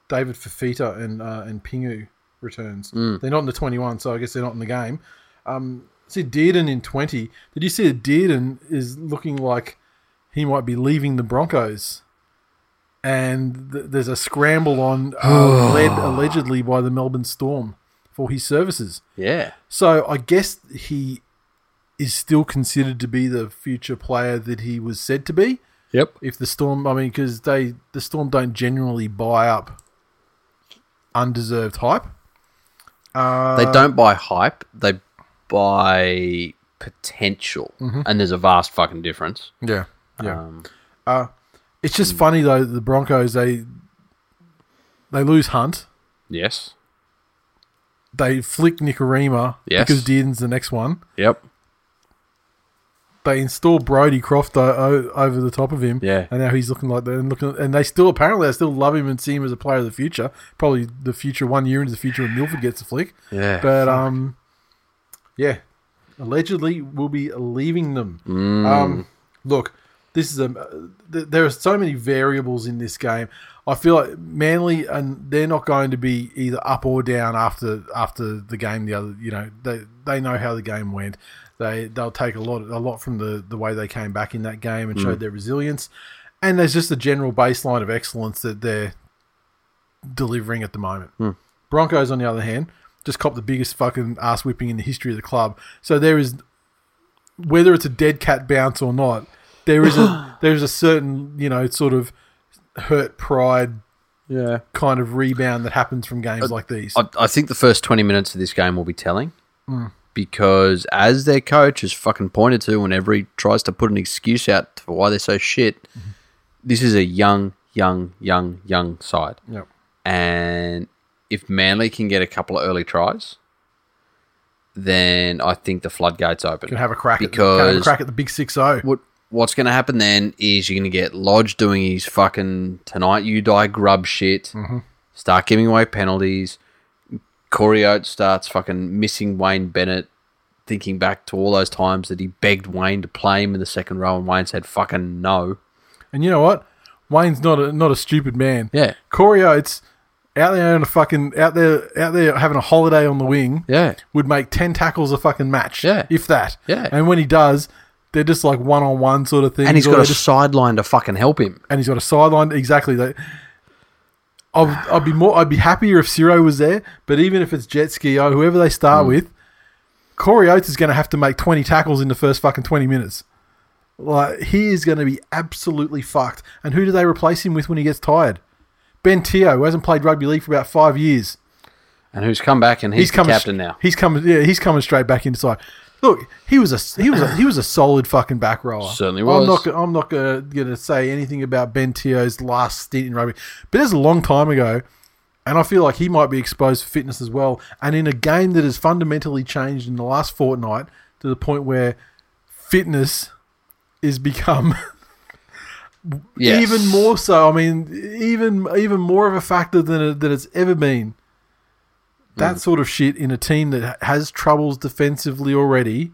S1: David Fafita and uh, and Pingu returns. They're not in the 21, so I guess they're not in the game. Um, see Dearden in 20. Did you see that Dearden is looking like he might be leaving the Broncos? And th- there's a scramble on uh, led allegedly by the Melbourne Storm for his services.
S2: Yeah.
S1: So I guess he is still considered to be the future player that he was said to be.
S2: Yep.
S1: If the Storm, I mean, because they the Storm don't generally buy up undeserved hype.
S2: they
S1: Uh,
S2: don't buy hype. They buy potential,
S1: Mm-hmm.
S2: and there's a vast fucking difference.
S1: Yeah, yeah.
S2: Um,
S1: Uh, it's just funny though. The Broncos they they lose Hunt.
S2: yes.
S1: They flick Nicarima
S2: Yes.
S1: because Dearden's the next one.
S2: Yep.
S1: they install Brody Croft o- o- over the top of him.
S2: Yeah.
S1: and now he's looking like that, and looking, and they still apparently they still love him and see him as a player of the future. Probably the future one year into the future when Milford gets a flick.
S2: Yeah.
S1: but um, yeah, allegedly will be leaving them. Um, look, this is a th- there are so many variables in this game. I feel like Manly and they're not going to be either up or down after after the game. The other, you know, they they know how the game went. They they'll take a lot a lot from the the way they came back in that game and showed their resilience. And there's just a general baseline of excellence that they're delivering at the moment.
S2: Hmm.
S1: Broncos, on the other hand, just cop the biggest fucking ass whipping in the history of the club. So there is, whether it's a dead cat bounce or not, there is a there is a certain you know sort of hurt pride
S2: yeah.
S1: kind of rebound that happens from games like these.
S2: I, I think the first 20 minutes of this game will be telling
S1: Mm.
S2: because as their coach has fucking pointed to whenever he tries to put an excuse out for why they're so shit,
S1: Mm-hmm.
S2: this is a young, young, young, young side.
S1: Yep.
S2: And if Manly can get a couple of early tries, then I think the floodgates open.
S1: Can have a crack at, can have a
S2: because
S1: crack at the big six zero.
S2: what what's going to happen then is you're going to get Lodge doing his fucking tonight you die grub shit.
S1: Mm-hmm.
S2: Start giving away penalties. Corey Oates starts fucking missing Wayne Bennett. Thinking back to all those times that he begged Wayne to play him in the second row, and Wayne said fucking no.
S1: And you know what? Wayne's not a not a stupid man.
S2: Yeah.
S1: Corey Oates out there on a fucking out there out there having a holiday on the wing.
S2: Yeah.
S1: would make 10 tackles a fucking match.
S2: Yeah.
S1: If that.
S2: Yeah.
S1: And when he does, they're just like one on one sort of thing.
S2: And he's got a sideline to fucking help him.
S1: and he's got a sideline. Exactly. They, I'd, I'd be more. I'd be happier if Ciro was there, but even if it's Jetski or whoever they
S2: Mm.
S1: start with, Corey Oates is going to have to make twenty tackles in the first fucking twenty minutes. Like he is going to be absolutely fucked. And who do they replace him with when he gets tired? Ben Teo, who hasn't played rugby league for about five years
S2: And who's come back and he's,
S1: he's
S2: the
S1: coming
S2: captain now.
S1: He's coming. Yeah, he's coming straight back inside. Look, he was a he was a, he was a solid fucking back rower.
S2: Certainly
S1: I'm
S2: was.
S1: not go- I'm not gonna, gonna say anything about Ben Teo's last stint in rugby, but it's a long time ago, and I feel like he might be exposed for fitness as well. And in a game that has fundamentally changed in the last fortnight to the point where fitness is become
S2: Yes.
S1: even more so. I mean, even even more of a factor than it, than it's ever been. That sort of shit in a team that ha- has troubles defensively already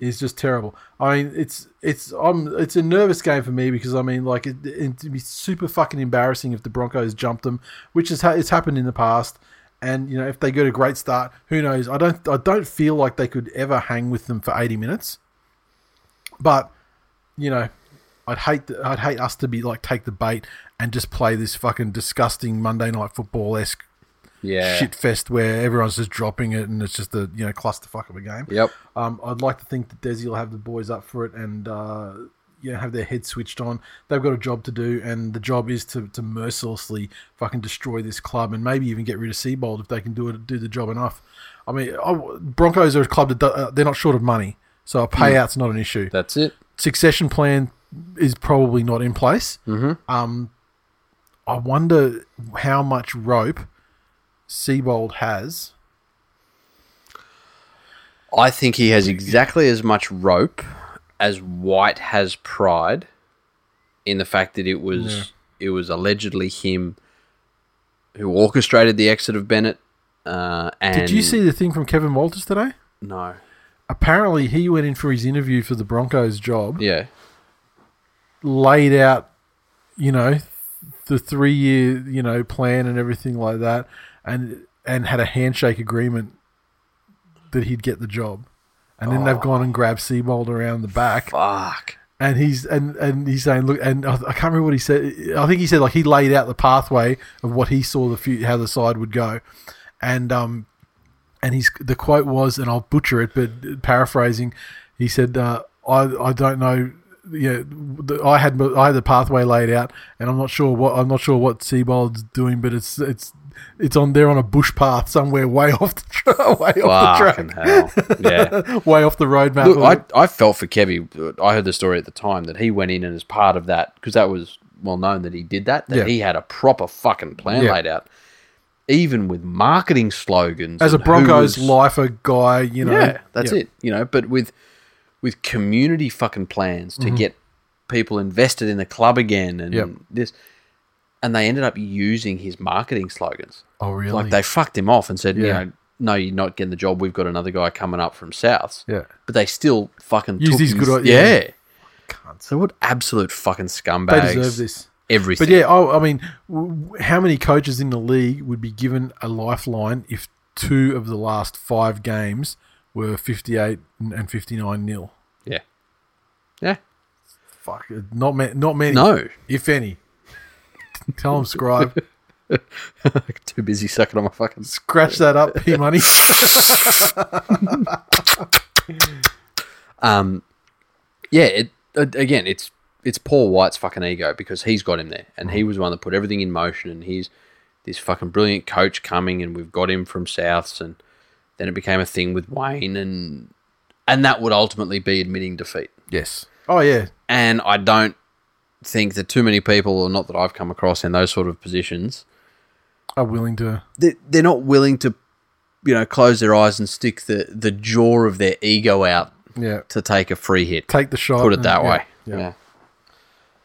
S1: is just terrible. I mean, it's it's I'm it's a nervous game for me because I mean, like it, it'd be super fucking embarrassing if the Broncos jumped them, which is ha- it's happened in the past. And you know, if they get a great start, who knows? I don't I don't feel like they could ever hang with them for eighty minutes. But you know, I'd hate th- I'd hate us to be like take the bait and just play this fucking disgusting Monday night football esque
S2: Yeah.
S1: shit fest where everyone's just dropping it and it's just a you know clusterfuck of a game.
S2: Yep.
S1: Um, I'd like to think that Desi will have the boys up for it and uh, you know have their heads switched on. They've got a job to do, and the job is to, to mercilessly fucking destroy this club and maybe even get rid of Seabold if they can do it do the job enough. I mean, I w
S2: Mm.
S1: Broncos are a club that do, uh, they're not short of money, so a payout's not an issue
S2: That's it.
S1: succession plan is probably not in place. Mm-hmm. Um, I wonder how much rope Seabold has.
S2: I think he has exactly as much rope as White has pride in the fact that it was it was allegedly him who orchestrated the exit of Bennett. Uh, and
S1: Did you see the thing from Kevin Walters today?
S2: No.
S1: Apparently, he went in for his interview for the Broncos job,
S2: Yeah.
S1: laid out, you know, the three year, you know, plan and everything like that, and and had a handshake agreement that he'd get the job. And then
S2: Oh.
S1: they've gone and grabbed Seabold around the back.
S2: Fuck.
S1: and he's and and he's saying, look, and I, I can't remember what he said. I think he said like he laid out the pathway of what he saw the future, how the side would go, and um, and he's the quote was, and I'll butcher it, but paraphrasing, he said, uh, I I don't know. Yeah, the, I had I had the pathway laid out, and I'm not sure what I'm not sure what Seabold's doing, but it's it's it's on they're on a bush path somewhere way off the tra- way off the
S2: Fucking
S1: track,
S2: hell. Yeah.
S1: way off the road map.
S2: Look, I, I felt for Kevy. I heard the story at the time that he went in and as part of that, because that was well known that he did that, that
S1: Yeah.
S2: he had a proper fucking plan
S1: Yeah.
S2: laid out. Even with marketing slogans.
S1: as a
S2: and who
S1: Broncos
S2: was-
S1: lifer guy, you know,
S2: Yeah, that's it. You know, but with with community fucking plans to get people invested in the club again and
S1: Mm-hmm. Yep.
S2: this and they ended up using his marketing slogans.
S1: Oh, really?
S2: Like they fucked him off and said, you
S1: Yeah.
S2: know, no, you're not getting the job. We've got another guy coming up from Souths.
S1: Yeah.
S2: But they still fucking
S1: Use
S2: took
S1: these
S2: his-
S1: good i-
S2: yeah.
S1: yeah.
S2: So what absolute fucking
S1: they
S2: scumbags.
S1: deserve this.
S2: Everything.
S1: But yeah, oh, I, I mean, w- w- how many coaches in the league would be given a lifeline if two of the last five games were 58 and- and 59 nil?
S2: Yeah. Yeah.
S1: Fuck, not ma- not many.
S2: No.
S1: if any. Tell them scribe,
S2: Too busy sucking on my fucking
S1: scratch that up, P money.
S2: Um, yeah, it, a- again, it's it's Paul White's fucking ego because he's got him there, and he was the one that put everything in motion, and he's this fucking brilliant coach coming, and we've got him from Souths, and then it became a thing with Wayne, and and that would ultimately be admitting defeat,
S1: yes. Oh yeah,
S2: and I don't think that too many people, or not that I've come across in those sort of positions,
S1: are willing to.
S2: they- they're not willing to, you know, close their eyes and stick the the jaw of their ego out
S1: Yeah,
S2: to take a free hit.
S1: take the shot.
S2: Put it
S1: and-
S2: that
S1: yeah,
S2: way.
S1: yeah.
S2: yeah.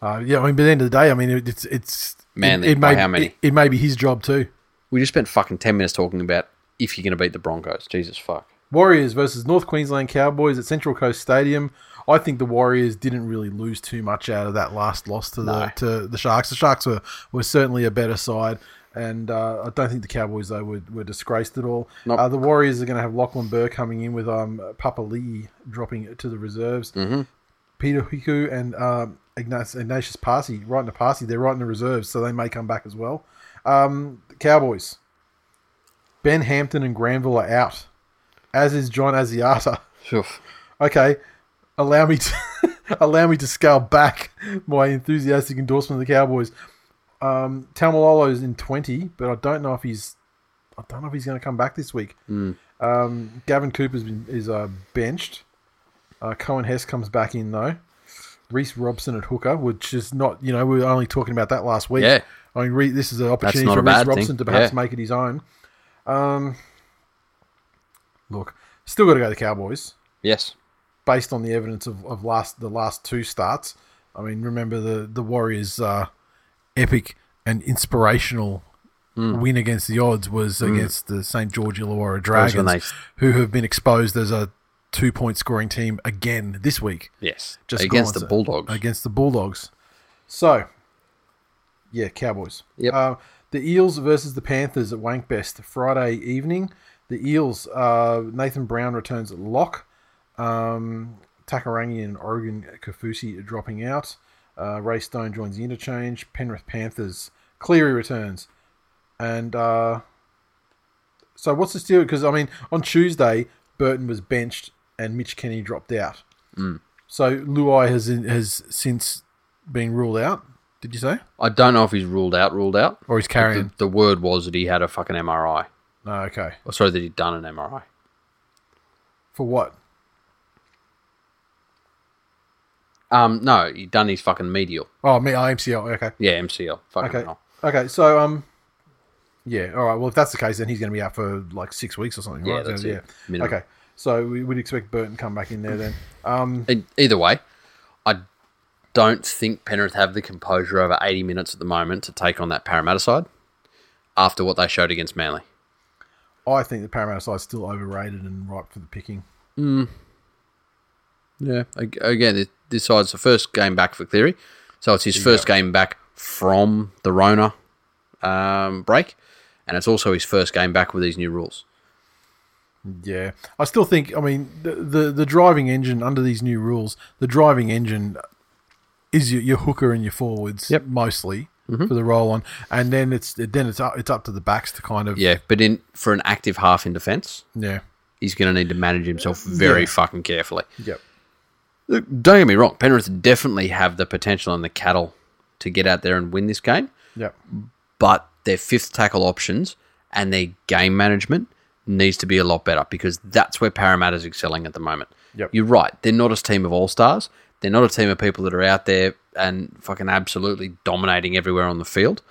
S1: Uh, yeah, I mean, but at the end of the day, I mean, it, it's it's
S2: Manly,
S1: It,
S2: by
S1: may
S2: how many?
S1: It, it may be his job too.
S2: We just spent fucking 10 minutes talking about if you're going to beat the Broncos. Jesus fuck.
S1: Warriors versus North Queensland Cowboys at Central Coast Stadium. I think the Warriors didn't really lose too much out of that last loss to the to the Sharks. The Sharks were, were certainly a better side, and uh, I don't think the Cowboys though were, were disgraced at all.
S2: Nope.
S1: Uh, the Warriors are going to have Lachlan Burr coming in with um Papa Lee dropping to the reserves. Peter Hiku and um, Ignatius, Ignatius Parsi, right in the Parsi, they're right in the reserves, so they may come back as well. Um, the Cowboys. Ben Hampton and Granville are out, as is John Asiata.
S2: Oof.
S1: Okay, allow me to allow me to scale back my enthusiastic endorsement of the Cowboys. Um, Tamalolo's in twenty, but I don't know if he's I don't know if he's going to come back this week.
S2: Mm.
S1: Um, Gavin Cooper's been, is uh, benched. Uh, Cohen Hess comes back in though. Reese Robson at hooker, which is not you know we were only talking about that last week.
S2: Yeah.
S1: I mean, Ree- this is an opportunity
S2: not
S1: for
S2: a bad
S1: Reese Robson
S2: thing.
S1: to perhaps
S2: Yeah.
S1: make it his own. Um, look, still got to go the Cowboys
S2: Yes.
S1: based on the evidence of, of last the last two starts. I mean, remember the the Warriors' uh, epic and inspirational
S2: Hmm.
S1: win against the odds was against the St George Illawarra
S2: was when
S1: Dragons, who have been exposed as a two point scoring team again this week
S2: Yes.
S1: Just gone,
S2: against the
S1: so-
S2: Bulldogs.
S1: against the Bulldogs. So, yeah, Cowboys.
S2: Yep.
S1: Uh, the Eels versus the Panthers at Wankbest Friday evening. The Eels, uh, Nathan Brown returns at lock. Um, Takarangi and Oregon Kafusi are dropping out. Uh, Ray Stone joins the interchange. Penrith Panthers. Cleary returns. And uh, so what's the deal? Because, I mean, on Tuesday, Burton was benched and Mitch Kenny dropped out. So Luai has has since been ruled out. Did you say?
S2: I don't know if he's ruled out, ruled out.
S1: Or he's
S2: The,
S1: carrying?
S2: the word was that he had a fucking MRI.
S1: No, okay.
S2: Or Oh, sorry, that he'd done an MRI.
S1: For what?
S2: Um, no, he done his fucking medial.
S1: Oh, me, oh, MCL. Okay.
S2: Yeah, MCL. Fucking
S1: Okay.
S2: hell.
S1: Okay. So, um, yeah. All right. Well, if that's the case, then he's going to be out for like six weeks or something.
S2: Yeah,
S1: right?
S2: that's
S1: So,
S2: it.
S1: yeah.
S2: Minimum.
S1: Okay. So we would expect Burton come back in there then. Um,
S2: E- Either way, I don't think Penrith have the composure over 80 minutes at the moment to take on that Parramatta side after what they showed against Manly.
S1: I think the Paramount side's still overrated and ripe for the picking.
S2: Yeah. Again, it- this side's the first game back for Cleary, so it's his first game back from the Rona um, break, and it's also his first game back with these new rules.
S1: Yeah, I still think. I mean, the the, the driving engine under these new rules, the driving engine is your, your hooker and your forwards
S2: Yep. Mm-hmm.
S1: mostly for the roll on, and then it's then it's up, it's up to the backs to kind of
S2: Yeah, but in for an active half in defence,
S1: yeah
S2: he's going to need to manage himself very
S1: Yeah.
S2: fucking carefully.
S1: yep
S2: Look, Don't get me wrong, Penrith definitely have the potential and the cattle to get out there and win this game,
S1: yep
S2: but their fifth tackle options and their game management needs to be a lot better because that's where Parramatta's excelling at the moment.
S1: Yep.
S2: You're right. They're not a team of all stars. They're not a team of people that are out there and fucking absolutely dominating everywhere on the field.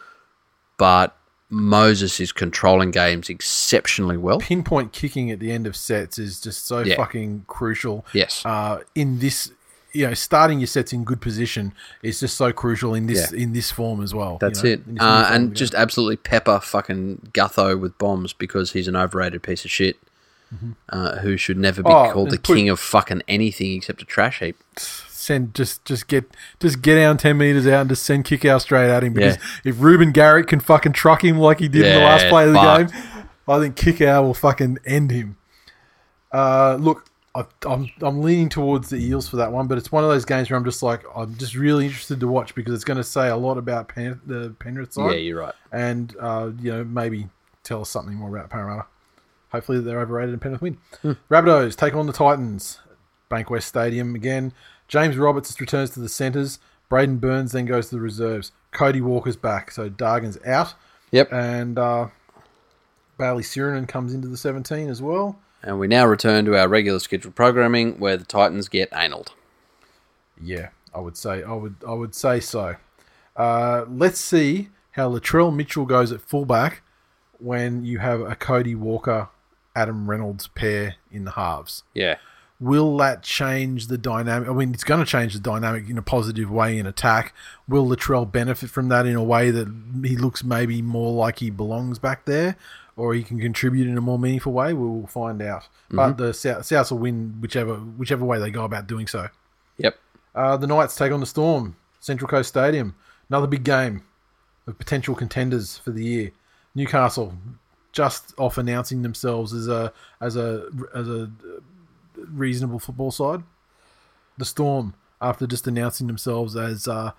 S2: But Moses is controlling games exceptionally well.
S1: pinpoint kicking at the end of sets is just so
S2: Yeah.
S1: fucking crucial.
S2: Yes.
S1: Uh, in this, you know, starting your sets in good position is just so crucial in this in this form as well. you
S2: That's
S1: know,
S2: it.
S1: in this new
S2: Uh,
S1: form of
S2: and
S1: the
S2: just absolutely pepper fucking Gutho with bombs because he's an overrated piece of shit uh, who should never be
S1: Mm-hmm. Oh,
S2: called
S1: and
S2: the
S1: put-
S2: king of fucking anything except a trash heap.
S1: game. send just just get just get down ten meters out and just send kick out straight at him because
S2: Yeah.
S1: if Ruben Garrett can fucking truck him like he did in the
S2: Yeah,
S1: last play of the
S2: fucked.
S1: game, I think kick out will fucking end him. Uh, look, I, I'm I'm leaning towards the Eels for that one, but it's one of those games where I'm just like I'm just really interested to watch because it's going to say a lot about Pen- the Penrith side.
S2: Yeah, you're right.
S1: and uh, you know maybe tell us something more about Parramatta. Hopefully they're overrated and Penrith win. Rabbitohs take on the Titans. Bankwest Stadium again. James Roberts returns to the centres. Braden Burns then goes to the reserves. Cody Walker's back, so Dargan's out,
S2: Yep.
S1: and uh, Bailey Sirinen comes into the 17 as well.
S2: And we now return to our regular scheduled programming where the Titans get analed.
S1: Yeah, I would say I would I would say so. Uh, let's see how Latrell Mitchell goes at fullback when you have a Cody Walker, Adam Reynolds pair in the halves.
S2: Yeah.
S1: Will that change the dynamic? I mean, it's going to change the dynamic in a positive way in attack. Will Latrell benefit from that in a way that he looks maybe more like he belongs back there, or he can contribute in a more meaningful way? We will find out. But the South, South will win whichever whichever way they go about doing so.
S2: Yep.
S1: Uh, the Knights take on the Storm, Central Coast Stadium. Another big game of potential contenders for the year. Newcastle just off announcing themselves as a as a as a reasonable football side. The Storm after just announcing themselves as uh,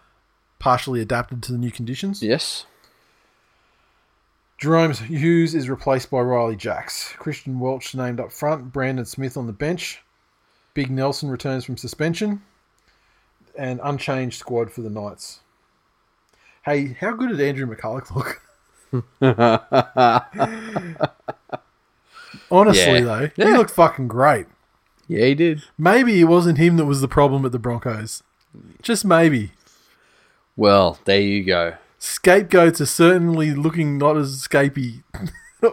S1: partially adapted to the new conditions.
S2: Yes.
S1: Jerome Hughes is replaced by Riley Jacks. Christian Welch named up front. Brandon Smith on the bench. Big Nelson returns from suspension. And unchanged squad for the Knights. Hey, how good did Andrew McCulloch look? Honestly,
S2: Yeah.
S1: though, he
S2: Yeah.
S1: looked fucking great.
S2: Yeah, he did.
S1: Maybe it wasn't him that was the problem at the Broncos. Just maybe.
S2: Well, there you go.
S1: scapegoats are certainly looking not as scapey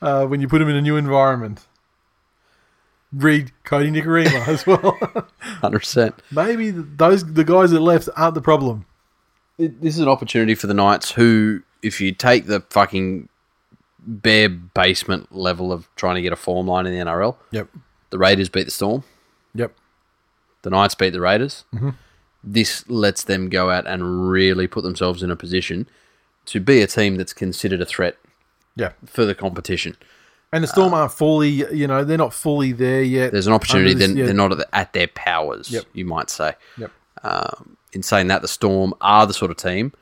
S1: uh, when you put them in a new environment. Read Cody Nicarima as well.
S2: 100%.
S1: Maybe those the guys that left aren't the problem.
S2: It- This is an opportunity for the Knights who, if you take the fucking bare basement level of trying to get a form line in the NRL,
S1: Yep.
S2: the Raiders beat the Storm.
S1: Yep.
S2: The Knights beat the Raiders. This lets them go out and really put themselves in a position to be a team that's considered a threat
S1: Yeah.
S2: for the competition.
S1: And the Storm aren't fully, you know, they're not fully there yet.
S2: There's an opportunity.
S1: Under this-
S2: Then
S1: yeah.
S2: they're not at, the, at their powers.
S1: Yep.
S2: You might say.
S1: Yep.
S2: Um, in saying that, the Storm are the sort of team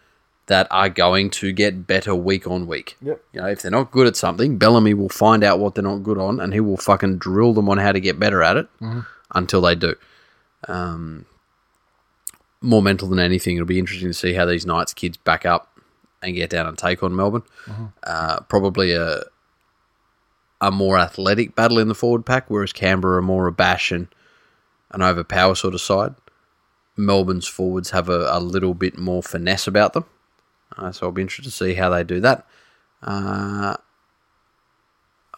S2: that are going to get better week on week.
S1: Yep.
S2: You know, if they're not good at something, Bellamy will find out what they're not good on, and he will fucking drill them on how to get better at it until they do. Um, more mental than anything, it'll be interesting to see how these Knights kids back up and get down and take on Melbourne. Uh, probably a a more athletic battle in the forward pack, whereas Canberra are more a bash and an overpower sort of side. Melbourne's forwards have a, a little bit more finesse about them. Uh, so I'll be interested to see how they do that. Uh,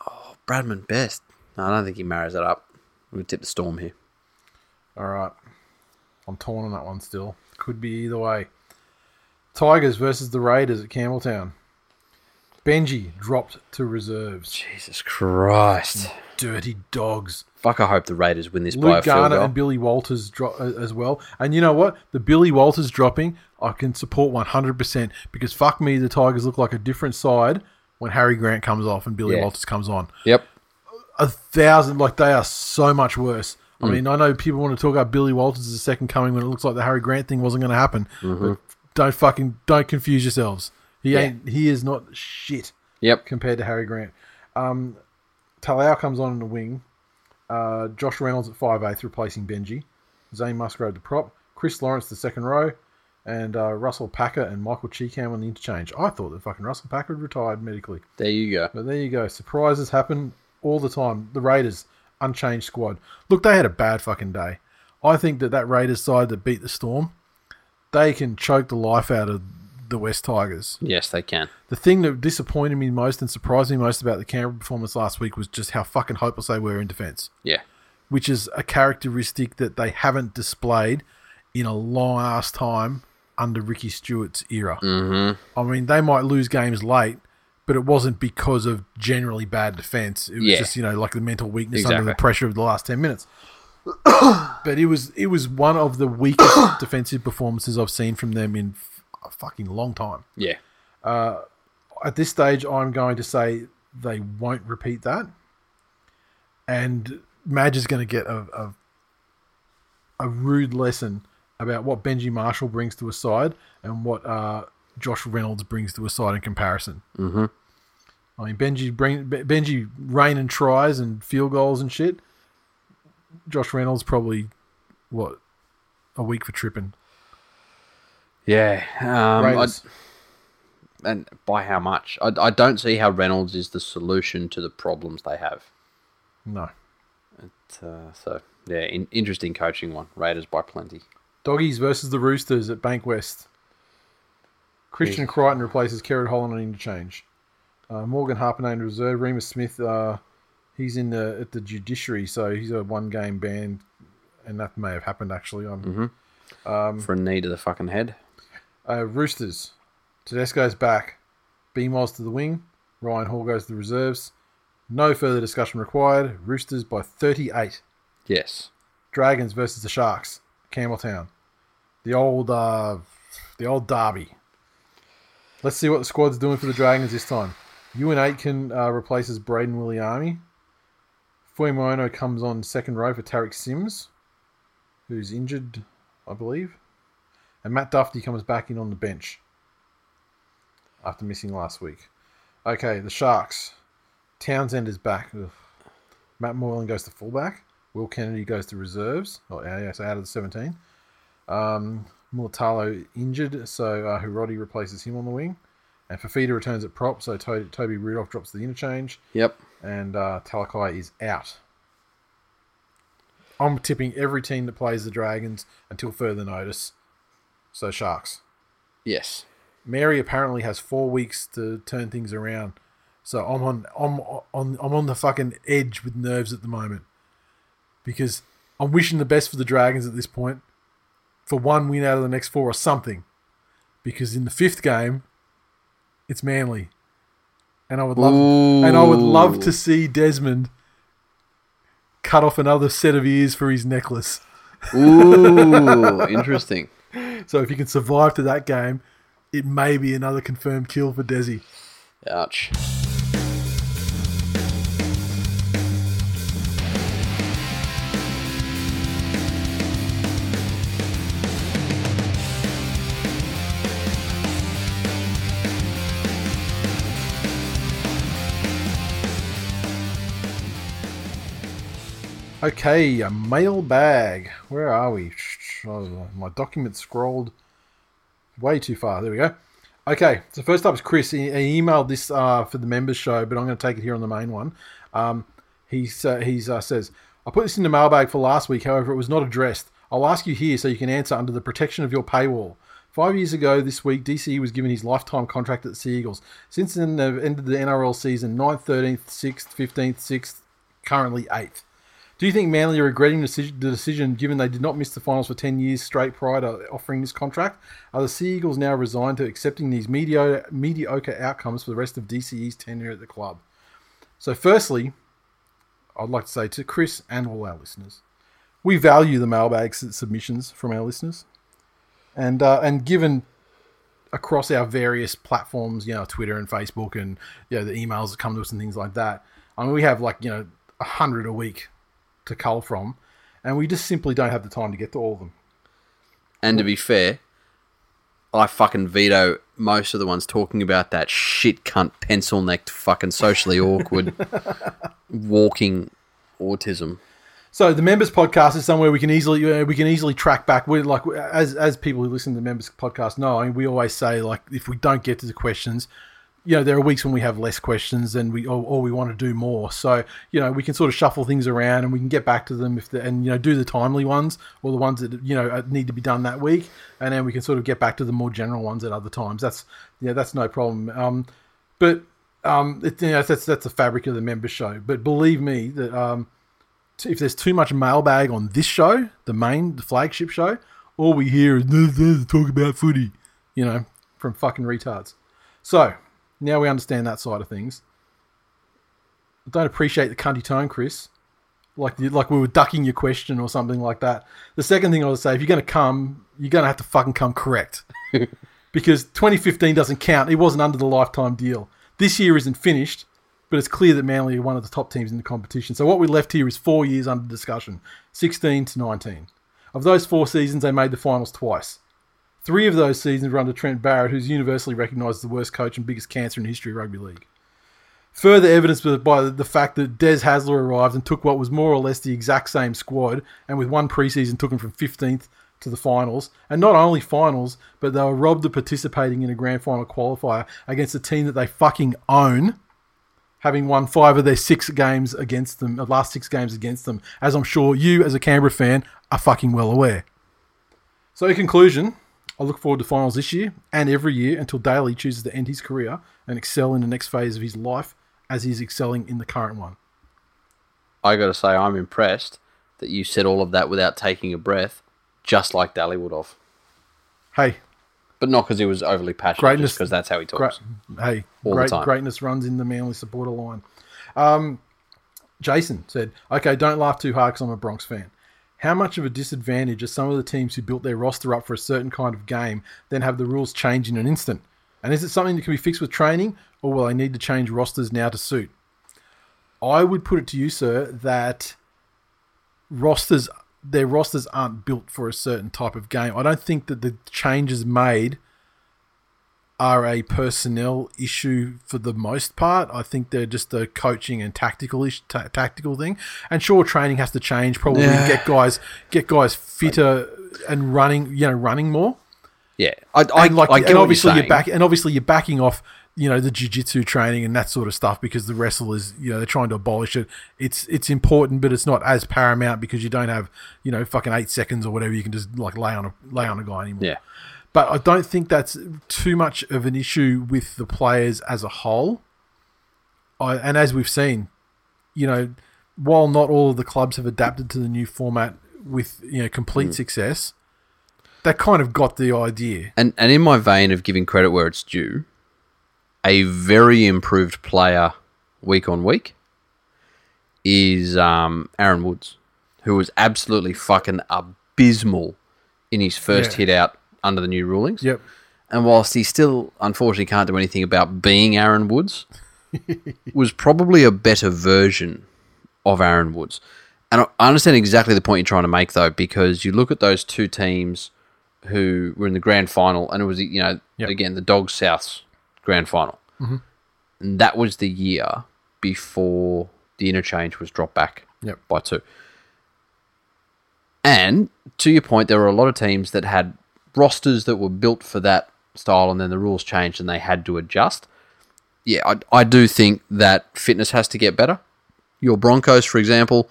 S2: oh, Bradman Best. No, I don't think he marries that up. We'll tip the storm here.
S1: All right. I'm torn on that one still. Could be either way. Tigers versus the Raiders at Campbelltown. Benji dropped to reserves.
S2: Jesus Christ.
S1: Dirty dogs.
S2: Fuck, I hope the Raiders win this by a
S1: Luke
S2: field
S1: Garner
S2: goal.
S1: and Billy Walters drop as well. And you know what? The Billy Walters dropping, I can support 100% because fuck me, the Tigers look like a different side when Harry Grant comes off and Billy
S2: Yeah.
S1: Walters comes on.
S2: yep.
S1: a thousand. Like they are so much worse. I
S2: Hmm.
S1: mean, I know people want to talk about Billy Walters as a second coming when it looks like the Harry Grant thing wasn't going to happen.
S2: Mm-hmm.
S1: But don't fucking don't confuse yourselves. He ain't. He is not shit
S2: Yep.
S1: compared to Harry Grant. Um, Talau comes on in the wing. Uh, Josh Reynolds at 5'8", replacing Benji. Zane Musgrove the prop. Chris Lawrence the second row. And uh, Russell Packer and Michael Cheekham on the interchange. I thought that fucking Russell Packer had retired medically.
S2: There you go.
S1: But there you go. Surprises happen all the time. The Raiders, unchanged squad. Look, they had a bad fucking day. I think that that Raiders side that beat the Storm, they can choke the life out of the West Tigers.
S2: Yes, they can.
S1: The thing that disappointed me most and surprised me most about the Canberra performance last week was just how fucking hopeless they were in defence,
S2: Yeah.
S1: which is a characteristic that they haven't displayed in a long ass time under Ricky Stewart's era.
S2: Mm-hmm.
S1: I mean, they might lose games late, but it wasn't because of generally bad defense. It was
S2: Yeah.
S1: just you know like the mental weakness under
S2: Exactly.
S1: the pressure of the last ten minutes. but it was it was one of the weakest defensive performances I've seen from them in f- a fucking long time.
S2: Yeah.
S1: At this stage, I'm going to say they won't repeat that, and Madge is going to get a, a a rude lesson about what Benji Marshall brings to a side and what uh, Josh Reynolds brings to a side in comparison. Mm-hmm. I mean, Benji bring Be- Benji rain and tries and field goals and shit. Josh Reynolds probably what a week for tripping.
S2: Yeah. Um, I-
S1: Raiders.
S2: and by how much? I, I don't see how Reynolds is the solution to the problems they have.
S1: no.
S2: It's, uh, so, yeah, in, interesting coaching one. Raiders by plenty.
S1: Doggies versus the Roosters at Bankwest. Christian Crichton replaces Kerrod Holland on interchange. Uh, Morgan Harpenay in reserve. Remus Smith, uh, he's in the at the judiciary, so he's a one game ban, and that may have happened actually. On
S2: For a knee to the fucking head.
S1: uh, Roosters, Tedesco's back. BMOS to the wing. Ryan Hall goes to the reserves. No further discussion required. Roosters by 38.
S2: Yes.
S1: Dragons versus the Sharks. Campbelltown. The old uh the old derby. Let's see what the squad's doing for the Dragons this time. Ewan Aitken uh, replaces Braden Williami. Fuimono comes on second row for Tarek Sims, who's injured, I believe. And Matt Duffy comes back in on the bench after missing last week. Okay, the Sharks. Townsend is back. Ugh. Matt Moylan goes to fullback. Will Kennedy goes to reserves. Oh, yeah, yeah, so out of the 17. Um, Mulatalo injured, so uh, Hirodi replaces him on the wing. And Fafita returns at prop, so to- Toby Rudolph drops to the interchange.
S2: Yep.
S1: And uh, Talakai is out. I'm tipping every team that plays the Dragons until further notice. So, Sharks.
S2: Yes.
S1: Mary apparently has four weeks to turn things around. So I'm on I'm on I'm on the fucking edge with nerves at the moment. Because I'm wishing the best for the Dragons at this point. For one win out of the next four or something. Because in the fifth game, it's Manly. And I would love and I would love to see Desmond cut off another set of ears for his necklace.
S2: Ooh, interesting.
S1: So if he can survive to that game, it may be another confirmed kill for Desi.
S2: Ouch.
S1: Okay, a mailbag. Where are we? Sh- sh- oh, My document scrolled way too far. There we go. Okay, so first up is Chris. He, he emailed this uh, for the members show, but I'm going to take it here on the main one. Um, he sa he's, uh, says, I put this in the mailbag for last week, however, it was not addressed. I'll ask you here so you can answer under the protection of your paywall. Five years ago this week, DCE was given his lifetime contract at the Sea Eagles. Since then, they've ended the NRL season 9th, 13th, 6th, 15th, 6th, currently 8th. Do you think Manly are regretting the deci- the decision given they did not miss the finals for 10 years straight prior to offering this contract? Are the Sea Eagles now resigned to accepting these mediocre, mediocre outcomes for the rest of DCE's tenure at the club? So, firstly, I'd like to say to Chris and all our listeners, we value the mailbag s- submissions from our listeners, and uh, and given across our various platforms, you know, Twitter and Facebook, and you know the emails that come to us and things like that. I mean, we have like you know a hundred a week to cull from, and we just simply don't have the time to get to all of them.
S2: And to be fair, I fucking veto most of the ones talking about that shit cunt pencil necked fucking socially awkward walking autism.
S1: So the members podcast is somewhere we can easily uh, we can easily track back. We're like as as people who listen to the members podcast know, I mean, we always say like if we don't get to the questions, you know, there are weeks when we have less questions and we or, or we want to do more. So you know, we can sort of shuffle things around and we can get back to them if the, and you know do the timely ones or the ones that you know uh, need to be done that week, and then we can sort of get back to the more general ones at other times. That's yeah, that's no problem. Um, but um, it, you know, that's that's the fabric of the member show. But believe me that um if there's too much mailbag on this show, the main, the flagship show, all we hear is "There's- there's talk about footy, you know, from fucking retards. So now we understand that side of things. I don't appreciate the cunty tone, Chris. Like the, like we were ducking your question or something like that. The second thing I would say, if you're going to come, you're going to have to fucking come correct. because 2015 doesn't count. It wasn't under the lifetime deal. This year isn't finished, but it's clear that Manly are one of the top teams in the competition. So what we left here is four years under discussion 16 to 19. Of those four seasons, they made the finals twice. Three of those seasons were under Trent Barrett, who's universally recognised as the worst coach and biggest cancer in the history of rugby league. Further evidence was by the fact that Des Hasler arrived and took what was more or less the exact same squad, and with one preseason took him from 15th to the finals. And not only finals, but they were robbed of participating in a grand final qualifier against a team that they fucking own, having won five of their six games against them, the last six games against them, as I'm sure you, as a Canberra fan, are fucking well aware. So, in conclusion, I look forward to finals this year and every year until Daly chooses to end his career and excel in the next phase of his life as he's excelling in the current one.
S2: I gotta say, I'm impressed that you said all of that without taking a breath, just like Daly would have.
S1: Hey,
S2: But not because he was overly passionate,
S1: Greatness-
S2: because that's how he talks.
S1: great, hey,
S2: All the
S1: great,
S2: time.
S1: greatness runs in the Manly supporter line. Um, Jason said, "Okay, don't laugh too hard because I'm a Bronx fan. How much of a disadvantage are some of the teams who built their roster up for a certain kind of game then have the rules change in an instant? And is it something that can be fixed with training, or will they need to change rosters now to suit?" I would put it to you, sir, that rosters their rosters aren't built for a certain type of game. I don't think that the changes made are a personnel issue for the most part. I think they're just a coaching and tactical ish, ta tactical thing. And sure, training has to change probably to
S2: Yeah.
S1: get guys get guys fitter and running, you know, running more
S2: Yeah, I, I,
S1: and like,
S2: I get
S1: and
S2: what
S1: obviously
S2: you're,
S1: you're,
S2: saying.
S1: back, and obviously you're backing off, you know, the jiu-jitsu training and that sort of stuff because the wrestlers, you know, they're trying to abolish it. It's it's important, but it's not as paramount because you don't have, you know, fucking eight seconds or whatever. You can just like lay on a lay on a guy anymore.
S2: Yeah,
S1: But I don't think that's too much of an issue with the players as a whole. I, and as we've seen, you know, while not all of the clubs have adapted to the new format with you know complete
S2: Mm.
S1: success, they kind of got the idea.
S2: and and in my vein of giving credit where it's due, a very improved player week on week is um, Aaron Woods, who was absolutely fucking abysmal in his first
S1: Yeah.
S2: hit out under the new rulings.
S1: Yep.
S2: And whilst he still unfortunately can't do anything about being Aaron Woods, was probably a better version of Aaron Woods. And I I understand exactly the point you're trying to make though, because you look at those two teams who were in the grand final, and it was you know
S1: Yep. Mm-hmm.
S2: again the Dog South's grand final, and that was the year before the interchange was dropped back
S1: Yep.
S2: by two. And to your point, there were a lot of teams that had rosters that were built for that style, and then the rules changed and they had to adjust. Yeah, I, I do think that fitness has to get better. Your Broncos, for example,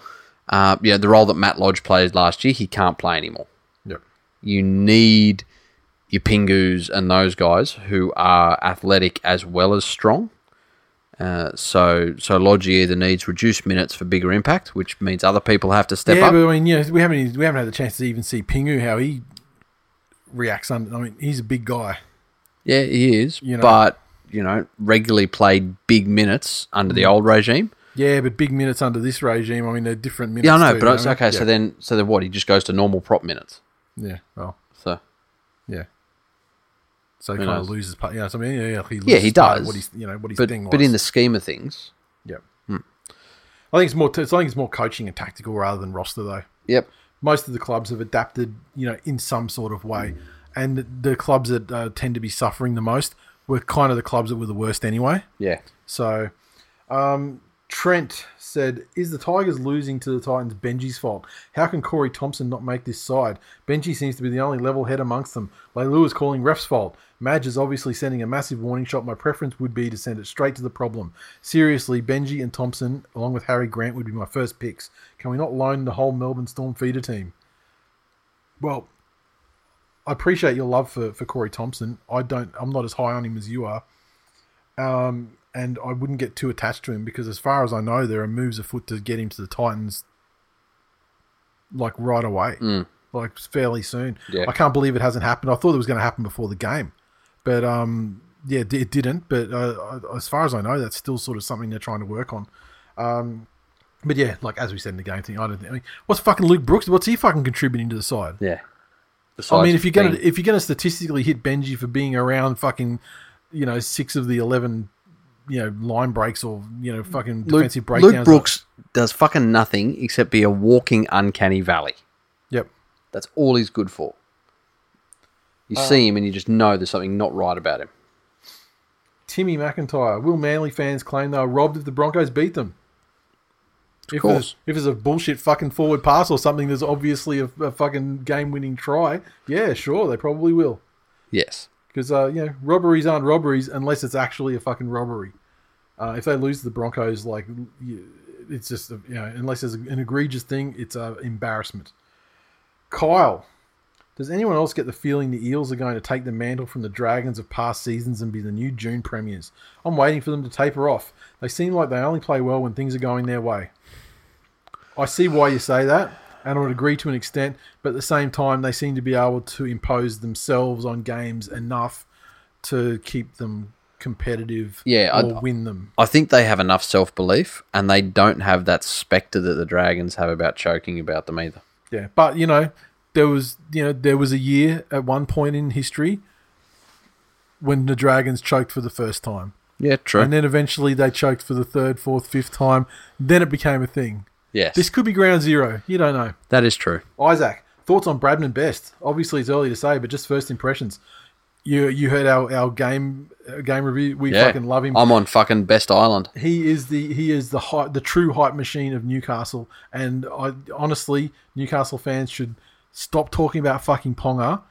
S2: Uh, yeah, the role that Matt Lodge played last year, he can't play anymore.
S1: Yep.
S2: You need your Pingus and those guys who are athletic as well as strong. Uh, so, so Lodge either needs reduced minutes for bigger impact, which means other people have to step
S1: yeah,
S2: up.
S1: but I mean, you know, we haven't even- we haven't had the chance to even see Pingu how he reacts. Under, I mean, he's a big guy.
S2: Yeah, he is.
S1: You know.
S2: But, you know, regularly played big minutes under
S1: Mm.
S2: the old regime.
S1: Yeah, but big minutes under this regime. I mean, they're different minutes.
S2: Yeah, I know,
S1: too,
S2: but
S1: you
S2: it's
S1: what I
S2: okay.
S1: mean?
S2: So then, so then what? He just goes to normal prop minutes.
S1: yeah, yeah, well,
S2: So
S1: yeah. So he
S2: Who
S1: kind
S2: knows?
S1: of loses part. You know what I mean? Yeah, yeah, he, loses
S2: he
S1: part of
S2: does.
S1: What he's, you know, what his
S2: but
S1: thing was.
S2: but in Hmm. the scheme of things,
S1: yeah, I think it's more. T- I think it's more coaching and tactical rather than roster, though.
S2: yep,
S1: most of the clubs have adapted, you know, in some sort of way. And the clubs that uh, tend to be suffering the most were kind of the clubs that were the worst anyway.
S2: yeah,
S1: So, um, Trent said, "Is the Tigers losing to the Titans Benji's fault? How can Corey Thompson not make this side? Benji seems to be the only level head amongst them. Leilua is calling ref's fault. Madge is obviously sending a massive warning shot. My preference would be to send it straight to the problem. Seriously, Benji and Thompson, along with Harry Grant, would be my first picks. Can we not loan the whole Melbourne Storm feeder team?" Well, I appreciate your love for for Corey Thompson. I don't. I'm not as high on him as you are Um, and I wouldn't get too attached to him because, as far as I know, there are moves afoot to get him to the Titans, like right away, like fairly soon.
S2: Yeah.
S1: I can't believe it hasn't happened. I thought it was going to happen before the game, but um, yeah, it- it didn't. But uh, I- as far as I know, that's still sort of something they're trying to work on. Um, but yeah, like as we said in the game thing, I don't think. I mean, what's fucking Luke Brooks? What's he fucking contributing to the side?
S2: yeah.
S1: I mean, if you're gonna
S2: Besides being-
S1: if you're gonna statistically hit Benji for being around fucking, you know, six of the eleven, you know, line breaks or you know, fucking
S2: Luke,
S1: defensive breakdowns.
S2: Luke Brooks does fucking nothing except be a walking uncanny valley.
S1: Yep.
S2: That's all he's good for. You see
S1: Uh,
S2: him and you just know there's something not right about him.
S1: Timmy McIntyre. Will Manly fans claim they were robbed if the Broncos beat them? If
S2: course.
S1: It's, if it's a bullshit fucking forward pass or something that's obviously a, a fucking game winning try, yeah, sure, they probably will.
S2: Yes.
S1: Because, uh, you know, robberies aren't robberies unless it's actually a fucking robbery. Uh, if they lose to the Broncos, like, you- it's just, you know, unless there's an egregious thing, it's an embarrassment. Kyle, does anyone else get the feeling the Eels are going to take the mantle from the Dragons of past seasons and be the new June Premiers? I'm waiting for them to taper off. They seem like they only play well when things are going their way. I see why you say that, and I would agree to an extent, but at the same time, they seem to be able to impose themselves on games enough to keep them competitive
S2: Yeah, I'd-
S1: or win them.
S2: I think they have enough self belief and they don't have that spectre that the Dragons have about choking about them either.
S1: Yeah, but you know, there was you know there was a year at one point in history when the Dragons choked for the first time,
S2: Yeah, true.
S1: and then eventually they choked for the third, fourth, fifth time. Then it became a thing.
S2: yes.
S1: This could be ground zero. You don't know.
S2: that is true.
S1: Isaac, thoughts on Bradman Best? Obviously, it's early to say, but just first impressions. You you heard our, our game uh, game review. We
S2: Yeah.
S1: fucking love him.
S2: I'm on fucking Best Island.
S1: he is the he is the hype, the true hype machine of Newcastle. And I honestly, Newcastle fans should stop talking about fucking Ponga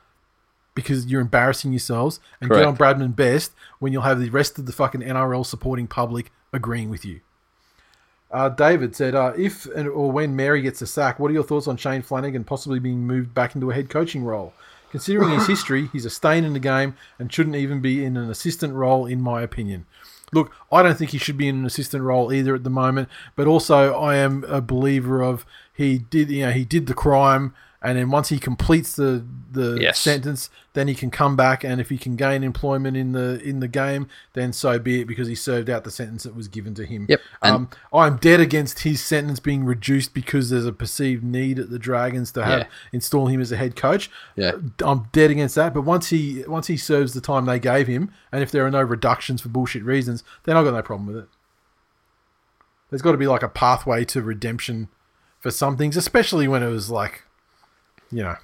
S1: because you're embarrassing yourselves and
S2: Correct.
S1: get on Bradman Best when you'll have the rest of the fucking NRL supporting public agreeing with you. Uh, David said, uh, if and or when Mary gets a sack, what are your thoughts on Shane Flanagan possibly being moved back into a head coaching role? Considering his history, he's a stain in the game and shouldn't even be in an assistant role, in my opinion. Look, I don't think he should be in an assistant role either at the moment, but also I am a believer of he did, you know, he did the crime, and then once he completes the the
S2: Yes.
S1: sentence, then he can come back, and if he can gain employment in the in the game, then so be it, because he served out the sentence that was given to him.
S2: Yep, and-
S1: Um, I'm dead against his sentence being reduced because there's a perceived need at the Dragons to have
S2: Yeah.
S1: install him as a head coach.
S2: Yeah.
S1: I'm dead against that. But once he once he serves the time they gave him, and if there are no reductions for bullshit reasons, then I've got no problem with it. There's got to be like a pathway to redemption for some things, especially when it was like, you know,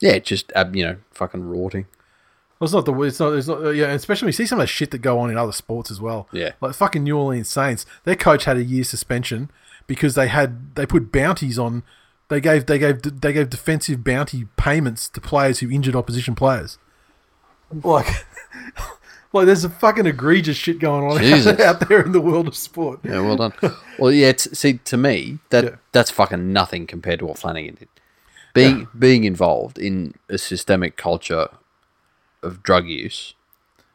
S2: Yeah, just, uh, you know, fucking rorting.
S1: Well, it's not the it's not it's not uh, yeah, and especially when you see some of the shit that go on in other sports as well.
S2: Yeah.
S1: like fucking New Orleans Saints, their coach had a year suspension because they had they put bounties on. They gave they gave they gave defensive bounty payments to players who injured opposition players. Like, Like, there's a fucking egregious shit going on out,
S2: Jesus.
S1: out there in the world of sport.
S2: Yeah, well done. well, yeah. It's, see, to me, that
S1: Yeah.
S2: that's fucking nothing compared to what Flanagan did. Being being involved in a systemic culture of drug use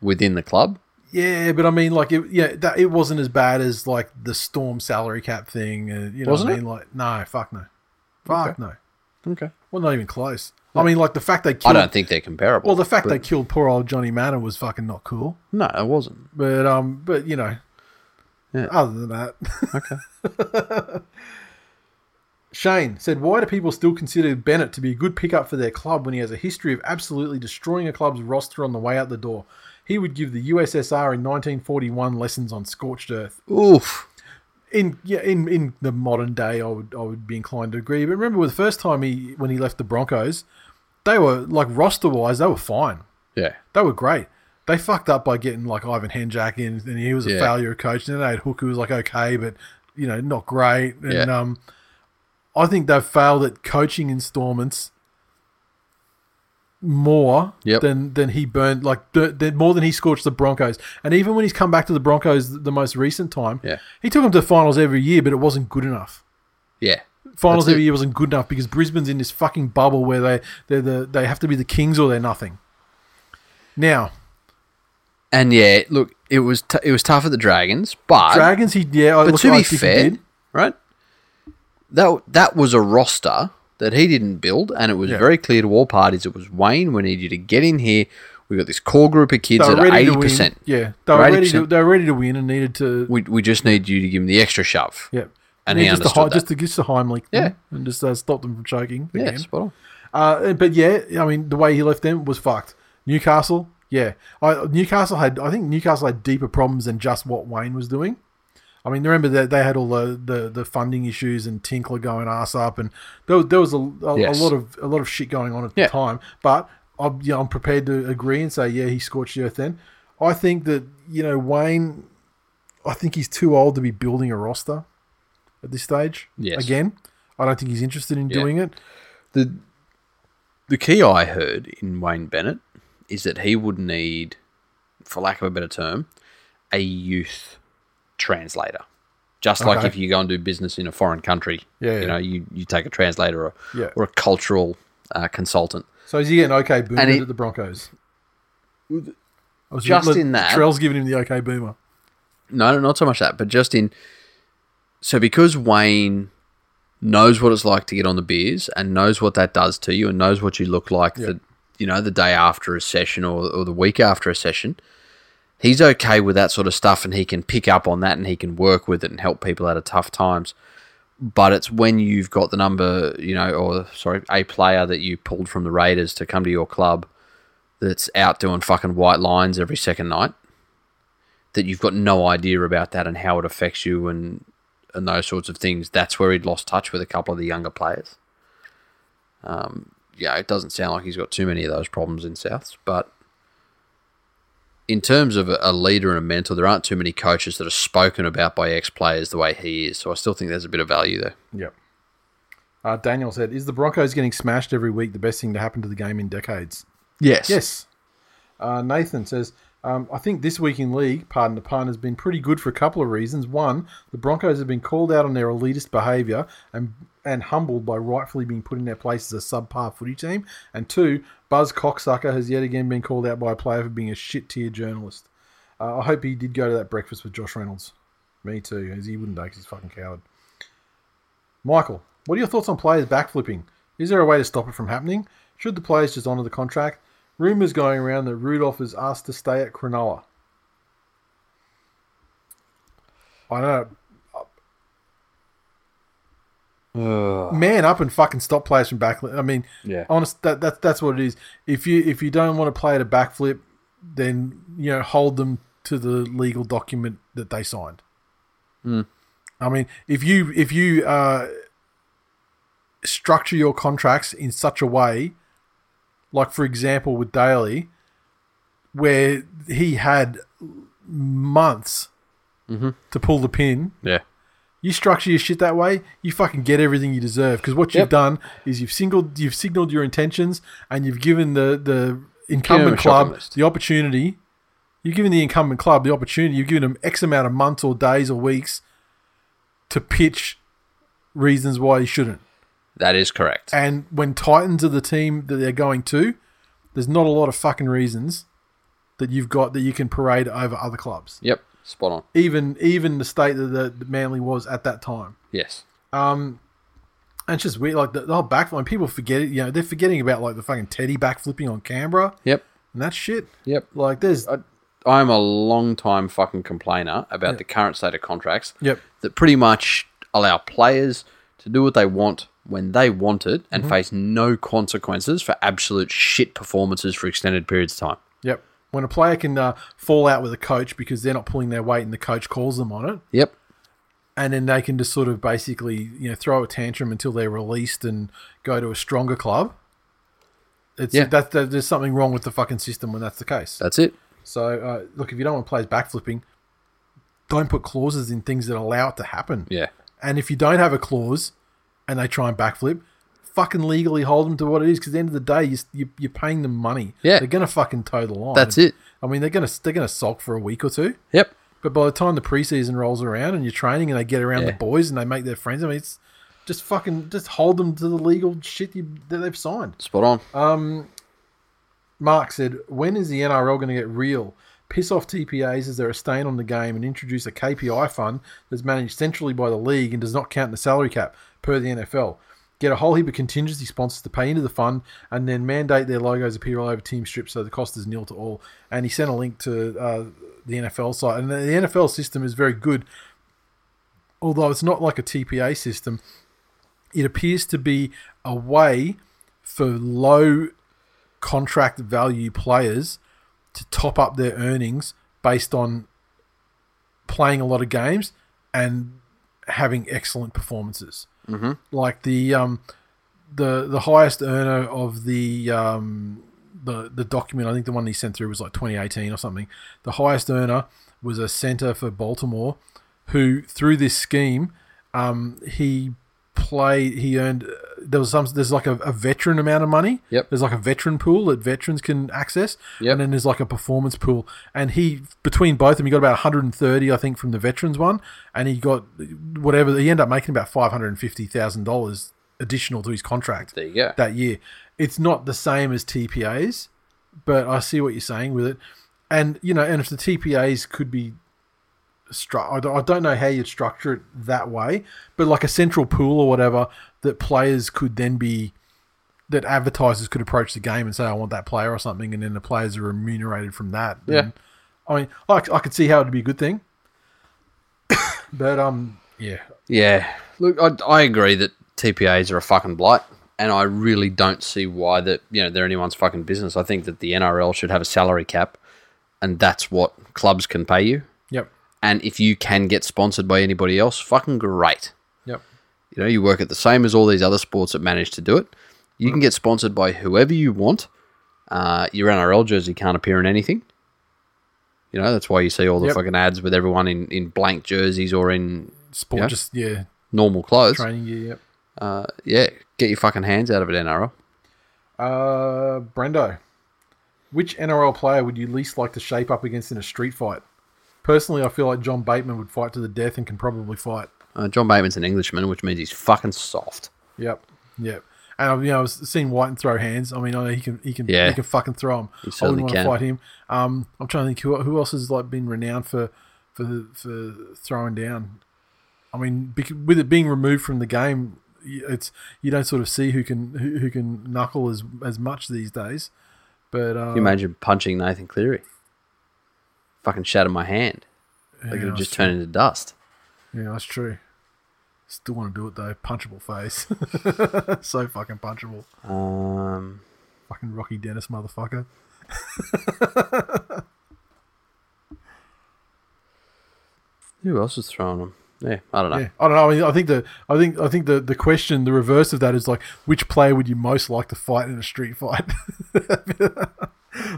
S2: within the club.
S1: Yeah, but I mean, like, it, yeah, that, it wasn't as bad as like the storm salary cap thing. Uh, you know,
S2: Wasn't
S1: what
S2: it?
S1: I mean, like, no, fuck no, fuck
S2: Okay.
S1: no.
S2: Okay.
S1: Well, not even close. I mean, like the fact they
S2: I
S1: killed.
S2: don't think they're comparable.
S1: well, the fact they
S2: but-
S1: killed poor old Johnny Manor was fucking not cool.
S2: no, it wasn't.
S1: But um, but you know,
S2: Yeah.
S1: other than that,
S2: Okay.
S1: Shane said, "Why do people still consider Bennett to be a good pickup for their club when he has a history of absolutely destroying a club's roster on the way out the door? He would give the USSR in 1941 lessons on scorched earth."
S2: Oof.
S1: in yeah, in in the modern day, I would I would be inclined to agree. But remember, the first time he when he left the Broncos, they were like roster wise, they were fine.
S2: Yeah.
S1: They were great. They fucked up by getting like Ivan Henjak in, and he was a
S2: Yeah.
S1: failure coach. And then they had Hook, who was like okay, but you know not great. And
S2: Yeah.
S1: um, I think they've failed at coaching installments more
S2: Yep.
S1: than than he burned like the, the, more than he scorched the Broncos. And even when he's come back to the Broncos th- the most recent time,
S2: Yeah.
S1: he took them to finals every year, but it wasn't good enough.
S2: Yeah.
S1: Finals
S2: That's
S1: every
S2: it.
S1: year wasn't good enough because Brisbane's in this fucking bubble where they they the, they have to be the kings or they're nothing. Now
S2: And yeah, look, it was t- it was tough at the Dragons, but
S1: Dragons, he yeah, I
S2: but
S1: look,
S2: to
S1: I
S2: be
S1: think he
S2: fair,
S1: did.
S2: right? That that was a roster that he didn't build, and it was
S1: Yeah.
S2: very clear to all parties. It was Wayne. We need you to get in here. We got this core group of kids
S1: They
S2: that
S1: were
S2: are
S1: ready to
S2: eighty
S1: win.
S2: percent.
S1: Yeah, they were ready. To,
S2: 80%.
S1: they were ready to win and needed to.
S2: We we just need you to give them the extra shove.
S1: yeah,
S2: And
S1: Yeah,
S2: he
S1: just, the
S2: understood
S1: high,
S2: that.
S1: just to just the Heimlich. thing
S2: Yeah.
S1: and just uh, stop them from choking. the
S2: Yeah,
S1: game.
S2: spot on.
S1: Uh, but yeah, I mean, the way he left them was fucked. Newcastle, yeah. I, Newcastle had, I think Newcastle had deeper problems than just what Wayne was doing. I mean, remember that they had all the, the, the funding issues and Tinkler going ass up, and there, was- there was a, a,
S2: Yes.
S1: a lot of a lot of shit going on at
S2: Yeah.
S1: the time. But I'm, you know, I'm prepared to agree and say, yeah, he scorched the earth. Then I think that you know Wayne, I think he's too old to be building a roster at this stage.
S2: Yes.
S1: Again, I don't think he's interested in
S2: Yeah.
S1: doing it.
S2: The the key I heard in Wayne Bennett is that he would need, for lack of a better term, a youth translator. Just like
S1: Okay.
S2: if you go and do business in a foreign country,
S1: Yeah, yeah.
S2: you know, you, you take a translator or,
S1: Yeah.
S2: or a cultural uh, consultant.
S1: So is he getting okay boomer
S2: And he-
S1: at the Broncos? I was
S2: Just
S1: look,
S2: in that-
S1: Trell's giving him the okay boomer.
S2: No, no, not so much that, but just in. So because Wayne knows what it's like to get on the beers and knows what that does to you and knows what you look like the you know the day after a session or, or the week after a session, he's okay with that sort of stuff and he can pick up on that and he can work with it and help people out of tough times. But it's when you've got the number, you know, or sorry, a player that you pulled from the Raiders to come to your club that's out doing fucking white lines every second night that you've got no idea about that and how it affects you and and those sorts of things. That's where he'd lost touch with a couple of the younger players. Um, yeah, it doesn't sound like he's got too many of those problems in Souths, but in terms of a, a leader and a mentor, there aren't too many coaches that are spoken about by ex players the way he is. So I still think there's a bit of value there.
S1: Yep. Uh, Daniel said, "Is the Broncos getting smashed every week the best thing to happen to the game in decades?"
S2: Yes.
S1: Yes. Uh, Nathan says, um, "I think this week in league, pardon the pun, has been pretty good for a couple of reasons. One, the Broncos have been called out on their elitist behaviour and and humbled by rightfully being put in their place as a subpar footy team. And two, Buzz Cocksucker has yet again been called out by a player for being a shit tier journalist. Uh, I hope he did go to that breakfast with Josh Reynolds. Me too, as he wouldn't do 'cause he's a fucking coward." Michael, what are your thoughts on players backflipping? Is there a way to stop it from happening? Should the players just honour the contract? Rumours going around that Rudolph is asked to stay at Cronulla. I don't know. Man up and fucking stop players from backflip. I mean,
S2: Yeah.
S1: honest, that, that that's what it is. If you if you don't want to play at a backflip, then you know hold them to the legal document that they signed. I mean, if you if you uh, structure your contracts in such a way, like for example with Daly, where he had months
S2: Mm-hmm.
S1: to pull the pin,
S2: Yeah.
S1: you structure your shit that way, you fucking get everything you deserve. Because what
S2: Yep.
S1: you've done is you've singled, you've signaled your intentions, and you've given the the
S2: Give 'em
S1: incumbent
S2: a shopping
S1: club
S2: list.
S1: the opportunity You're giving the incumbent club the opportunity. You're giving them X amount of months or days or weeks to pitch reasons why you shouldn't.
S2: That is correct.
S1: And when Titans are the team that they're going to, there's not a lot of fucking reasons that you've got that you can parade over other clubs.
S2: Yep, spot on.
S1: Even even the state that the, the Manly was at that time.
S2: Yes.
S1: And it's just weird, like the, the whole backline. People forget it. You know, they're forgetting about like the fucking Teddy backflipping on Canberra
S2: Yep.
S1: and that shit.
S2: Yep.
S1: Like there's
S2: I'm a long time fucking complainer about the current state of contracts.
S1: Yep.
S2: That pretty much allow players to do what they want when they want it and face no consequences for absolute shit performances for extended periods of time.
S1: yep. When a player can uh, fall out with a coach because they're not pulling their weight and the coach calls them on it,
S2: Yep.
S1: and then they can just sort of basically you know throw a tantrum until they're released and go to a stronger club. It's
S2: Yeah.
S1: that, that there's something wrong with the fucking system when that's the case.
S2: That's it.
S1: so uh, look, if you don't want players backflipping, don't put clauses in things that allow it to happen.
S2: Yeah.
S1: And if you don't have a clause and they try and backflip, fucking legally hold them to what it is. Because at the end of the day, you, you, you're paying them money.
S2: Yeah.
S1: they're gonna fucking toe the line.
S2: That's it.
S1: I mean, they're gonna they're gonna sulk for a week or two.
S2: Yep.
S1: But by the time the preseason rolls around and you're training and they get around the
S2: Yeah.
S1: boys and they make their friends, I mean, it's just fucking just hold them to the legal shit you, that they've signed.
S2: Spot on.
S1: Mark said, "When is the NRL going to get real? Piss off TPAs as they're a stain on the game and introduce a KPI fund that's managed centrally by the league and does not count in the salary cap per the NFL. Get a whole heap of contingency sponsors to pay into the fund and then mandate their logos appear all over team strips so the cost is nil to all." And he sent a link to uh, the NFL site, and the the NFL system is very good, although it's not like a TPA system. It appears to be a way for low contract value players to top up their earnings based on playing a lot of games and having excellent performances. Mm-hmm. Like the um, the the highest earner of the um, the the document, I think the one he sent through was like 2018 or something. The highest earner was a center for Baltimore, who through this scheme, um, he played he earned there was some there's like a, a veteran amount of money
S2: Yep.
S1: there's like a veteran pool that veterans can access
S2: Yep.
S1: and then there's like a performance pool and he between both of them he got about 130 i think from the veterans one and he got whatever he ended up making about $550000 additional to his contract
S2: There you go.
S1: that year. It's not the same as TPAs, but I see what you're saying with it. And you know, and if the TPAs could be, stru- I don't- I don't know how you'd structure it that way, but like a central pool or whatever that players could then be, that advertisers could approach the game and say, "I want that player" or something, and then the players are remunerated from that.
S2: Yeah.
S1: And, I mean, I, I could see how it'd be a good thing, but um, yeah,
S2: Yeah. Look, I, I agree that TPAs are a fucking blight, and I really don't see why that you know they're anyone's fucking business. I think that the NRL should have a salary cap, and that's what clubs can pay you.
S1: yep,
S2: And if you can get sponsored by anybody else, fucking great.
S1: yep,
S2: You know, you work at the same as all these other sports that manage to do it. You can get sponsored by whoever you want. Uh, your NRL jersey can't appear in anything. You know, that's why you see all the
S1: Yep.
S2: fucking ads with everyone in, in blank jerseys or in
S1: sport,
S2: Yeah.
S1: just yeah,
S2: normal clothes.
S1: training year, yep.
S2: Uh, yeah, get your fucking hands out of it, NRL.
S1: Uh, Brendo, which NRL player would you least like to shape up against in a street fight? Personally, I feel like John Bateman would fight to the death and can probably fight.
S2: Uh, John Bateman's an Englishman, which means he's fucking soft.
S1: Yep, yep. And I've, you know, I've seen White throw hands. I mean, I know he can, he can,
S2: Yeah.
S1: he can fucking throw them. I wouldn't
S2: certainly
S1: want
S2: can.
S1: to fight him. Um, I'm trying to think who, who else has like been renowned for for for throwing down. I mean, bec- with it being removed from the game, y- it's you don't sort of see who can who, who can knuckle as as much these days. But uh,
S2: Can you imagine punching Nathan Cleary? Fucking shattered my hand. Like
S1: Yeah,
S2: it'll
S1: that's
S2: just turn into dust.
S1: Yeah, that's true. Still want to do it though. Punchable face. so fucking punchable.
S2: Um,
S1: Fucking Rocky Dennis motherfucker.
S2: who else is throwing them? Yeah, I don't know.
S1: Yeah. I don't know. I mean, I think the I think I think the, the question, the reverse of that is like, which player would you most like to fight in a street fight?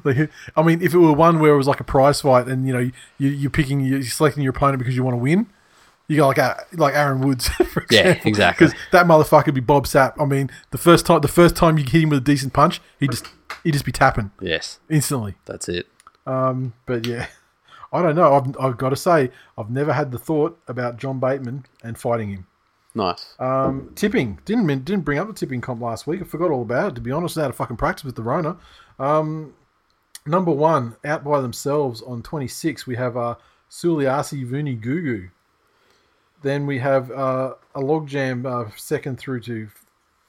S1: like, I mean, if it were one where it was like a prize fight, and you know, you you're picking, you're selecting your opponent because you want to win. You go like a, like Aaron Woods, for
S2: Yeah,
S1: example,
S2: exactly.
S1: Because that motherfucker would be Bob Sapp. I mean, the first time the first time you hit him with a decent punch, he would just he would just be tapping
S2: Yes,
S1: instantly.
S2: that's it.
S1: Um, but yeah, I don't know. I've, I've got to say, I've never had the thought about John Bateman and fighting him.
S2: Nice.
S1: Um, tipping didn't min- didn't bring up the tipping comp last week. I forgot all about it. To be honest, out of fucking practice with the Rona. Um, number one out by themselves on twenty six. We have uh, Suliasi Vuni Gugu. Then we have uh, a logjam uh, second through to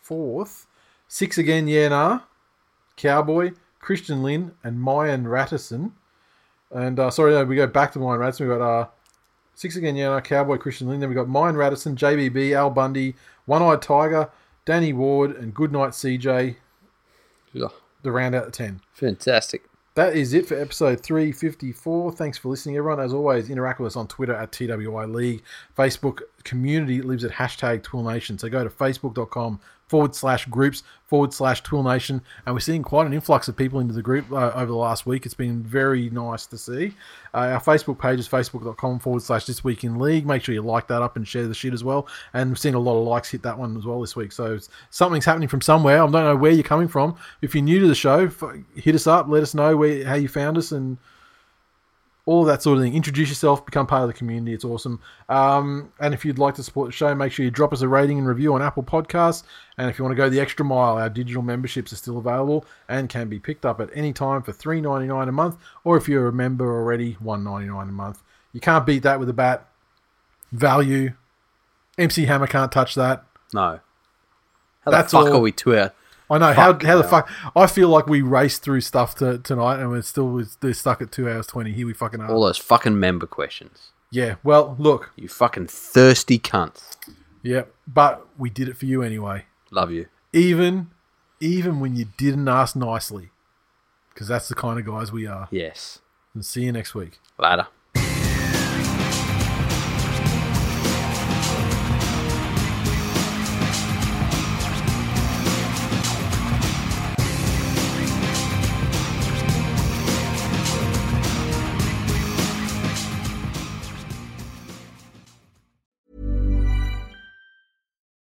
S1: fourth. Six again, Yenar, Cowboy, Christian Lynn, and Mayan Rattison. And uh, sorry, no, we go back to Mayan Rattison. We've got uh, Six again, yeah, Cowboy Christian Lynn. Then we've got Mine Radisson, JBB, Al Bundy, One Eyed Tiger, Danny Ward, and Goodnight CJ,
S2: Ugh,
S1: the round out of 10.
S2: fantastic.
S1: That is it for episode 354. Thanks for listening, everyone. As always, interact with us on Twitter at TWI League. Facebook community lives at hashtag Twill Nation. So go to facebook.com forward slash groups forward slash Twill Nation. And we're seeing quite an influx of people into the group uh, over the last week. It's been very nice to see. Uh, our Facebook page is facebook.com forward slash This Week in League. Make sure you like that up and share the shit as well. And we've seen a lot of likes hit that one as well this week. So it's, something's happening from somewhere. I don't know where you're coming from. If you're new to the show, f- hit us up. Let us know where how you found us and all of that sort of thing. Introduce yourself, become part of the community. It's awesome. Um, and if you'd like to support the show, make sure you drop us a rating and review on Apple Podcasts. And if you want to go the extra mile, our digital memberships are still available and can be picked up at any time for three ninety nine a month, or if you're a member already, one ninety nine a month. You can't beat that with a bat. Value. MC Hammer can't touch that.
S2: No. How
S1: That's
S2: the fuck
S1: all.
S2: are we to our
S1: I know how,
S2: Fuck
S1: how the
S2: hell.
S1: fuck I feel like we raced through stuff to, tonight and we're still we're stuck at two hours twenty. Here we fucking are.
S2: all those fucking member questions?
S1: yeah. Well, look,
S2: You fucking thirsty cunts.
S1: Yeah, but we did it for you anyway.
S2: Love you.
S1: Even, even when you didn't ask nicely, because that's the kind of guys we are.
S2: Yes.
S1: And see you next week.
S2: Later.